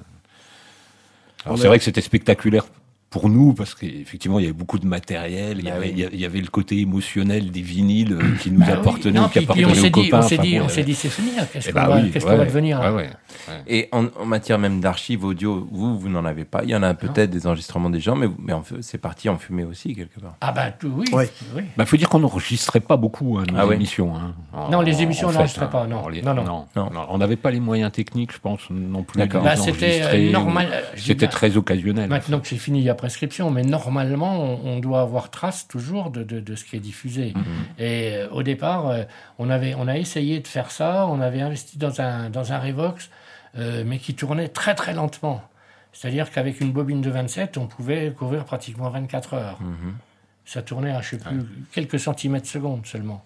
Speaker 9: Alors
Speaker 8: On
Speaker 9: c'est
Speaker 8: a-
Speaker 9: vrai que c'était spectaculaire pour nous, parce qu'effectivement, il y avait beaucoup de matériel, il y,
Speaker 6: Bah
Speaker 9: avait,
Speaker 6: oui.
Speaker 9: il y a- il y avait le côté émotionnel des vinyles euh, qui nous appartenaient,
Speaker 7: Bah Non,
Speaker 9: qui
Speaker 7: puis, puis
Speaker 9: appartenaient
Speaker 7: on
Speaker 9: aux
Speaker 7: s'est dit,
Speaker 9: copains.
Speaker 7: on s'est
Speaker 9: enfin,
Speaker 7: dit,
Speaker 9: bon,
Speaker 7: on s'est
Speaker 9: euh,
Speaker 7: dit, c'est fini. là, Qu'est-ce
Speaker 9: eh
Speaker 7: qu'on
Speaker 9: ben
Speaker 7: va,
Speaker 9: oui,
Speaker 7: qu'est-ce
Speaker 9: ouais,
Speaker 7: qu'on va devenir hein.
Speaker 9: ouais,
Speaker 7: là
Speaker 9: ouais.
Speaker 6: Et en, en matière même d'archives audio, vous, vous n'en avez pas. Il y en a peut-être des enregistrements des gens, mais, mais en fait, c'est parti en fumée aussi, quelque part.
Speaker 7: Ah bah tout- oui.
Speaker 8: Ouais.
Speaker 7: oui.
Speaker 9: Bah, faut dire qu'on n'enregistrait pas beaucoup hein, nos
Speaker 6: Ah ouais.
Speaker 9: émissions. hein, en-
Speaker 7: Non, les émissions,
Speaker 9: en
Speaker 7: on
Speaker 9: fait,
Speaker 7: n'enregistrait
Speaker 9: hein.
Speaker 7: pas, non.
Speaker 9: On les-
Speaker 7: Non, non.
Speaker 6: Non.
Speaker 9: non, On n'avait pas les moyens techniques, je pense, non plus.
Speaker 6: D'accord.
Speaker 9: de les
Speaker 7: Bah, c'était
Speaker 9: enregistrer,
Speaker 7: euh,
Speaker 9: ou-
Speaker 7: normal. euh, je dis
Speaker 9: C'était
Speaker 7: bien,
Speaker 9: très occasionnel.
Speaker 7: Maintenant que j'ai fini la prescription, mais normalement, on, on doit avoir trace toujours de, de- de ce qui est diffusé. Et euh, au départ, euh, on, avait, on a essayé de faire ça, on avait investi dans un, dans un Revox, euh, mais qui tournait très très lentement. C'est-à-dire qu'avec une bobine de 27, on pouvait couvrir pratiquement 24 heures. Ça tournait à, je sais plus, quelques centimètres secondes seulement.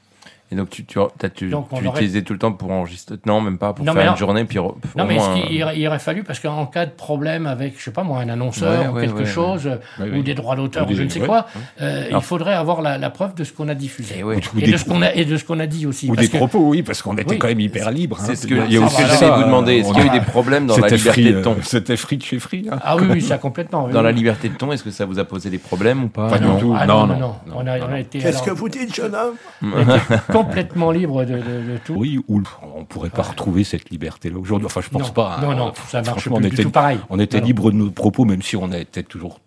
Speaker 6: Et donc, tu, tu, t'as- tu,
Speaker 7: Donc, on
Speaker 6: tu
Speaker 7: aurait-
Speaker 6: utilisais tout le temps pour enregistrer. Non, même pas, pour
Speaker 7: Non, mais
Speaker 6: faire
Speaker 7: non.
Speaker 6: une journée, puis re-
Speaker 7: Non,
Speaker 6: au
Speaker 7: mais ce
Speaker 6: moins,
Speaker 9: hein.
Speaker 7: qu'il- il, aurait- il aurait fallu, parce qu'en cas de problème avec, je sais pas moi, un annonceur
Speaker 6: Ouais,
Speaker 7: ou
Speaker 6: ouais,
Speaker 7: quelque
Speaker 6: ouais, ouais.
Speaker 7: chose, euh,
Speaker 9: Ouais,
Speaker 7: ou
Speaker 9: ouais.
Speaker 7: des droits d'auteur, ou
Speaker 9: Ou
Speaker 7: je
Speaker 9: des-
Speaker 7: ne sais
Speaker 9: ouais.
Speaker 7: quoi, euh, il
Speaker 6: Alors-
Speaker 7: faudrait avoir la, la preuve de ce qu'on a diffusé.
Speaker 6: Eh ouais.
Speaker 9: Ou
Speaker 7: Et,
Speaker 9: des-
Speaker 7: de ce qu'on a, et de ce qu'on a dit aussi.
Speaker 9: Ou
Speaker 7: parce
Speaker 9: des
Speaker 7: que-
Speaker 9: propos, oui, parce qu'on était
Speaker 7: Oui.
Speaker 9: quand même hyper libre.
Speaker 6: C'est ce que, il y
Speaker 9: Ah,
Speaker 7: Ah,
Speaker 6: a aussi
Speaker 7: bah,
Speaker 9: bah,
Speaker 6: que j'allais vous demander. Est-ce qu'il y a eu des problèmes dans la liberté de ton
Speaker 9: C'était free euh. de chez free. hein.
Speaker 7: Ah oui, oui, ça complètement. oui,
Speaker 6: Dans
Speaker 7: oui.
Speaker 6: la liberté de ton, est-ce que ça vous a posé des problèmes ou pas
Speaker 9: Pas du
Speaker 6: Non.
Speaker 9: tout.
Speaker 7: Ah
Speaker 9: Non,
Speaker 7: non, non,
Speaker 9: non,
Speaker 7: non. On a, on a été
Speaker 8: Qu'est-ce
Speaker 7: alors,
Speaker 8: que vous dites, jeune homme
Speaker 7: on était complètement libre de, de- de tout.
Speaker 9: Oui, ou on pourrait pas retrouver cette liberté-là aujourd'hui. Enfin, je pense
Speaker 7: Ah, non,
Speaker 9: pas. hein.
Speaker 7: Non, non,
Speaker 9: Franchement,
Speaker 7: ça marche
Speaker 9: on
Speaker 7: plus du
Speaker 9: était-
Speaker 7: tout pareil.
Speaker 9: On était
Speaker 7: Non, non.
Speaker 9: libre de nos propos, même si on était toujours,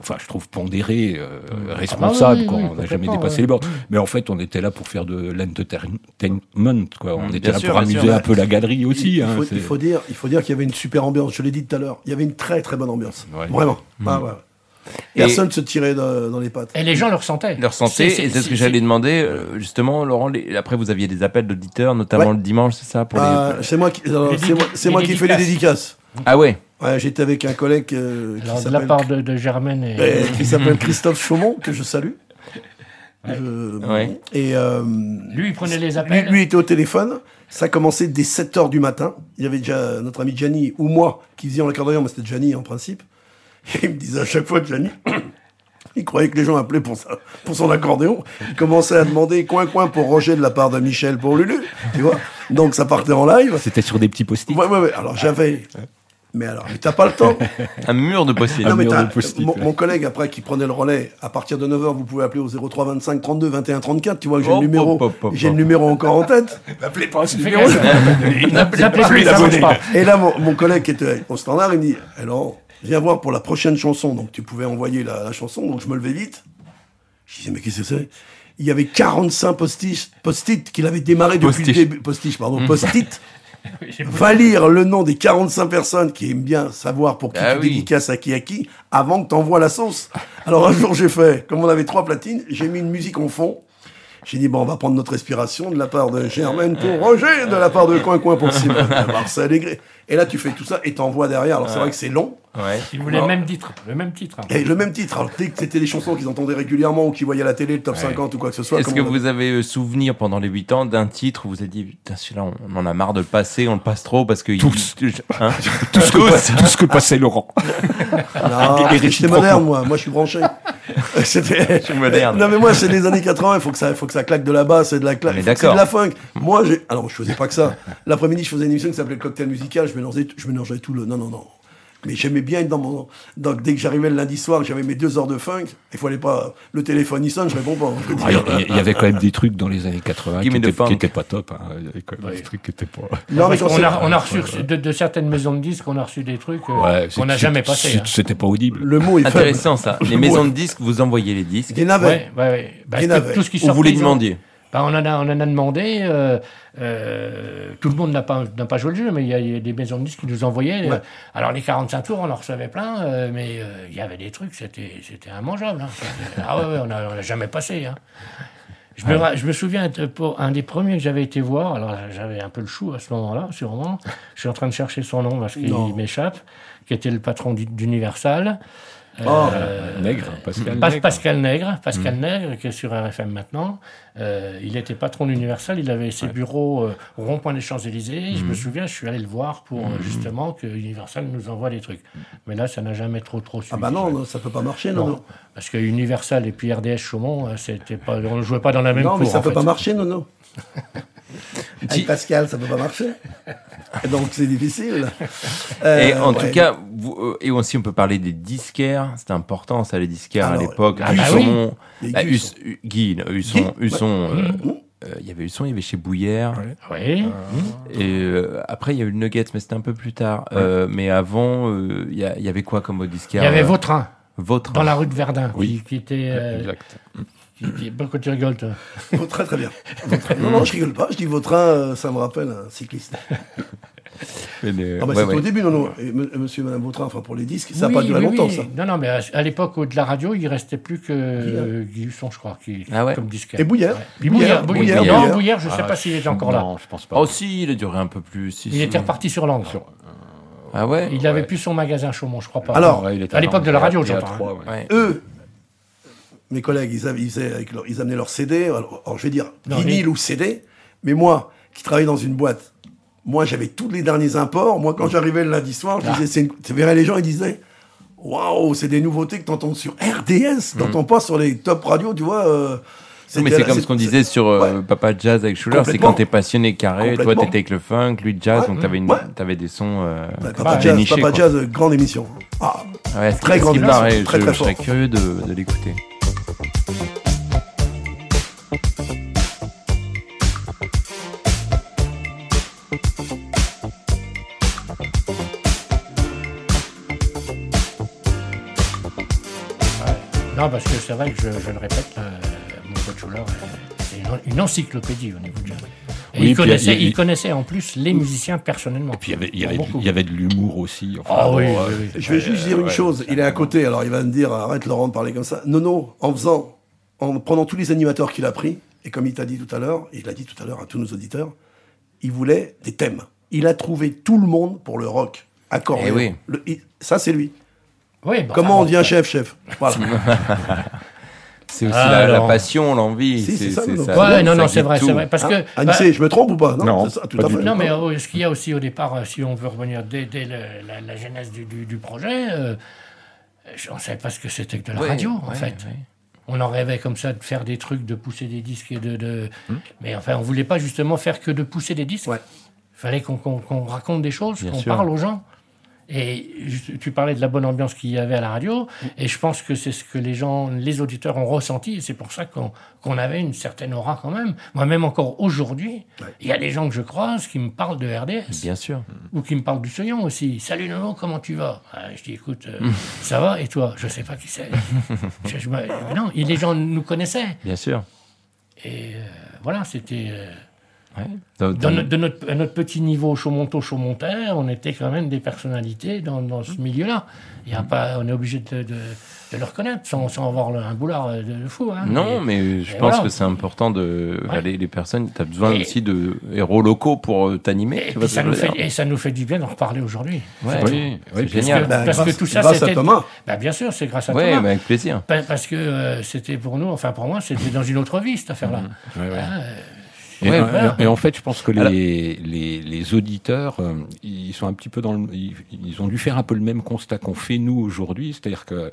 Speaker 9: enfin, je trouve pondéré, euh,
Speaker 7: Ah bah oui,
Speaker 9: responsable.
Speaker 7: oui,
Speaker 9: quoi.
Speaker 7: oui,
Speaker 9: on n'a jamais
Speaker 7: complètement,
Speaker 9: dépassé
Speaker 7: ouais.
Speaker 9: les bords. Mais en fait, on était là pour faire de l'entertainment. Quoi. On
Speaker 6: Mm,
Speaker 9: était
Speaker 6: bien
Speaker 9: là
Speaker 6: sûr,
Speaker 9: pour
Speaker 6: bien
Speaker 9: amuser
Speaker 6: sûr.
Speaker 9: un peu la galerie aussi.
Speaker 8: Il,
Speaker 9: hein,
Speaker 8: faut,
Speaker 9: c'est-
Speaker 8: il faut dire, il faut dire qu'il y avait une super ambiance. Je l'ai dit tout à l'heure. Il y avait une très très bonne ambiance.
Speaker 9: Ouais. Mm.
Speaker 8: Vraiment. Ah, ouais.
Speaker 6: Et-
Speaker 8: Personne se tirait de- dans les pattes.
Speaker 7: Et les gens le ressentaient.
Speaker 6: Leur santé, et c'est ce que j'allais demander. euh, Justement, Laurent, les- après, vous aviez des appels d'auditeurs, notamment
Speaker 8: Ouais.
Speaker 6: le dimanche, c'est ça pour
Speaker 8: Ah,
Speaker 6: les...
Speaker 8: c'est moi qui, alors,
Speaker 7: Les
Speaker 8: c'est moi, c'est
Speaker 7: dédi-
Speaker 8: moi
Speaker 7: les
Speaker 8: qui fais les dédicaces.
Speaker 6: Ah ouais
Speaker 8: Ouais, j'étais avec un collègue euh, qui
Speaker 7: Alors, de la
Speaker 8: s'appelle
Speaker 7: part de, de Germaine et.
Speaker 8: Euh, qui s'appelle Christophe Chaumont, que je salue. Je-
Speaker 6: Ouais.
Speaker 8: Et euh,
Speaker 7: Lui, il prenait les
Speaker 8: lui,
Speaker 7: appels.
Speaker 8: lui était au téléphone. Ça commençait dès 7 heures du matin. Il y avait déjà euh, notre ami Gianni ou moi qui faisions l'accordéon, mais c'était Gianni en principe. Et il me disait à chaque fois Gianni. Il croyait que les gens appelaient pour, ça, pour son accordéon. Il commençait à demander coin-coin pour Roger de la part de Michel pour Lulu. Tu vois Donc ça partait en live.
Speaker 9: C'était sur des petits post-it.
Speaker 8: Ouais, ouais, ouais. Alors j'avais. Mais alors, mais t'as pas le temps.
Speaker 6: Un mur de possible.
Speaker 8: Ah, Non, mais
Speaker 9: mur
Speaker 8: t'as-
Speaker 9: de post-it,
Speaker 8: mon,
Speaker 9: ouais.
Speaker 8: mon collègue, après, qui prenait le relais, à partir de 9h, vous pouvez appeler au 03 25 32 21 34. Tu vois que j'ai
Speaker 9: Oh,
Speaker 6: Hop,
Speaker 8: le numéro,
Speaker 6: hop, hop, hop,
Speaker 8: j'ai le
Speaker 6: hop.
Speaker 8: numéro encore en tête.
Speaker 2: N'appelez pas ce
Speaker 7: Fais
Speaker 2: numéro.
Speaker 7: gaffe. N'appelez plus, ça marche pas.
Speaker 8: Et là, mon, mon collègue qui était au standard, il me dit, alors, viens voir pour la prochaine chanson. Donc, tu pouvais envoyer la, la chanson. Donc, je me levais vite. Je disais, mais qu'est-ce que c'est? Il y avait 45 post-it, post-it qu'il avait démarré depuis
Speaker 6: Postiche.
Speaker 8: le début. Post-it, pardon,
Speaker 9: Mmh.
Speaker 8: post-it. Va lire le nom des 45 personnes qui aiment bien savoir pour qui
Speaker 6: Ah
Speaker 8: tu
Speaker 6: oui.
Speaker 8: dédicaces à qui à qui avant que t'envoies la sauce. Alors un jour j'ai fait, comme on avait trois platines, j'ai mis une musique en fond. J'ai dit bon on va prendre notre respiration de la part de Germaine pour Roger, de la part de Coin Coin pour Simon, de la part de Sal et Gré. Et là tu fais tout ça et t'envoies derrière. Alors c'est vrai que c'est long.
Speaker 6: Ouais.
Speaker 7: Il voulait le même titre. Le même titre. hein.
Speaker 8: Et le même titre. Alors dès que c'était des chansons qu'ils entendaient régulièrement ou qu'ils voyaient à la télé, le top 50 ou quoi que ce soit.
Speaker 6: Est-ce
Speaker 8: comme
Speaker 6: que
Speaker 8: on a-
Speaker 6: vous avez euh, souvenir pendant les 8 ans d'un titre où vous avez dit, putain, celui-là, on, on en a marre de le passer, on le passe trop parce que. il-
Speaker 7: Mmh.
Speaker 9: Tous.
Speaker 6: Hein
Speaker 9: Tout ce, que, tout ce que passait Laurent.
Speaker 8: Non, parce que j'étais
Speaker 9: réciproquement.
Speaker 8: moderne, moi. Moi, je suis branché. C'était-
Speaker 6: suis moderne.
Speaker 8: Non, mais moi, c'est des années 80. Il faut que ça, faut que ça claque de la basse et de la claque.
Speaker 6: On est
Speaker 8: Faut que c'est
Speaker 6: d'accord.
Speaker 8: de la funk. Moi, j'ai, alors, je faisais pas que ça. L'après-midi, je faisais une émission qui s'appelait le cocktail musical. Je mélangeais, je mélangeais tout le, non, non, non. Mais j'aimais bien être dans mon, donc, dès que j'arrivais le lundi soir, j'avais mes deux heures de funk. Il fallait pas, le téléphone, il sonne, je réponds pas. Je veux dire.
Speaker 9: Ah, Il y- il y avait quand même des trucs dans les années 80 qui
Speaker 6: Give me the funk.
Speaker 9: n'étaient pas top. hein. Il y avait quand même des trucs qui n'étaient pas.
Speaker 8: Non, mais quand
Speaker 7: on
Speaker 8: c'est-
Speaker 7: a, on a reçu de, de certaines maisons de disques, on a reçu des trucs euh,
Speaker 9: Ouais, c'est-
Speaker 7: qu'on n'a
Speaker 9: c'est-
Speaker 7: jamais passé.
Speaker 9: c'est-
Speaker 7: hein.
Speaker 9: C'était pas audible.
Speaker 8: le mot est faible.
Speaker 6: Intéressant ça. Les maisons de disques, vous envoyez les disques
Speaker 8: Des navets.
Speaker 7: Ouais, ouais, ouais. Bah,
Speaker 8: Il y en
Speaker 7: tout-
Speaker 8: avait.
Speaker 7: tout ce qui
Speaker 6: ou vous
Speaker 7: sortait,
Speaker 6: les
Speaker 7: ils ont-
Speaker 6: demandiez.
Speaker 7: Bah, on, en a, on en a demandé. euh, euh, tout le monde n'a pas, n'a pas joué le jeu, mais il y, a- il y a des maisons de disques qui nous envoyaient. euh, alors, les 45 tours, on en recevait plein, euh, mais euh, il y avait des trucs, c'était c'était immangeable. hein. C'était- Ah ouais, ouais, on n'a jamais passé. hein. Je, me, ra- je me souviens, être pour un des premiers que j'avais été voir, alors j'avais un peu le chou à ce moment-là, sûrement. Je suis en train de chercher son nom parce qu'il
Speaker 8: Non.
Speaker 7: m'échappe, qui était le patron d'U- d'Universal. Euh,
Speaker 8: Oh.
Speaker 9: Euh, Nègre, hein, Pascal.
Speaker 7: Pas-
Speaker 9: Nègre.
Speaker 7: Pascal Nègre, Pascal
Speaker 8: Mm.
Speaker 7: Nègre, qui est sur RFM maintenant, euh, il était patron d'Universal, il avait ses bureaux euh, au rond-point des Champs-Élysées.
Speaker 8: Mm.
Speaker 7: Je me souviens, je suis allé le voir pour euh, justement que Universal nous envoie des trucs. Mais là, ça n'a jamais trop trop suivi.
Speaker 8: Ah, bah non, non, ça peut pas marcher, non,
Speaker 7: Non.
Speaker 8: non.
Speaker 7: Parce que Universal et puis RDS Chaumont, euh, c'était pas, on ne jouait pas dans la même
Speaker 8: Non,
Speaker 7: cour.
Speaker 8: mais ça
Speaker 7: en
Speaker 8: peut
Speaker 7: fait.
Speaker 8: pas marcher, non, non. Avec Pascal, ça peut pas marcher. Donc c'est difficile. Euh,
Speaker 6: Et en
Speaker 8: ouais.
Speaker 6: tout cas, vous- euh, et aussi on peut parler des disquaires, c'était important ça les disquaires à
Speaker 8: Alors,
Speaker 6: l'époque.
Speaker 8: ah
Speaker 7: bah
Speaker 6: Husson,
Speaker 8: Les
Speaker 6: bah,
Speaker 8: Gus.
Speaker 6: Hus- Hu- Guy, non, Husson,
Speaker 8: Guy,
Speaker 6: Husson, euh,
Speaker 8: Mmh.
Speaker 6: euh, il y avait Husson, il y avait chez Bouillère.
Speaker 8: Euh,
Speaker 7: Oui.
Speaker 6: Et euh, après il y a eu le Nuggets, mais c'était un peu plus tard. Euh, mais avant, euh, il y, a- il y avait quoi comme autre
Speaker 7: Il
Speaker 6: disquaire
Speaker 7: y avait
Speaker 6: euh,
Speaker 7: Vautrin,
Speaker 6: votre
Speaker 8: Ah.
Speaker 7: dans la rue de Verdun,
Speaker 9: Oui.
Speaker 7: qui, qui était... euh,
Speaker 9: Exact.
Speaker 7: qui- qui- Pourquoi tu rigoles, toi
Speaker 8: Oh, très très bien. Vautrin. Non, non, je rigole pas. Je dis Vautrin, euh, ça me rappelle un cycliste.
Speaker 6: Mais les-
Speaker 8: Ah bah
Speaker 6: ouais,
Speaker 8: c'était
Speaker 6: ouais.
Speaker 8: au début, non, non. Et me- monsieur, madame Vautrin, enfin pour les disques, ça n'a
Speaker 7: Oui,
Speaker 8: pas duré
Speaker 7: oui,
Speaker 8: longtemps,
Speaker 7: oui.
Speaker 8: ça.
Speaker 7: Non, non, mais à, à l'époque de la radio, il restait plus que euh, Guy Husson, je crois, qui,
Speaker 6: Ah ouais.
Speaker 7: comme disquaire.
Speaker 8: Et Bouillère.
Speaker 7: Puis Bouillère, Bouillère.
Speaker 6: Bouillard.
Speaker 7: Non, Bouillard, je ne sais pas s'il était encore là.
Speaker 9: Non, Ah, je pense pas.
Speaker 6: Ah, oh, si, il a duré un peu plus. si,
Speaker 7: Il
Speaker 6: si.
Speaker 7: était reparti sur l'angle.
Speaker 6: Ah ouais.
Speaker 7: Il n'avait plus son magasin à Chaumont, je crois pas.
Speaker 8: Alors,
Speaker 9: Ouais, il était
Speaker 7: à l'époque de la radio, hein.
Speaker 9: il y a
Speaker 7: j'entends,
Speaker 9: trois, ouais.
Speaker 6: Ouais.
Speaker 8: Eux, mes collègues, ils, avaient- ils, faisaient avec leur- ils amenaient leur CD. Alors, alors, je vais dire
Speaker 7: Non,
Speaker 8: vinyle
Speaker 7: mais-
Speaker 8: ou CD. Mais moi, qui travaillais dans une boîte, moi, j'avais tous les derniers imports. Moi, quand j'arrivais le lundi soir,
Speaker 6: Ah.
Speaker 8: je disais, c'est une- tu verrais les gens, ils disaient, waouh, c'est des nouveautés que t'entends sur RDS, t'entends pas sur les top radios, tu vois. euh,
Speaker 6: Hmm. Non, mais
Speaker 8: c'était-
Speaker 6: c'est comme ce qu'on
Speaker 8: c'est-
Speaker 6: disait sur euh, Papa Jazz avec Schuller, c'est
Speaker 8: Complètement.
Speaker 6: quand t'es passionné carré, toi
Speaker 8: Complètement.
Speaker 6: t'étais avec le funk, lui jazz,
Speaker 8: Ouais.
Speaker 6: donc t'avais une-
Speaker 8: Ouais.
Speaker 6: t'avais des sons euh,
Speaker 8: Ouais, Papa,
Speaker 7: Bah,
Speaker 8: Jazz,
Speaker 6: dénichés,
Speaker 8: Papa
Speaker 6: quoi.
Speaker 8: Jazz, euh, grande émission. Ah,
Speaker 6: Ouais, ce qui-
Speaker 8: Très
Speaker 6: ce qui
Speaker 8: grande
Speaker 6: paraît,
Speaker 8: émission, très,
Speaker 6: je,
Speaker 8: très
Speaker 6: je serais
Speaker 8: fort.
Speaker 6: curieux de, de l'écouter.
Speaker 7: Non, parce que c'est vrai que je, je le répète, euh, mon coach Schuller, euh, c'est une, une encyclopédie au niveau de jazz. Et
Speaker 9: Oui, puis
Speaker 7: il, connaissait,
Speaker 9: il y a-
Speaker 7: il connaissait en plus les musiciens personnellement.
Speaker 9: Puis il y avait, il y
Speaker 7: Pour
Speaker 9: avait,
Speaker 7: beaucoup.
Speaker 9: il y avait de l'humour aussi. Enfin,
Speaker 7: Ah oui,
Speaker 9: bon,
Speaker 7: oui,
Speaker 9: euh,
Speaker 7: oui.
Speaker 8: Je vais juste dire une
Speaker 9: ouais,
Speaker 8: chose. Il est à côté, alors il va me dire arrête Laurent de parler comme ça. Non, non, en faisant, en prenant tous les animateurs qu'il a pris, et comme il t'a dit tout à l'heure, et il l'a dit tout à l'heure à tous nos auditeurs, il voulait des thèmes. Il a trouvé tout le monde pour le rock. Accordé.
Speaker 6: Eh oui.
Speaker 8: ça, c'est lui.
Speaker 7: Oui, bah,
Speaker 8: Comment on
Speaker 7: enfin,
Speaker 8: devient chef, chef Voilà. Hein
Speaker 6: C'est aussi
Speaker 7: Ah,
Speaker 6: la, la
Speaker 7: alors.
Speaker 6: passion, l'envie.
Speaker 8: Si, c'est ça, non, non.
Speaker 7: Ouais,
Speaker 6: qui
Speaker 7: non, non,
Speaker 6: guide
Speaker 7: c'est vrai,
Speaker 6: tout.
Speaker 7: c'est vrai. Parce
Speaker 8: Hein
Speaker 7: que.
Speaker 8: Anissé,
Speaker 7: bah,
Speaker 8: je me trompe ou pas Non,
Speaker 9: Non,
Speaker 8: c'est ça, tout
Speaker 9: pas
Speaker 8: à
Speaker 9: du
Speaker 8: fait.
Speaker 7: non, mais euh, ce qu'il y a aussi au départ, euh, si on veut revenir dès, dès le- la, la genèse du, du- du projet, euh, je- on ne savait pas ce que c'était que de la
Speaker 6: Ouais,
Speaker 7: radio, en
Speaker 6: ouais,
Speaker 7: fait.
Speaker 6: ouais.
Speaker 7: On en rêvait comme ça de faire des trucs, de pousser des disques et de. de- Mais enfin, on voulait pas justement faire que de pousser des disques.
Speaker 8: Ouais.
Speaker 7: fallait qu'on qu'on- qu'on raconte des choses,
Speaker 6: Bien
Speaker 7: qu'on
Speaker 6: sûr.
Speaker 7: parle aux gens. Et je- tu parlais de la bonne ambiance qu'il y avait à la radio, et je pense que c'est ce que les gens, les auditeurs ont ressenti, et c'est pour ça qu'on qu'on avait une certaine aura quand même. Moi-même encore aujourd'hui, il y a des gens que je croise qui me parlent de RDS,
Speaker 6: Bien sûr.
Speaker 7: ou qui me parlent du Soyon aussi. Salut Nono, comment tu vas Ah, Je dis écoute, euh, ça va, et toi Je sais pas qui c'est. Je- je me- mais non, et les gens nous connaissaient.
Speaker 6: Bien sûr.
Speaker 7: Et euh, voilà, c'était... euh,
Speaker 6: Ouais. Dans-
Speaker 7: dans
Speaker 6: dans-
Speaker 7: notre, de notre, à notre petit niveau chaumonto chaumontais on était quand même des personnalités dans, dans ce milieu-là. Il y a pas, on est obligé de, de, de le reconnaître sans, sans avoir le- un boulard de, de fou. hein.
Speaker 6: Non,
Speaker 7: Et-
Speaker 6: mais je
Speaker 7: et
Speaker 6: pense
Speaker 7: voilà.
Speaker 6: que c'est important de.
Speaker 7: Ouais.
Speaker 6: Les, les personnes, t'as besoin
Speaker 7: Et-
Speaker 6: aussi de héros locaux pour euh, t'animer.
Speaker 7: Et,
Speaker 6: tu
Speaker 7: puis
Speaker 6: vois ce
Speaker 7: ça
Speaker 6: que
Speaker 7: nous
Speaker 6: je veux
Speaker 7: fait,
Speaker 6: dire
Speaker 7: et ça nous fait du bien d'en reparler aujourd'hui.
Speaker 6: Ouais.
Speaker 9: Oui, oui,
Speaker 6: c'est
Speaker 9: parce
Speaker 6: génial.
Speaker 8: Bah,
Speaker 7: Parce
Speaker 8: grâce,
Speaker 7: que tout ça,
Speaker 8: grâce à
Speaker 7: c'était-
Speaker 8: Thomas.
Speaker 7: Bah, bien sûr, c'est grâce à
Speaker 6: Ouais,
Speaker 7: Thomas.
Speaker 6: bah, avec plaisir.
Speaker 7: Pa- Parce que euh, c'était pour nous, enfin pour moi, c'était dans une autre vie cette affaire-là.
Speaker 6: Mhm.
Speaker 9: Ouais, ouais.
Speaker 7: Ah, euh,
Speaker 9: Et,
Speaker 7: Ouais,
Speaker 9: et-
Speaker 7: voilà.
Speaker 9: et en fait, je pense que les,
Speaker 6: Alors-
Speaker 9: les, les auditeurs, euh, ils sont un petit peu dans le, ils, ils ont dû faire un peu le même constat qu'on fait nous aujourd'hui, c'est-à-dire que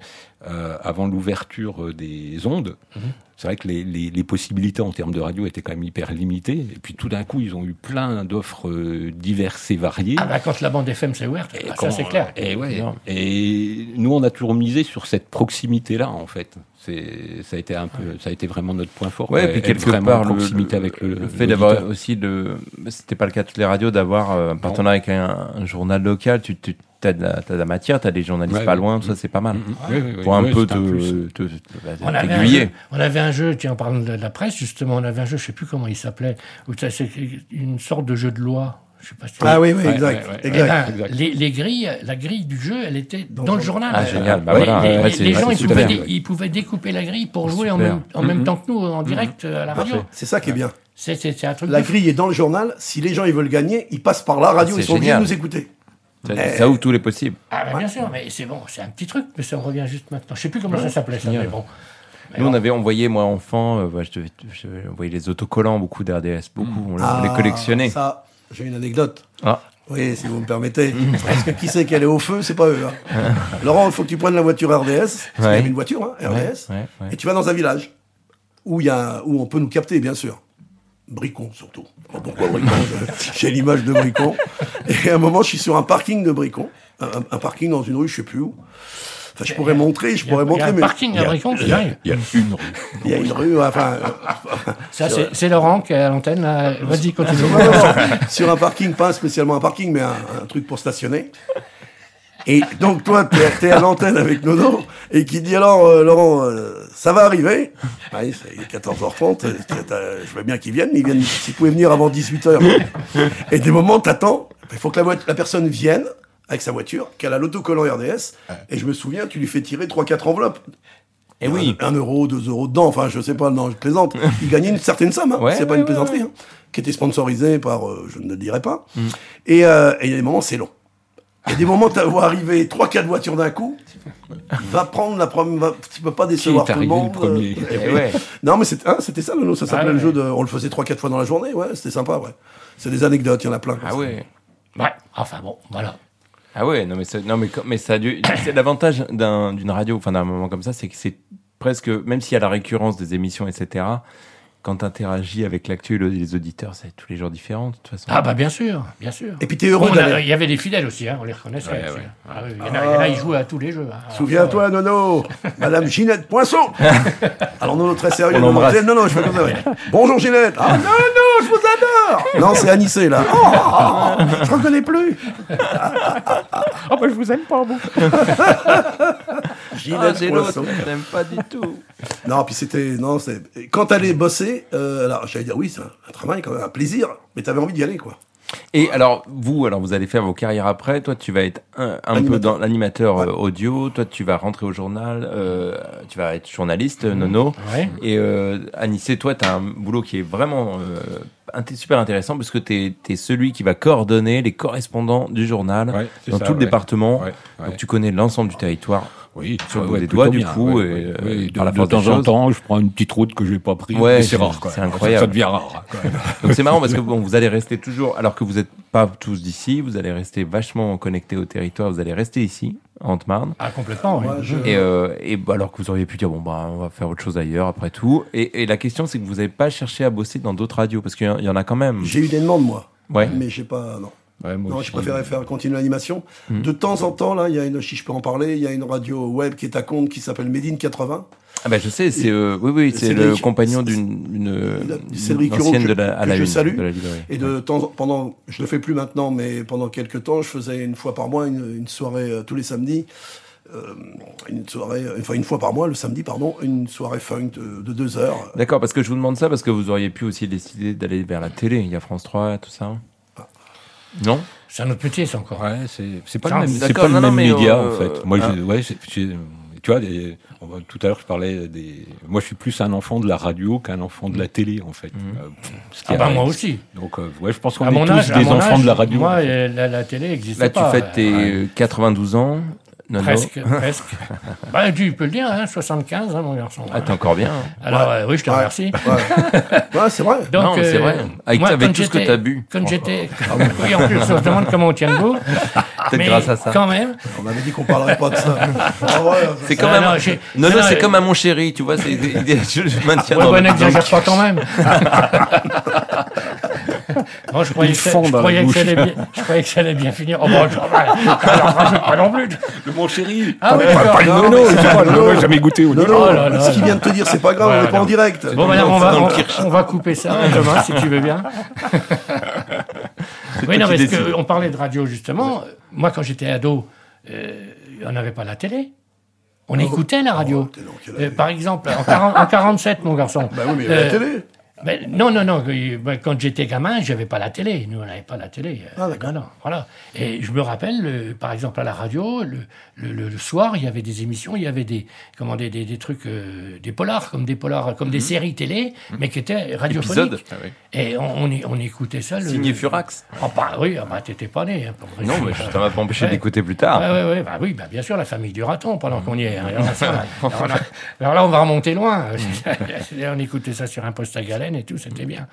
Speaker 9: euh, avant l'ouverture euh, des ondes,
Speaker 7: Mhm.
Speaker 9: c'est vrai que les, les, les possibilités en termes de radio étaient quand même hyper limitées. Et puis tout d'un coup, ils ont eu plein d'offres euh, diverses et variées.
Speaker 7: ah, bah, quand la bande FM s'est ouverte,
Speaker 9: Et
Speaker 7: bah, ça
Speaker 9: quand-
Speaker 7: c'est clair.
Speaker 9: Et, ouais.
Speaker 6: Énorme.
Speaker 9: et nous, on a toujours misé sur cette proximité-là, en fait. C'est, ça a été un peu, ça a été vraiment notre point fort.
Speaker 6: Ouais, et puis
Speaker 9: être
Speaker 6: quelque
Speaker 9: vraiment en
Speaker 6: part, le,
Speaker 9: proximité
Speaker 6: le-
Speaker 9: avec le,
Speaker 6: le fait d'avoir
Speaker 9: l'auditeur.
Speaker 6: aussi le. C'était pas le cas de toutes les radios, d'avoir euh, un partenariat avec un, un journal local. Tu, tu as, de la, t'as de la matière, tu as des journalistes
Speaker 9: Ouais,
Speaker 6: pas
Speaker 9: ouais.
Speaker 6: loin, tout ça, c'est pas mal.
Speaker 9: Oui, oui, oui.
Speaker 6: Pour un
Speaker 9: Ouais,
Speaker 6: peu
Speaker 9: c'est un plus.
Speaker 6: te- te- te-
Speaker 7: On avait, un
Speaker 6: t'aiguiller.
Speaker 7: jeu, on avait un jeu, tiens, en parlant de la presse, justement, on avait un jeu, je sais plus comment il s'appelait, où ça, c'est une sorte de jeu de loi. Je sais pas si
Speaker 8: Ah oui, oui,
Speaker 9: Ouais,
Speaker 8: exact.
Speaker 9: ouais, ouais.
Speaker 7: Eh
Speaker 8: exact.
Speaker 7: ben, les, les grilles, la grille du jeu, elle était dans, le journal.
Speaker 6: Ah, génial. Bah
Speaker 7: Oui,
Speaker 6: voilà.
Speaker 7: les,
Speaker 6: Ouais,
Speaker 7: les-
Speaker 6: c'est-
Speaker 7: les
Speaker 6: ouais,
Speaker 7: gens,
Speaker 6: c'est
Speaker 7: ils pouvaient,
Speaker 6: super. Ah,
Speaker 7: dé- ils pouvaient découper la grille pour jouer en
Speaker 6: Super. Mm-hmm.
Speaker 7: même, en même temps que nous, en direct euh, à la radio.
Speaker 8: C'est ça qui est bien.
Speaker 7: C'est- C'est c'est un truc
Speaker 8: La
Speaker 7: de fou.
Speaker 8: grille est dans le journal. Si les gens ils veulent gagner, ils passent par la radio.
Speaker 6: C'est
Speaker 8: Ils sont obligés de
Speaker 6: génial.
Speaker 8: nous écouter.
Speaker 6: Ça, ça ouvre tous les possibles.
Speaker 7: Ah, bah, bien sûr, mais c'est bon, c'est un petit truc, mais ça me revient juste maintenant. Je sais plus comment ça s'appelait, ça, mais bon. Mais
Speaker 6: Nous, on
Speaker 7: bon.
Speaker 6: avait envoyé, moi, enfant, euh, ouais, je devais- je devais envoyer les autocollants, beaucoup d'RDS, beaucoup. On, les- on les
Speaker 8: Ah,
Speaker 6: collectionnait.
Speaker 8: Ça, j'ai une anecdote.
Speaker 6: Ah.
Speaker 8: Oui, si vous me permettez. Parce que qui c'est qui allait au feu, c'est pas eux. hein. Laurent, il faut que tu prennes la voiture RDS. Parce qu'il y
Speaker 6: Ouais.
Speaker 8: avait une voiture, hein, RDS.
Speaker 6: Ouais, ouais, ouais.
Speaker 8: Et tu vas dans un village où, il y a, où on peut nous capter, bien sûr. Bricon surtout. Bon, pourquoi Bricon J'ai l'image de Bricon. Et à un moment, je suis sur un parking de Bricon, un, un- un parking dans une rue, je sais plus où. Enfin, je pourrais montrer, je
Speaker 7: Il y a,
Speaker 8: pourrais
Speaker 7: il y a
Speaker 8: montrer,
Speaker 7: un
Speaker 8: mais
Speaker 7: parking à Bricon, c'est dingue.
Speaker 6: Il y a une rue.
Speaker 8: il y a une rue, enfin, euh,
Speaker 7: Ça, c'est c'est Laurent qui est à l'antenne. là. Vas-y, continue.
Speaker 8: Non, non, non. sur un parking, pas spécialement un parking, mais un, un truc pour stationner. Et donc toi, t'es t'es à l'antenne avec Nono et qui dit alors euh, Laurent, euh, ça va arriver Ah Ouais, c'est- Il est 14h30, euh, t'as- t'as- je veux bien qu'ils viennent, mais ils viennent, s'ils pouvaient venir avant 18h. Et des moments, t'attends, il faut que la, voit- la personne vienne avec sa voiture, qu'elle a l'autocollant RDS, et je me souviens, tu lui fais tirer 3-4 enveloppes.
Speaker 6: Et Eh oui.
Speaker 8: Un, un euro, deux euros dedans, enfin je sais pas, non, je plaisante. Il gagnait une certaine somme, hein,
Speaker 6: Ouais,
Speaker 8: c'est pas
Speaker 6: ouais, Mm.
Speaker 8: une plaisanterie, hein, qui était sponsorisée par, euh, je ne le dirai pas. Et euh, et il y a des moments, c'est long. Il y a des moments, tu vois arriver trois, quatre voitures d'un coup, va prendre la première, va- tu peux pas
Speaker 9: Qui
Speaker 8: décevoir
Speaker 9: est
Speaker 8: tout le
Speaker 9: arrivé
Speaker 8: monde.
Speaker 9: le premier
Speaker 8: euh,
Speaker 6: Et Eh ouais.
Speaker 8: non, mais c'était hein, c'était ça, Nono, ça s'appelait
Speaker 7: Ah, ouais,
Speaker 8: le jeu de, on le faisait trois, quatre fois dans la journée, ouais, c'était sympa, ouais. C'est des anecdotes, il y en a plein. comme
Speaker 6: Ah
Speaker 8: ça.
Speaker 6: ouais.
Speaker 7: Ouais, enfin bon, voilà.
Speaker 6: Ah ouais, non mais ça, non mais, quand- mais ça a dû- c'est l'avantage d'un- d'une radio, enfin d'un moment comme ça, c'est que c'est presque, même s'il y a la récurrence des émissions, etc. Quand t'interagis avec l'actu et le- les auditeurs, c'est tous les jours différent de toute façon.
Speaker 7: Ah bah bien sûr, bien sûr.
Speaker 8: Et puis t'es heureux
Speaker 7: On a-
Speaker 8: d'aller.
Speaker 7: Il y avait des fidèles aussi, hein, on les reconnaissait.
Speaker 9: Ouais,
Speaker 7: les
Speaker 9: ouais.
Speaker 7: fidèles. Ah oui, il y en a, il y en a, ils jouent à tous les jeux. hein. Alors,
Speaker 8: Souviens-toi, Nono, Madame Ginette Poisson. Alors, Nono, très sérieux.
Speaker 6: On
Speaker 8: Nono,
Speaker 6: l'embrasse.
Speaker 8: disait, non, non, je fais comme ça, ouais. Bonjour, Ginette. Ah, non, non, je vous adore. Non, c'est Anissé, là. Oh, je reconnais plus.
Speaker 9: Ah bah je vous aime pas, vous.
Speaker 8: Ginette Poisson.
Speaker 6: Ah, t'aimes pas du tout.
Speaker 8: Ah, Non, puis c'était. Non, c'est. et Quand t'allais bosser, euh, alors, j'allais dire, oui, c'est un, un travail, quand même, un plaisir, mais t'avais envie d'y aller, quoi.
Speaker 6: Et alors vous, alors vous allez faire vos carrières après. Toi, tu vas être un, un peu
Speaker 8: Animateur.
Speaker 6: dans l'animateur
Speaker 8: Ouais.
Speaker 6: euh, audio. Toi, tu vas rentrer au journal. euh, tu vas être journaliste, euh, Nono.
Speaker 7: Ouais.
Speaker 6: Et euh, Anissé, toi, tu as un boulot qui est vraiment euh, inté- super intéressant parce que tu es, celui qui va coordonner les correspondants du journal
Speaker 9: Ouais, c'est
Speaker 6: dans
Speaker 9: ça,
Speaker 6: tout le
Speaker 9: ouais.
Speaker 6: département.
Speaker 9: Ouais, ouais.
Speaker 6: Donc tu connais l'ensemble du territoire.
Speaker 9: Oui,
Speaker 6: Sur le
Speaker 9: ouais,
Speaker 6: bout des
Speaker 9: plutôt
Speaker 6: doigts, du
Speaker 9: bien,
Speaker 6: coup,
Speaker 9: ouais,
Speaker 6: et,
Speaker 9: ouais,
Speaker 6: euh,
Speaker 9: ouais, de,
Speaker 6: par la
Speaker 9: de
Speaker 6: force des
Speaker 9: temps en
Speaker 6: choses.
Speaker 9: temps, je prends une petite route que j'ai pas prise.
Speaker 6: Ouais,
Speaker 9: mais
Speaker 6: c'est-
Speaker 9: c'est rare, quoi.
Speaker 6: c'est incroyable.
Speaker 9: Ça, ça devient rare. quoi.
Speaker 6: Donc c'est marrant parce que bon, vous allez rester toujours, alors que vous n'êtes pas tous d'ici, vous allez rester vachement connectés au territoire, vous allez rester ici, en Haute-Marne.
Speaker 7: Ah complètement, oui.
Speaker 8: Moi, je-
Speaker 6: Et, euh, et bah, alors que vous auriez pu dire bon bah on va faire autre chose ailleurs après tout. Et, et la question c'est que vous n'avez pas cherché à bosser dans d'autres radios parce qu'il y en- il y en a quand même.
Speaker 8: J'ai eu des demandes, moi.
Speaker 6: Ouais.
Speaker 8: Mais j'ai pas. Non.
Speaker 9: Ouais, moi Hmm.
Speaker 8: Non,
Speaker 9: aussi.
Speaker 8: je préférais faire continuer l'animation. De temps en temps, là, il y a une, si je peux en parler, il y a une radio web qui est à compte qui s'appelle Médine 80.
Speaker 6: Ah bah je sais, c'est euh, oui oui, c'est
Speaker 8: Cédric-
Speaker 6: le compagnon d'une d'une
Speaker 8: de- Cédric
Speaker 6: d'une
Speaker 8: Huron
Speaker 6: ancienne
Speaker 8: que-
Speaker 6: de la à
Speaker 8: que
Speaker 6: la
Speaker 8: je
Speaker 6: une,
Speaker 8: salue.
Speaker 6: de la librairie.
Speaker 8: Et de temps, pendant, je le fais plus maintenant, mais pendant quelques temps, je faisais une fois par mois une, une soirée euh, tous les samedis, euh, une soirée, euh, enfin une fois par mois le samedi, pardon, une soirée funk de, de deux heures.
Speaker 6: D'accord, parce que je vous demande ça parce que vous auriez pu aussi décider d'aller vers la télé, il y a France 3 tout ça. Non
Speaker 7: C'est un autre métier, c'est encore.
Speaker 9: Ouais, c'est c'est pas
Speaker 7: Ah,
Speaker 9: le même, c'est
Speaker 6: d'accord,
Speaker 9: pas le
Speaker 6: non, non,
Speaker 9: même
Speaker 6: mais,
Speaker 9: média
Speaker 6: euh,
Speaker 9: en fait. Moi,
Speaker 6: hein.
Speaker 9: je, ouais, c'est- j'ai- tu vois, des- on va- tout à l'heure je parlais des. Moi, je suis plus un enfant de la radio qu'un enfant
Speaker 6: Mm.
Speaker 9: de la télé en fait. Euh, ce qui
Speaker 7: Ah bah
Speaker 9: arrive.
Speaker 7: moi aussi.
Speaker 9: Donc, euh, ouais, je pense qu'on
Speaker 7: À
Speaker 9: est
Speaker 7: mon
Speaker 9: tous
Speaker 7: âge, à
Speaker 9: des
Speaker 7: mon
Speaker 9: enfants
Speaker 7: âge,
Speaker 9: de la radio. en
Speaker 7: Moi,
Speaker 9: fait.
Speaker 7: euh, la, la télé n'existe
Speaker 6: Là tu
Speaker 7: pas.
Speaker 6: fêtes tes
Speaker 7: Ouais.
Speaker 6: euh, 92 ans. Non, non.
Speaker 7: Presque, presque. bah, tu peux le dire, hein, 75, hein, mon garçon.
Speaker 6: Ah, t'es encore bien.
Speaker 7: Alors, euh, oui, je te
Speaker 8: Ouais.
Speaker 7: remercie.
Speaker 8: Ouais, ouais c'est vrai.
Speaker 7: Donc, euh,
Speaker 6: Non, mais c'est vrai. Avec-
Speaker 7: moi,
Speaker 6: avec
Speaker 7: quand
Speaker 6: tout ce que
Speaker 7: j'étais-
Speaker 6: t'as bu, Oh.
Speaker 7: Quand j'étais. Oui, en plus, on se demande comment on tient debout.
Speaker 6: Peut-être
Speaker 7: Ah, mais
Speaker 6: grâce à ça.
Speaker 7: Quand même.
Speaker 8: On avait dit qu'on parlerait pas de ça. Ah ouais,
Speaker 6: C'est comme
Speaker 7: Non,
Speaker 6: un-
Speaker 7: non,
Speaker 6: non,
Speaker 7: j'ai-
Speaker 6: non,
Speaker 7: non, non,
Speaker 6: c'est
Speaker 7: euh,
Speaker 6: comme à mon chéri, tu vois, c'est je, je maintiens
Speaker 7: Ouais,
Speaker 6: dans
Speaker 7: bon,
Speaker 6: le-
Speaker 7: n'exagère pas quand même. Moi, je croyais,
Speaker 9: Il
Speaker 7: que, ça-
Speaker 9: fond
Speaker 7: je
Speaker 9: dans la
Speaker 7: croyais que ça
Speaker 9: bouche.
Speaker 7: allait bien, je croyais que ça allait bien finir. Oh, bon, genre, alors, rajoute pas non plus.
Speaker 9: Mon chéri,
Speaker 7: Ah, oui, d'accord.
Speaker 9: pas le
Speaker 8: Non,
Speaker 9: nono,
Speaker 8: mais
Speaker 9: il
Speaker 8: c'est
Speaker 9: pas
Speaker 8: pas
Speaker 9: le
Speaker 8: le
Speaker 9: nono,
Speaker 8: nono.
Speaker 9: jamais goûté au
Speaker 8: Non,
Speaker 9: nono.
Speaker 8: non,
Speaker 7: Oh là là.
Speaker 8: ce qu'il vient de te dire, c'est pas grave,
Speaker 7: Ouais,
Speaker 8: on n'est pas
Speaker 7: non.
Speaker 8: en direct.
Speaker 7: Bon, ben, madame, on va,
Speaker 6: dans
Speaker 7: on,
Speaker 6: le kirsch.
Speaker 7: on va couper ça demain, si tu veux bien. Oui, non,
Speaker 6: toi qui
Speaker 7: parce que
Speaker 6: décides.
Speaker 7: on parlait de radio, justement. Moi, quand j'étais ado, euh, on n'avait pas la télé. On écoutait la radio.
Speaker 8: Ah, oh, t'es donc,
Speaker 7: Euh, par exemple, en, 40 en 47, mon garçon.
Speaker 8: Bah oui, mais il y avait la
Speaker 7: euh,
Speaker 8: télé.
Speaker 7: ben, non, non, non. que- ben, Quand j'étais gamin, j'avais pas la télé. Nous, on n'avait pas la télé. Euh,
Speaker 8: Ah, d'accord.
Speaker 7: Non, non, voilà. Et je me rappelle, le- par exemple, à la radio, le, le- le- le soir, il y avait des émissions, il y avait des, comment, des, des- des trucs, euh, des polars, comme des polars, comme des séries télé, mais qui étaient
Speaker 6: Épisode.
Speaker 7: radiophoniques.
Speaker 6: Mhm. Ah oui.
Speaker 7: Et on, on é- on écoutait ça. Le...
Speaker 6: Signé Furax.
Speaker 7: Ah bah oui, ah bah, t'étais pas né. hein, pour vrai.
Speaker 6: Non, mais je- ça m'a pas empêché
Speaker 7: Ouais.
Speaker 6: d'écouter plus tard.
Speaker 7: Ouais, ouais, ouais, bah oui, bah bien sûr, la famille du raton, pendant qu'on y est. hein. Alors, ça, alors là, alors là, on va remonter loin. on écoutait ça sur un poste à galène. scène et tout, c'était bien.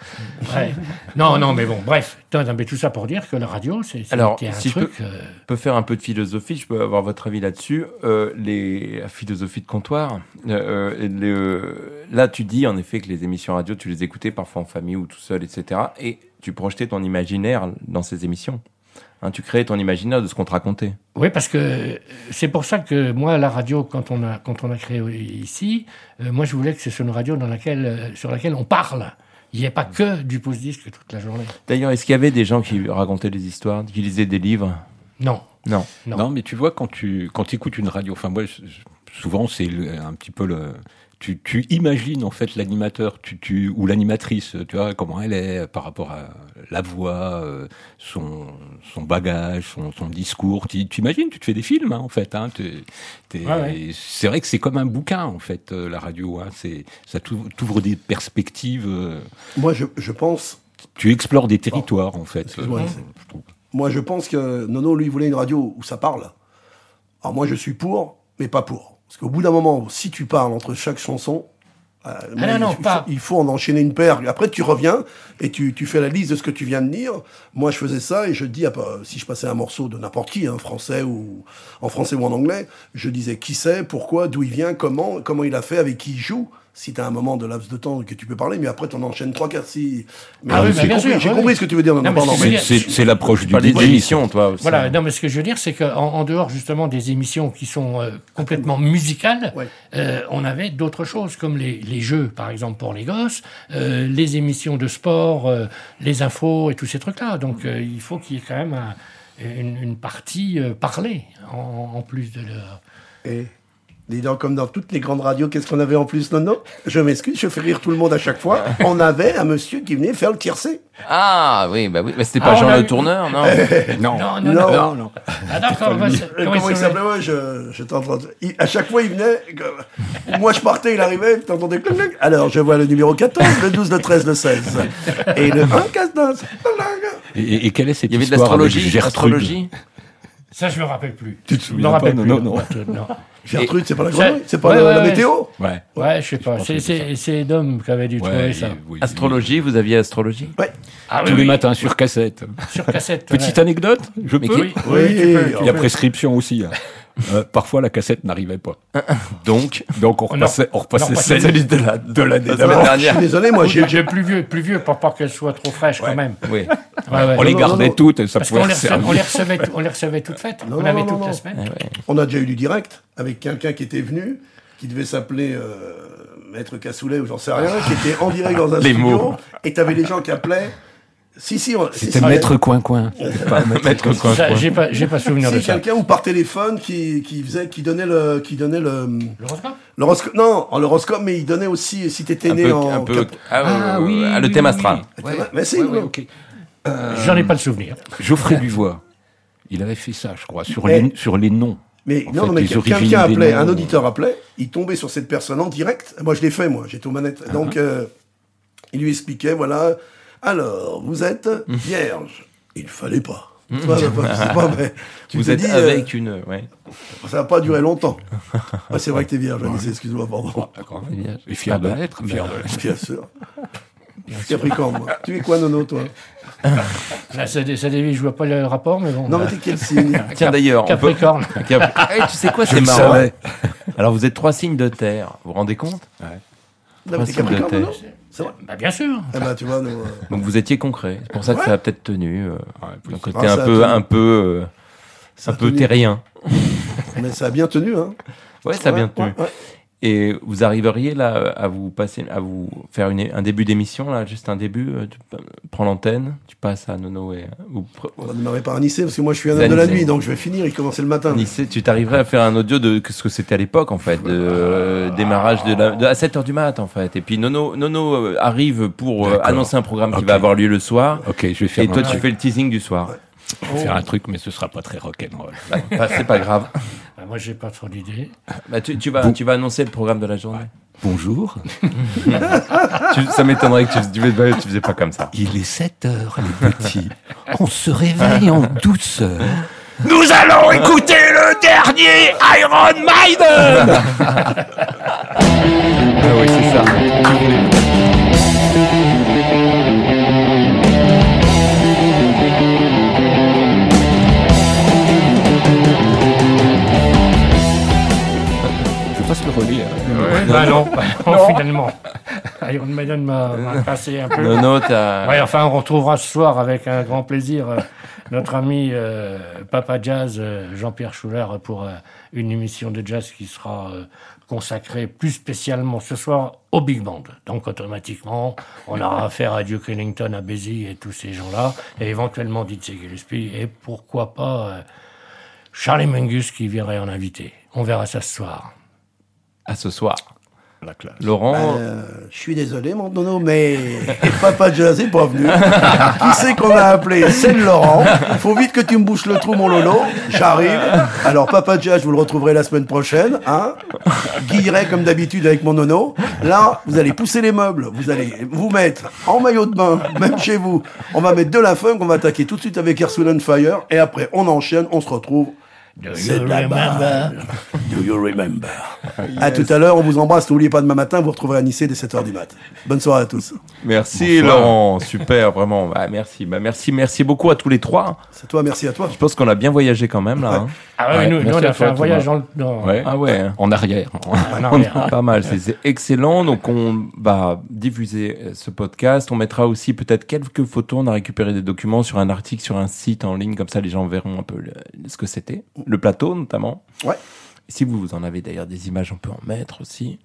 Speaker 7: Ouais. Non, non, mais bon, bref. Tain, tain, mais tout ça pour dire que la radio, c'est c'était
Speaker 6: Alors,
Speaker 7: un
Speaker 6: si je
Speaker 7: truc.
Speaker 6: peux-
Speaker 7: euh,
Speaker 6: Je peux faire un peu de philosophie, je peux avoir votre avis là-dessus. Euh, les la philosophie de comptoir. euh, euh, les, euh, là, tu dis en effet que les émissions radio, tu les écoutais parfois en famille ou tout seul, etc. Et tu projetais ton imaginaire dans ces émissions. Hein, tu créais ton imaginaire de ce qu'on te racontait.
Speaker 7: Oui, parce que euh, c'est pour ça que moi, la radio, quand on a, quand on a créé ici, euh, moi, je voulais que ce soit une radio dans laquelle, euh, sur laquelle on parle. Il n'y a pas que du pouce-disque toute la journée.
Speaker 6: D'ailleurs, est-ce qu'il y avait des gens qui racontaient des histoires, qui lisaient des livres
Speaker 7: Non.
Speaker 6: Non.
Speaker 7: Non.
Speaker 9: Non. mais tu vois, quand tu quand écoutes une radio, enfin, moi, je- je- souvent, c'est le- un petit peu le. Tu, tu imagines en fait l'animateur tu, tu, ou l'animatrice, tu vois, comment elle est euh, par rapport à la voix, euh, son, son bagage, son, son discours. Tu tu imagines, tu te fais des films hein, en fait. Hein, t'es- t'es-
Speaker 7: Ouais, ouais.
Speaker 9: C'est vrai que c'est comme un bouquin en fait, euh, la radio. Hein, c'est- ça t'ouvre t'ouvre des perspectives. euh,
Speaker 8: Moi, je, je pense,
Speaker 9: tu explores des territoires en fait.
Speaker 8: excuse-moi,
Speaker 9: Euh,
Speaker 8: c'est-
Speaker 9: je trouve.
Speaker 8: moi, je pense que Nono, lui, voulait une radio où ça parle. Alors moi, je suis pour, mais pas pour. Parce qu'au bout d'un moment, si tu parles entre chaque chanson, euh, moi,
Speaker 7: Ah non,
Speaker 8: il-
Speaker 7: non,
Speaker 8: il, faut-
Speaker 7: pas.
Speaker 8: il faut en enchaîner une paire. Après, tu reviens et tu, tu fais la liste de ce que tu viens de dire. Moi, je faisais ça et je dis, ah, bah, si je passais un morceau de n'importe qui, hein, français ou en français ou en anglais, je disais qui c'est, pourquoi, d'où il vient, comment, comment il a fait, avec qui il joue. Si tu as un moment de laps de temps que tu peux parler, mais après, tu en enchaînes trois, quatre, si. Mais
Speaker 7: Ah oui,
Speaker 8: j'ai
Speaker 7: bah, bien
Speaker 8: compris,
Speaker 7: sûr,
Speaker 8: j'ai
Speaker 7: oui,
Speaker 8: compris
Speaker 7: oui.
Speaker 8: ce que tu veux dire.
Speaker 7: Non, mais
Speaker 8: pardon.
Speaker 7: c'est-
Speaker 9: C'est- C'est c'est l'approche du
Speaker 6: Pas des
Speaker 9: bidouillisme.
Speaker 6: émissions, toi. aussi.
Speaker 7: Voilà, non, mais ce que je veux dire, c'est qu'en en dehors justement des émissions qui sont euh, complètement musicales,
Speaker 8: Ouais.
Speaker 7: euh, on avait d'autres choses comme les, les jeux, par exemple pour les gosses, euh, les émissions de sport, euh, les infos et tous ces trucs-là. Donc euh, il faut qu'il y ait quand même un- une, une partie euh, parlée en, en plus de leur.
Speaker 8: Et Eh, dis donc, comme dans toutes les grandes radios, qu'est-ce qu'on avait en plus, non, non Je m'excuse, je fais rire tout le monde à chaque fois. On avait un monsieur qui venait faire le tiercé.
Speaker 10: Ah oui, bah oui, mais c'était
Speaker 7: Ah,
Speaker 10: pas
Speaker 7: on
Speaker 10: Jean
Speaker 7: a
Speaker 10: Le
Speaker 7: eu-
Speaker 10: Tourneur, non
Speaker 7: Non,
Speaker 9: Non,
Speaker 7: non,
Speaker 8: Non.
Speaker 7: non.
Speaker 9: non, non.
Speaker 7: Ah, d'accord, bah, c'est-
Speaker 8: Euh,
Speaker 7: comment
Speaker 8: Comment il
Speaker 7: s'appelait
Speaker 8: s'appelait Ouais, je, je t'entends. il- À chaque fois, il venait. comme- Moi, je partais, il arrivait, puis t'entendais. clonc, clonc. Alors, je vois le numéro 14, le 12, le 13, le 16. Et le 1, 14.
Speaker 9: Et- Et, et quelle est cette
Speaker 10: Il y avait de
Speaker 9: histoire avec
Speaker 10: l'astrologie,
Speaker 9: Gertrude
Speaker 10: astrologie.
Speaker 7: Ça, je me rappelle plus.
Speaker 9: Tu te
Speaker 7: Je me
Speaker 9: souviens
Speaker 7: rappelle
Speaker 9: pas, non,
Speaker 7: plus, hein.
Speaker 9: non,
Speaker 7: non.
Speaker 8: Gertrude, c'est pas la
Speaker 7: Ça-
Speaker 8: grenouille, c'est pas
Speaker 7: ouais,
Speaker 8: la,
Speaker 7: ouais,
Speaker 8: la
Speaker 7: ouais.
Speaker 8: météo.
Speaker 9: Ouais.
Speaker 7: Ouais, je sais pas.
Speaker 9: pense
Speaker 7: C'est-
Speaker 9: que c'est
Speaker 7: C'est c'est Dom qui avait dû trouver
Speaker 9: Ouais,
Speaker 7: ça.
Speaker 9: oui, oui.
Speaker 10: Astrologie, vous aviez astrologie
Speaker 7: Ah,
Speaker 9: Tous
Speaker 7: oui,
Speaker 9: les
Speaker 7: oui,
Speaker 9: matins sur cassette.
Speaker 7: Sur cassette.
Speaker 9: Petite
Speaker 7: ouais.
Speaker 9: anecdote, je peux.
Speaker 7: Oui, oui, tu peux, tu
Speaker 9: Il y a
Speaker 7: peux.
Speaker 9: prescription aussi. hein. Euh, parfois, la cassette n'arrivait pas.
Speaker 10: Ah, Donc,
Speaker 9: Donc, on
Speaker 7: Non.
Speaker 9: repassait, on repassait
Speaker 7: Non, pas
Speaker 9: celle
Speaker 7: celle
Speaker 9: de la-
Speaker 7: Ah,
Speaker 9: de l'année
Speaker 10: la
Speaker 9: d'avant.
Speaker 8: Je suis
Speaker 10: dernière.
Speaker 8: désolé, moi, j'ai.
Speaker 7: J'ai j'ai plus vieux, plus vieux pour pas qu'elle soit trop fraîche quand même.
Speaker 10: Oui.
Speaker 7: Ouais, ouais.
Speaker 9: On les
Speaker 8: Non, non, non,
Speaker 9: gardait
Speaker 8: non.
Speaker 9: toutes et ça
Speaker 7: Parce qu'on
Speaker 9: pouvait
Speaker 7: les, recevait, on
Speaker 9: servir.
Speaker 7: les recevait, tout- on les recevait toutes faites.
Speaker 8: Non,
Speaker 7: on
Speaker 8: non,
Speaker 7: avait
Speaker 8: non,
Speaker 7: toutes
Speaker 8: non, non.
Speaker 7: la semaine.
Speaker 10: Eh ouais.
Speaker 8: On a déjà eu du direct avec quelqu'un qui était venu, qui devait s'appeler euh, Maître Cassoulet ou j'en sais rien, qui était en direct dans un
Speaker 10: Les
Speaker 8: studio.
Speaker 10: mots.
Speaker 8: Et t'avais les gens qui appelaient. Si, si, on- si,
Speaker 9: C'était
Speaker 8: si,
Speaker 9: Maître Coin-Coin.
Speaker 10: Maître quoi,
Speaker 7: Ça,
Speaker 10: quoi.
Speaker 7: J'ai pas, j'ai pas souvenir de
Speaker 8: si,
Speaker 7: ça.
Speaker 8: quelqu'un ou par téléphone qui, qui faisait, qui donnait le, qui donnait le,
Speaker 7: L'horoscope
Speaker 8: l'horoscope, non, en l'horoscope, mais il donnait aussi si t'étais
Speaker 10: Un
Speaker 8: né
Speaker 10: peu,
Speaker 8: en.
Speaker 10: un peu.
Speaker 8: cap-
Speaker 10: Ah, euh, ah, le thème astral.
Speaker 8: Mais si,
Speaker 9: Ouais,
Speaker 8: non.
Speaker 9: ouais, ok.
Speaker 7: J'en ai pas le souvenir.
Speaker 9: Geoffrey Duvois. Il avait fait ça, je crois, sur,
Speaker 8: Mais-
Speaker 9: les, sur les noms.
Speaker 8: Mais
Speaker 9: En
Speaker 8: non,
Speaker 9: fait,
Speaker 8: non, mais
Speaker 9: les origines
Speaker 8: quelqu'un
Speaker 9: des
Speaker 8: appelait,
Speaker 9: noms. euh,
Speaker 8: un auditeur appelait, il tombait sur cette personne en direct. Moi, je l'ai fait, moi, j'étais aux manettes. Donc, euh, il lui expliquait, voilà, alors, vous êtes vierge. Il fallait pas. Tu vois, bah, bah, c'est pas vrai. Tu
Speaker 10: Vous
Speaker 8: te
Speaker 10: êtes
Speaker 8: dis, euh,
Speaker 10: avec une. Ouais.
Speaker 8: ça n'a pas duré longtemps. Ah, c'est vrai que t'es vierge, Anisée, excuse-moi, pardon.
Speaker 9: Et
Speaker 10: Ah,
Speaker 9: fier
Speaker 10: bah,
Speaker 9: de l'être.
Speaker 6: bah
Speaker 9: Fier de l'être.
Speaker 8: Bien sûr. Capricorne, moi. Tu es quoi, Nono, toi
Speaker 7: Là, ça, dé- ça dévie, je vois pas le rapport, mais bon. bah,
Speaker 8: Non, mais t'es quel signe
Speaker 10: Tiens, d'ailleurs, on peut.
Speaker 7: Capricorne.
Speaker 10: Cap- Eh, tu sais quoi, c'est
Speaker 9: le
Speaker 10: marrant.
Speaker 9: savais.
Speaker 10: Alors, vous êtes trois signes de terre. Vous vous rendez compte
Speaker 8: Non, mais t'es
Speaker 10: Principe
Speaker 8: Capricorne,
Speaker 10: de
Speaker 8: Nono
Speaker 10: thèse.
Speaker 8: C'est vrai.
Speaker 7: Bah, bien sûr.
Speaker 8: Eh ben, tu vois, nous, euh,
Speaker 10: Donc, vous étiez concret. C'est pour ça que ça a peut-être tenu. euh, un côté
Speaker 8: Ah, ça
Speaker 10: un
Speaker 8: a
Speaker 10: peu,
Speaker 8: tenu.
Speaker 10: un peu, euh, un
Speaker 8: a
Speaker 10: peu
Speaker 8: tenu.
Speaker 10: terrien.
Speaker 8: mais ça a bien tenu, hein.
Speaker 10: Ouais, ça a bien
Speaker 8: Ouais,
Speaker 10: tenu.
Speaker 8: ouais, ouais.
Speaker 10: Et vous arriveriez là euh, à vous passer, à vous faire une, un début d'émission là, juste un début. euh, Tu p- prends l'antenne, tu passes à Nono et euh, ou pre-
Speaker 8: On va démarrer par Anicet, parce que moi je suis un homme de la
Speaker 10: Anicet.
Speaker 8: nuit, donc je vais finir, il commençait le matin.
Speaker 10: Nice, tu t'arriverais à faire un audio de que ce que c'était à l'époque en fait, de euh, démarrage de, la, de- à 7 h du mat en fait. Et puis Nono, Nono euh, arrive pour euh,
Speaker 9: D'accord.
Speaker 10: annoncer un programme qui
Speaker 9: Ok.
Speaker 10: va avoir lieu le soir.
Speaker 9: Ok, je vais faire,
Speaker 10: Et toi,
Speaker 9: un,
Speaker 10: tu Oh.
Speaker 9: truc,
Speaker 10: fais le teasing du soir.
Speaker 9: je vais faire un truc, mais ce sera pas très rock'n'roll.
Speaker 10: Bah, c'est pas grave.
Speaker 7: Bah, moi, j'ai pas trop d'idées.
Speaker 10: Bah, tu, tu vas,
Speaker 9: Bon.
Speaker 10: tu vas annoncer le programme de la journée.
Speaker 9: Bonjour,
Speaker 10: Tu- ça m'étonnerait que tu, tu, fais- tu faisais pas comme ça.
Speaker 9: il est 7 heures, les petits. On se réveille en douceur.
Speaker 10: Nous allons écouter le dernier Iron Maiden Ah oui, c'est ça.
Speaker 7: hein. Bah, Madeleine m'a m'a passé un peu.
Speaker 10: Nono, t'as.
Speaker 7: Ouais, enfin, on retrouvera ce soir avec un grand plaisir euh, notre ami euh, Papa Jazz, euh, Jean-Pierre Schuller, pour euh, une émission de jazz qui sera euh, consacrée plus spécialement ce soir au Big Band. Donc, automatiquement, on aura affaire à Duke Ellington, à Bézi et tous ces gens-là, et éventuellement Dizzy Gillespie, et pourquoi pas euh, Charlie Mungus qui viendrait en invité. On verra ça ce soir.
Speaker 10: À ce soir.
Speaker 11: La classe.
Speaker 10: Laurent,
Speaker 8: Euh, je suis désolé, mon nono, mais Papa Jazz est pas venu. Qui c'est qu'on a appelé C'est le Laurent. Faut vite que tu me bouches le trou, mon Lolo. J'arrive. Alors, Papa Jazz, vous le retrouverez la semaine prochaine. Hein Guilleret, comme d'habitude, avec mon nono. Là, vous allez pousser les meubles. Vous allez vous mettre en maillot de bain, même chez vous. On va mettre de la funk. On va attaquer tout de suite avec Earth, Wind and Fire. Et après, on enchaîne. On se retrouve. C'est de la balle. Do you remember? À tout à l'heure, on vous embrasse. N'oubliez pas demain matin, vous retrouverez à Nice dès 7h du mat. Bonne soirée à tous.
Speaker 6: Merci Laurent, super, vraiment. Bah, merci, Bah, merci, merci beaucoup à tous les trois.
Speaker 8: C'est toi, merci à toi.
Speaker 6: Je pense qu'on a bien voyagé quand même là. hein.
Speaker 7: Ah ouais,
Speaker 6: Ouais,
Speaker 7: nous, nous,
Speaker 9: merci
Speaker 7: on
Speaker 9: à
Speaker 7: a fait
Speaker 9: toi,
Speaker 7: un voyage dans le. dans-
Speaker 6: Ouais. Ah ouais. hein.
Speaker 9: En arrière.
Speaker 7: en arrière.
Speaker 6: Pas mal, c'est- c'est excellent. Donc on va diffuser euh, ce podcast. On mettra aussi peut-être quelques photos. On a récupéré des documents sur un article, sur un site en ligne. Comme ça, les gens verront un peu le- ce que c'était. Le plateau notamment.
Speaker 8: Ouais.
Speaker 6: Si vous en avez d'ailleurs des images, on peut en mettre aussi.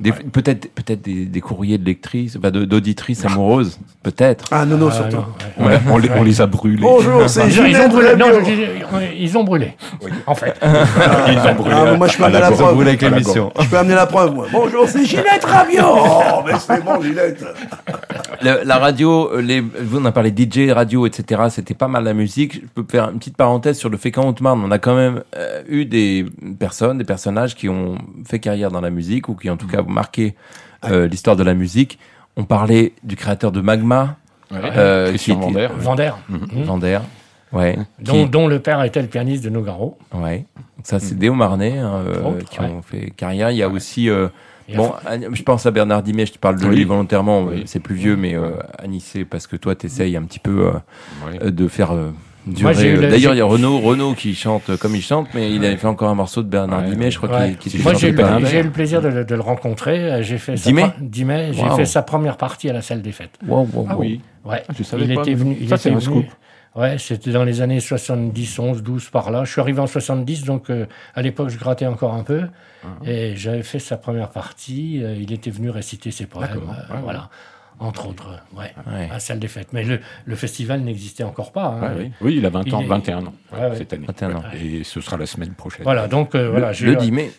Speaker 6: Des- Peut-être peut-être des, des courriers de lectrices, bah, de- d'auditrices amoureuses, peut-être.
Speaker 8: Ah, non, non,
Speaker 7: Ah,
Speaker 8: surtout.
Speaker 7: non, ouais.
Speaker 9: On, les- on les, on les a brûlés.
Speaker 8: Bonjour, c'est
Speaker 7: Ils ont- ils ont
Speaker 8: Ginette de la
Speaker 7: brûlé.
Speaker 8: Bio.
Speaker 7: Non, je dis- ils ont brûlé. En fait.
Speaker 9: Ils ont brûlé.
Speaker 8: Ah, mais moi, je peux
Speaker 9: À
Speaker 8: amener la
Speaker 9: gorge.
Speaker 8: preuve.
Speaker 6: avec l'émission.
Speaker 8: Je peux amener la preuve, moi. Bonjour, c'est Ginette Rabio. Oh, mais c'est bon, Ginette.
Speaker 6: Le- la radio, euh, les, vous, on a parlé DJ, radio, etc. C'était pas mal la musique. Je peux faire une petite parenthèse sur le fait qu'en Haute-Marne, on a quand même euh, eu des personnes, des personnages qui ont fait carrière dans la musique ou qui, en tout cas, ont marqué euh, l'histoire de la musique. On parlait du créateur de Magma,
Speaker 9: Ouais.
Speaker 6: Euh,
Speaker 9: Christian
Speaker 6: qui était-
Speaker 9: Vander.
Speaker 7: Vander. Mhm.
Speaker 6: Vander. Ouais.
Speaker 7: Dont,
Speaker 6: Qui-
Speaker 7: dont le père était le pianiste de Nogaro.
Speaker 6: ouais. Donc ça,
Speaker 7: Mm.
Speaker 6: c'est des Haut-Marnais hein, euh,
Speaker 7: Entre autres,
Speaker 6: qui ont fait carrière. Il y a aussi euh,
Speaker 7: Oh, Et
Speaker 6: Bon, Anne- je pense à Bernard Dimet, je te parle de
Speaker 9: Oui.
Speaker 6: lui volontairement,
Speaker 9: Oui.
Speaker 6: c'est plus
Speaker 7: Mm.
Speaker 6: vieux, mais euh, Anissé, parce que toi, t'essayes un petit peu euh,
Speaker 9: Ouais.
Speaker 6: de faire euh,
Speaker 7: Moi, j'ai
Speaker 6: durer.
Speaker 7: eu la-
Speaker 6: D'ailleurs, il y a Renaud, Renaud qui chante comme il chante, mais il avait fait encore un morceau de Bernard
Speaker 9: Ouais.
Speaker 6: Dimet, je crois
Speaker 7: Ouais.
Speaker 6: qu'il qu'il
Speaker 7: Moi,
Speaker 6: chantait
Speaker 7: j'ai eu,
Speaker 6: pas.
Speaker 7: le- j'ai eu le plaisir de, le- de le rencontrer. Euh, J'ai fait sa
Speaker 6: Dimet
Speaker 7: pre- Dimet, j'ai
Speaker 6: Wow.
Speaker 7: fait sa première partie à la salle des fêtes.
Speaker 6: Wow, wow,
Speaker 9: Ah
Speaker 6: wow.
Speaker 9: oui.
Speaker 7: Ouais.
Speaker 9: Ah, tu savais
Speaker 7: il
Speaker 9: pas,
Speaker 7: était
Speaker 9: mais-
Speaker 7: venu. Il
Speaker 9: ça, c'est
Speaker 7: était
Speaker 9: un
Speaker 7: venu-
Speaker 9: scoop.
Speaker 7: Ouais, c'était dans les années 70, 11, 12 par là. Je suis arrivé en 70, donc euh, à l'époque je grattais encore un peu.
Speaker 9: Ah.
Speaker 7: Et j'avais fait sa première partie. euh, il était venu réciter ses poèmes,
Speaker 9: D'accord,
Speaker 7: euh,
Speaker 9: ouais, Ah, ouais.
Speaker 7: voilà, entre autres, euh, ouais,
Speaker 6: Ouais.
Speaker 7: à la salle des fêtes. Mais le, le festival n'existait encore pas. hein.
Speaker 9: Ouais, Ah, oui. Oui, il a 20 ans,
Speaker 7: Il est-
Speaker 9: 21 ans
Speaker 7: Ouais, ouais.
Speaker 9: cette année.
Speaker 6: 21 ans.
Speaker 9: Et ce sera la semaine prochaine.
Speaker 7: Voilà, donc euh, voilà, j'ai
Speaker 6: Le
Speaker 7: eu-
Speaker 6: Dimet.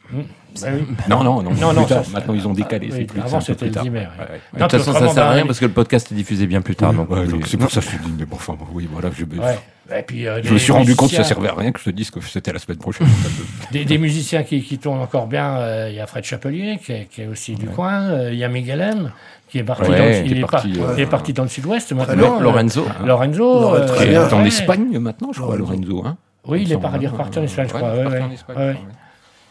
Speaker 7: Bah oui.
Speaker 9: Non, non, non.
Speaker 7: Non,
Speaker 9: plus
Speaker 7: non,
Speaker 9: tard.
Speaker 7: ça, c'est-
Speaker 9: Maintenant, ils ont décalé.
Speaker 7: oui,
Speaker 9: c'est plus,
Speaker 7: avant,
Speaker 9: c'est un
Speaker 7: c'était
Speaker 9: peu plus
Speaker 7: le
Speaker 9: tard.
Speaker 7: 10 mai, ouais.
Speaker 6: De
Speaker 9: ouais.
Speaker 6: toute
Speaker 7: puis
Speaker 6: façon, ça
Speaker 7: autrement,
Speaker 6: sert à
Speaker 7: bah,
Speaker 6: rien parce que le podcast est diffusé bien plus tard. donc euh,
Speaker 9: Ouais,
Speaker 6: vous
Speaker 9: donc
Speaker 6: voulez-
Speaker 9: c'est pour ça que je te dis, mais bon, enfin, oui, voilà, je,
Speaker 7: ouais. Et puis, euh,
Speaker 9: je
Speaker 7: des
Speaker 9: me suis rendu compte que ça
Speaker 7: musiciens-
Speaker 9: servait à rien que je te dise que c'était la semaine prochaine.
Speaker 7: Des, des musiciens qui, qui tournent encore bien, euh, il y a Fred Chapelier, qui est, qui est aussi du coin, euh, il y a Miguel M, qui est parti,
Speaker 6: Ouais,
Speaker 7: dans, le-
Speaker 6: qui
Speaker 7: il
Speaker 9: est
Speaker 7: est
Speaker 9: parti,
Speaker 7: par-
Speaker 9: euh,
Speaker 7: il est parti dans le sud-ouest maintenant.
Speaker 6: Non,
Speaker 7: euh,
Speaker 6: Lorenzo.
Speaker 7: Lorenzo. euh,
Speaker 8: Lorenzo,
Speaker 9: Qui
Speaker 8: très
Speaker 9: est
Speaker 8: bien.
Speaker 9: en
Speaker 7: ouais.
Speaker 9: Espagne maintenant, je crois, Lorenzo. Hein
Speaker 7: Oui, il est
Speaker 9: me
Speaker 7: par-
Speaker 9: semble,
Speaker 7: il est
Speaker 9: hein.
Speaker 7: reparti en Espagne, je
Speaker 9: Ouais,
Speaker 7: crois,
Speaker 9: il est
Speaker 7: ouais,
Speaker 9: reparti en
Speaker 7: ouais.
Speaker 9: Espagne,
Speaker 7: Ouais.
Speaker 9: je crois, ouais.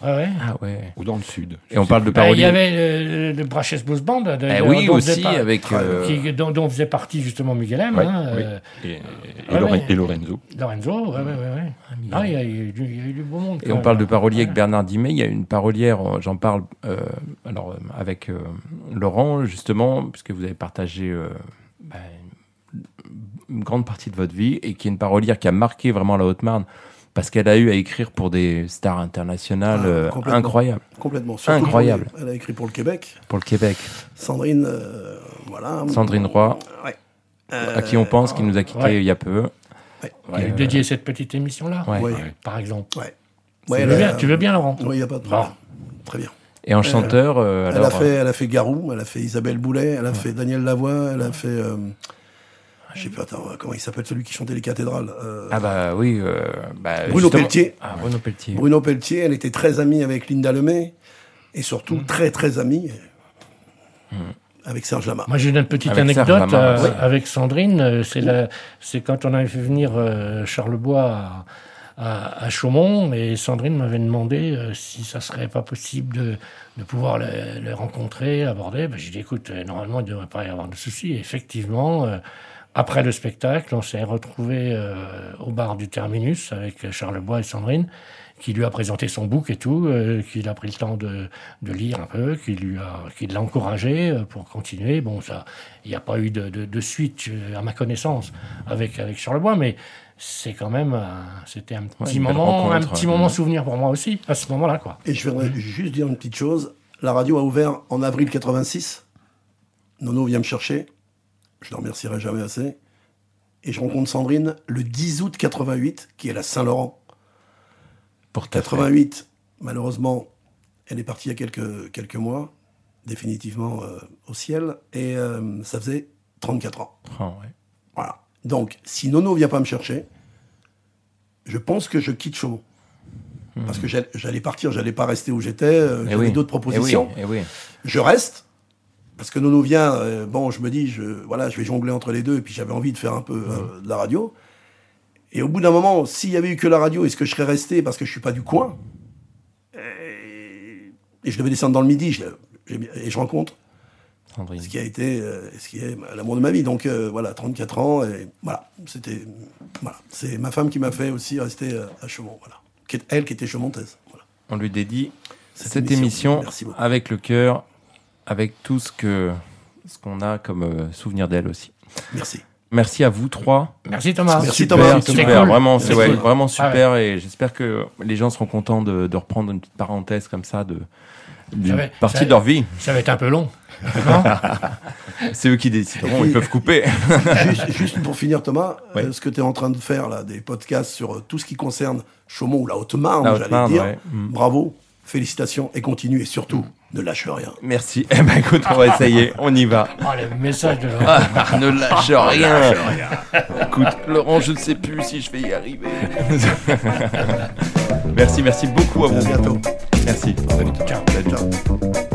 Speaker 7: Ouais, ouais.
Speaker 6: Ah ouais.
Speaker 9: Ou dans le sud.
Speaker 6: Et on parle de
Speaker 7: Bah, il y
Speaker 6: parolier.
Speaker 7: avait euh, le, le Brashes Blues Band. de-
Speaker 6: Eh
Speaker 7: dont-
Speaker 6: oui,
Speaker 7: dont faisait
Speaker 6: aussi,
Speaker 7: par-
Speaker 6: avec. euh,
Speaker 7: qui- dont, dont faisait partie justement Miguel M.
Speaker 9: Ouais,
Speaker 7: hein,
Speaker 9: oui.
Speaker 7: euh,
Speaker 9: Et, et- et
Speaker 7: Ouais,
Speaker 9: Loren-
Speaker 7: ouais.
Speaker 9: et Lorenzo.
Speaker 7: Lorenzo, ouais, ouais, ouais, ouais. Ah, il y a eu du, il y a eu du beau monde.
Speaker 6: Et
Speaker 7: quand
Speaker 6: on
Speaker 7: même.
Speaker 6: parle de parolier avec
Speaker 7: Ouais.
Speaker 6: Bernard Dimet. Il y a une parolière, euh, j'en parle euh, alors euh, avec euh, Laurent justement, puisque vous avez partagé euh, ben, une grande partie de votre vie et qui est une parolière qui a marqué vraiment la Haute-Marne parce qu'elle a eu à écrire pour des stars internationales
Speaker 8: Ah,
Speaker 6: euh,
Speaker 8: complètement.
Speaker 6: incroyables
Speaker 8: Complètement. Surtout que
Speaker 6: Incroyable.
Speaker 8: Elle a écrit pour le Québec.
Speaker 6: pour le Québec.
Speaker 8: Sandrine, euh, voilà.
Speaker 6: Sandrine Roy,
Speaker 8: Ouais.
Speaker 6: à qui on pense, qui nous a quittés
Speaker 7: ouais.
Speaker 6: il y a peu.
Speaker 7: Il a eu dédié cette petite émission-là,
Speaker 6: Ouais.
Speaker 8: Ouais.
Speaker 7: par exemple.
Speaker 8: Ouais. Ouais,
Speaker 7: tu,
Speaker 8: elle
Speaker 7: veux
Speaker 8: a-
Speaker 7: bien, tu veux Ah. bien, Laurent
Speaker 8: Oui, il n'y a pas de problème. Très bien.
Speaker 6: Et en chanteur, euh,
Speaker 8: Elle
Speaker 6: alors,
Speaker 8: a, fait, elle a fait Garou, elle a fait Isabelle Boulet, elle a fait Daniel Lavoie, elle a fait. euh, je sais plus, attends, comment il s'appelle celui qui chantait les cathédrales euh,
Speaker 6: ah bah oui, euh, bah,
Speaker 8: Bruno
Speaker 6: justement-
Speaker 8: Pelletier.
Speaker 6: Ah, Bruno Pelletier.
Speaker 8: Bruno Pelletier, elle était très amie avec Linda Lemay, et surtout
Speaker 6: Mm.
Speaker 8: très très amie avec Serge Lama.
Speaker 7: Moi, j'ai une petite
Speaker 6: Avec Serge
Speaker 7: anecdote
Speaker 6: Lama,
Speaker 7: euh,
Speaker 6: oui.
Speaker 7: avec Sandrine. euh, C'est la- c'est quand on avait fait venir euh, Charlebois à, à- à Chaumont, et Sandrine m'avait demandé euh, si ça serait pas possible de, de pouvoir le, le rencontrer, l'aborder. Ben, j'ai dit, écoute, euh, normalement, il ne devrait pas y avoir de souci. Et Effectivement, euh, Après le spectacle, on s'est retrouvé euh, au bar du Terminus avec Charles Bois et Sandrine, qui lui a présenté son bouc et tout, euh, qu'il a pris le temps de, de lire un peu, qui lui a, qui l'a encouragé euh, pour continuer. Bon, ça, il n'y a pas eu de, de, de suite euh, à ma connaissance avec avec Charlebois, mais c'est quand même, un- c'était un
Speaker 10: Ouais,
Speaker 7: petit
Speaker 10: une belle
Speaker 7: moment, un
Speaker 10: rencontre,
Speaker 7: petit
Speaker 10: ouais.
Speaker 7: moment souvenir pour moi aussi à ce moment-là, quoi.
Speaker 8: Et je voudrais juste dire une petite chose. La radio a ouvert en avril 86. Nono vient me chercher. Je ne remercierai jamais assez. Et je rencontre Sandrine le 10 août 88, qui est la Saint-Laurent.
Speaker 6: Pour ta
Speaker 8: 88, malheureusement, elle est partie il y a quelques, quelques mois, définitivement euh, au ciel. Et euh, ça faisait 34 ans.
Speaker 6: fête. Ah, ouais.
Speaker 8: Voilà. Donc, si Nono vient pas me chercher, je pense que je quitte Chaumont. Parce que j'allais- j'allais partir, j'allais pas rester où j'étais, euh,
Speaker 6: Hmm. Eh
Speaker 8: j'avais
Speaker 6: oui.
Speaker 8: d'autres
Speaker 6: Eh oui,
Speaker 8: propositions.
Speaker 6: eh oui.
Speaker 8: Je reste, parce que Nono vient, euh, bon, je me dis, je, voilà, je vais jongler entre les deux, et puis j'avais envie de faire un peu
Speaker 6: Hmm.
Speaker 8: euh, de la radio. Et au bout d'un moment, s'il y avait eu que la radio, est-ce que je serais resté parce que je suis pas du coin Et- Et je devais descendre dans le midi, je- j'ai bien- et je rencontre
Speaker 6: Sandrine.
Speaker 8: ce qui a été euh, ce qui est l'amour de ma vie. Donc euh, voilà, 34 ans et voilà, c'était voilà, c'est ma femme qui m'a fait aussi rester euh, à Chaumont, voilà. Qui est- elle qui était chaumontaise. Voilà.
Speaker 6: On lui dédie
Speaker 8: Cette
Speaker 6: cette,
Speaker 8: émission.
Speaker 6: émission,
Speaker 8: Merci beaucoup.
Speaker 6: avec le cœur, avec tout ce que ce qu'on a comme euh, souvenir d'elle aussi.
Speaker 8: Merci.
Speaker 6: Merci à vous trois.
Speaker 7: Merci Thomas.
Speaker 8: Merci,
Speaker 7: Super.
Speaker 8: Thomas.
Speaker 6: Super,
Speaker 8: C'était
Speaker 6: super,
Speaker 7: cool. Ah
Speaker 6: vraiment,
Speaker 8: C'était
Speaker 6: c'est ouais,
Speaker 8: cool.
Speaker 6: vraiment super et j'espère que les gens seront contents de, de reprendre une petite parenthèse comme ça de
Speaker 7: Ça
Speaker 6: d'une
Speaker 7: va-
Speaker 6: partie
Speaker 7: ça-
Speaker 6: de leur vie.
Speaker 7: Ça va être un peu long. non
Speaker 6: C'est eux qui décideront, ils peuvent couper.
Speaker 8: juste, juste pour finir Thomas,
Speaker 6: Ouais.
Speaker 8: euh, ce que tu es en train de faire là des podcasts sur euh, tout ce qui concerne Chaumont ou la Haute-Marne,
Speaker 6: La
Speaker 8: j'allais
Speaker 6: Haute-Marne,
Speaker 8: dire.
Speaker 6: ouais. Mm.
Speaker 8: Bravo, félicitations et continue et surtout ne lâche rien.
Speaker 6: Merci. Eh ben écoute, on va essayer, on y va.
Speaker 7: Oh, le message de
Speaker 6: Ah, ne lâche rien. Écoute, Laurent, je ne sais plus si je vais y arriver. merci, merci beaucoup à vous.
Speaker 8: À bientôt.
Speaker 6: Merci. Salut.
Speaker 7: Ciao.
Speaker 6: Salut.
Speaker 8: Ciao.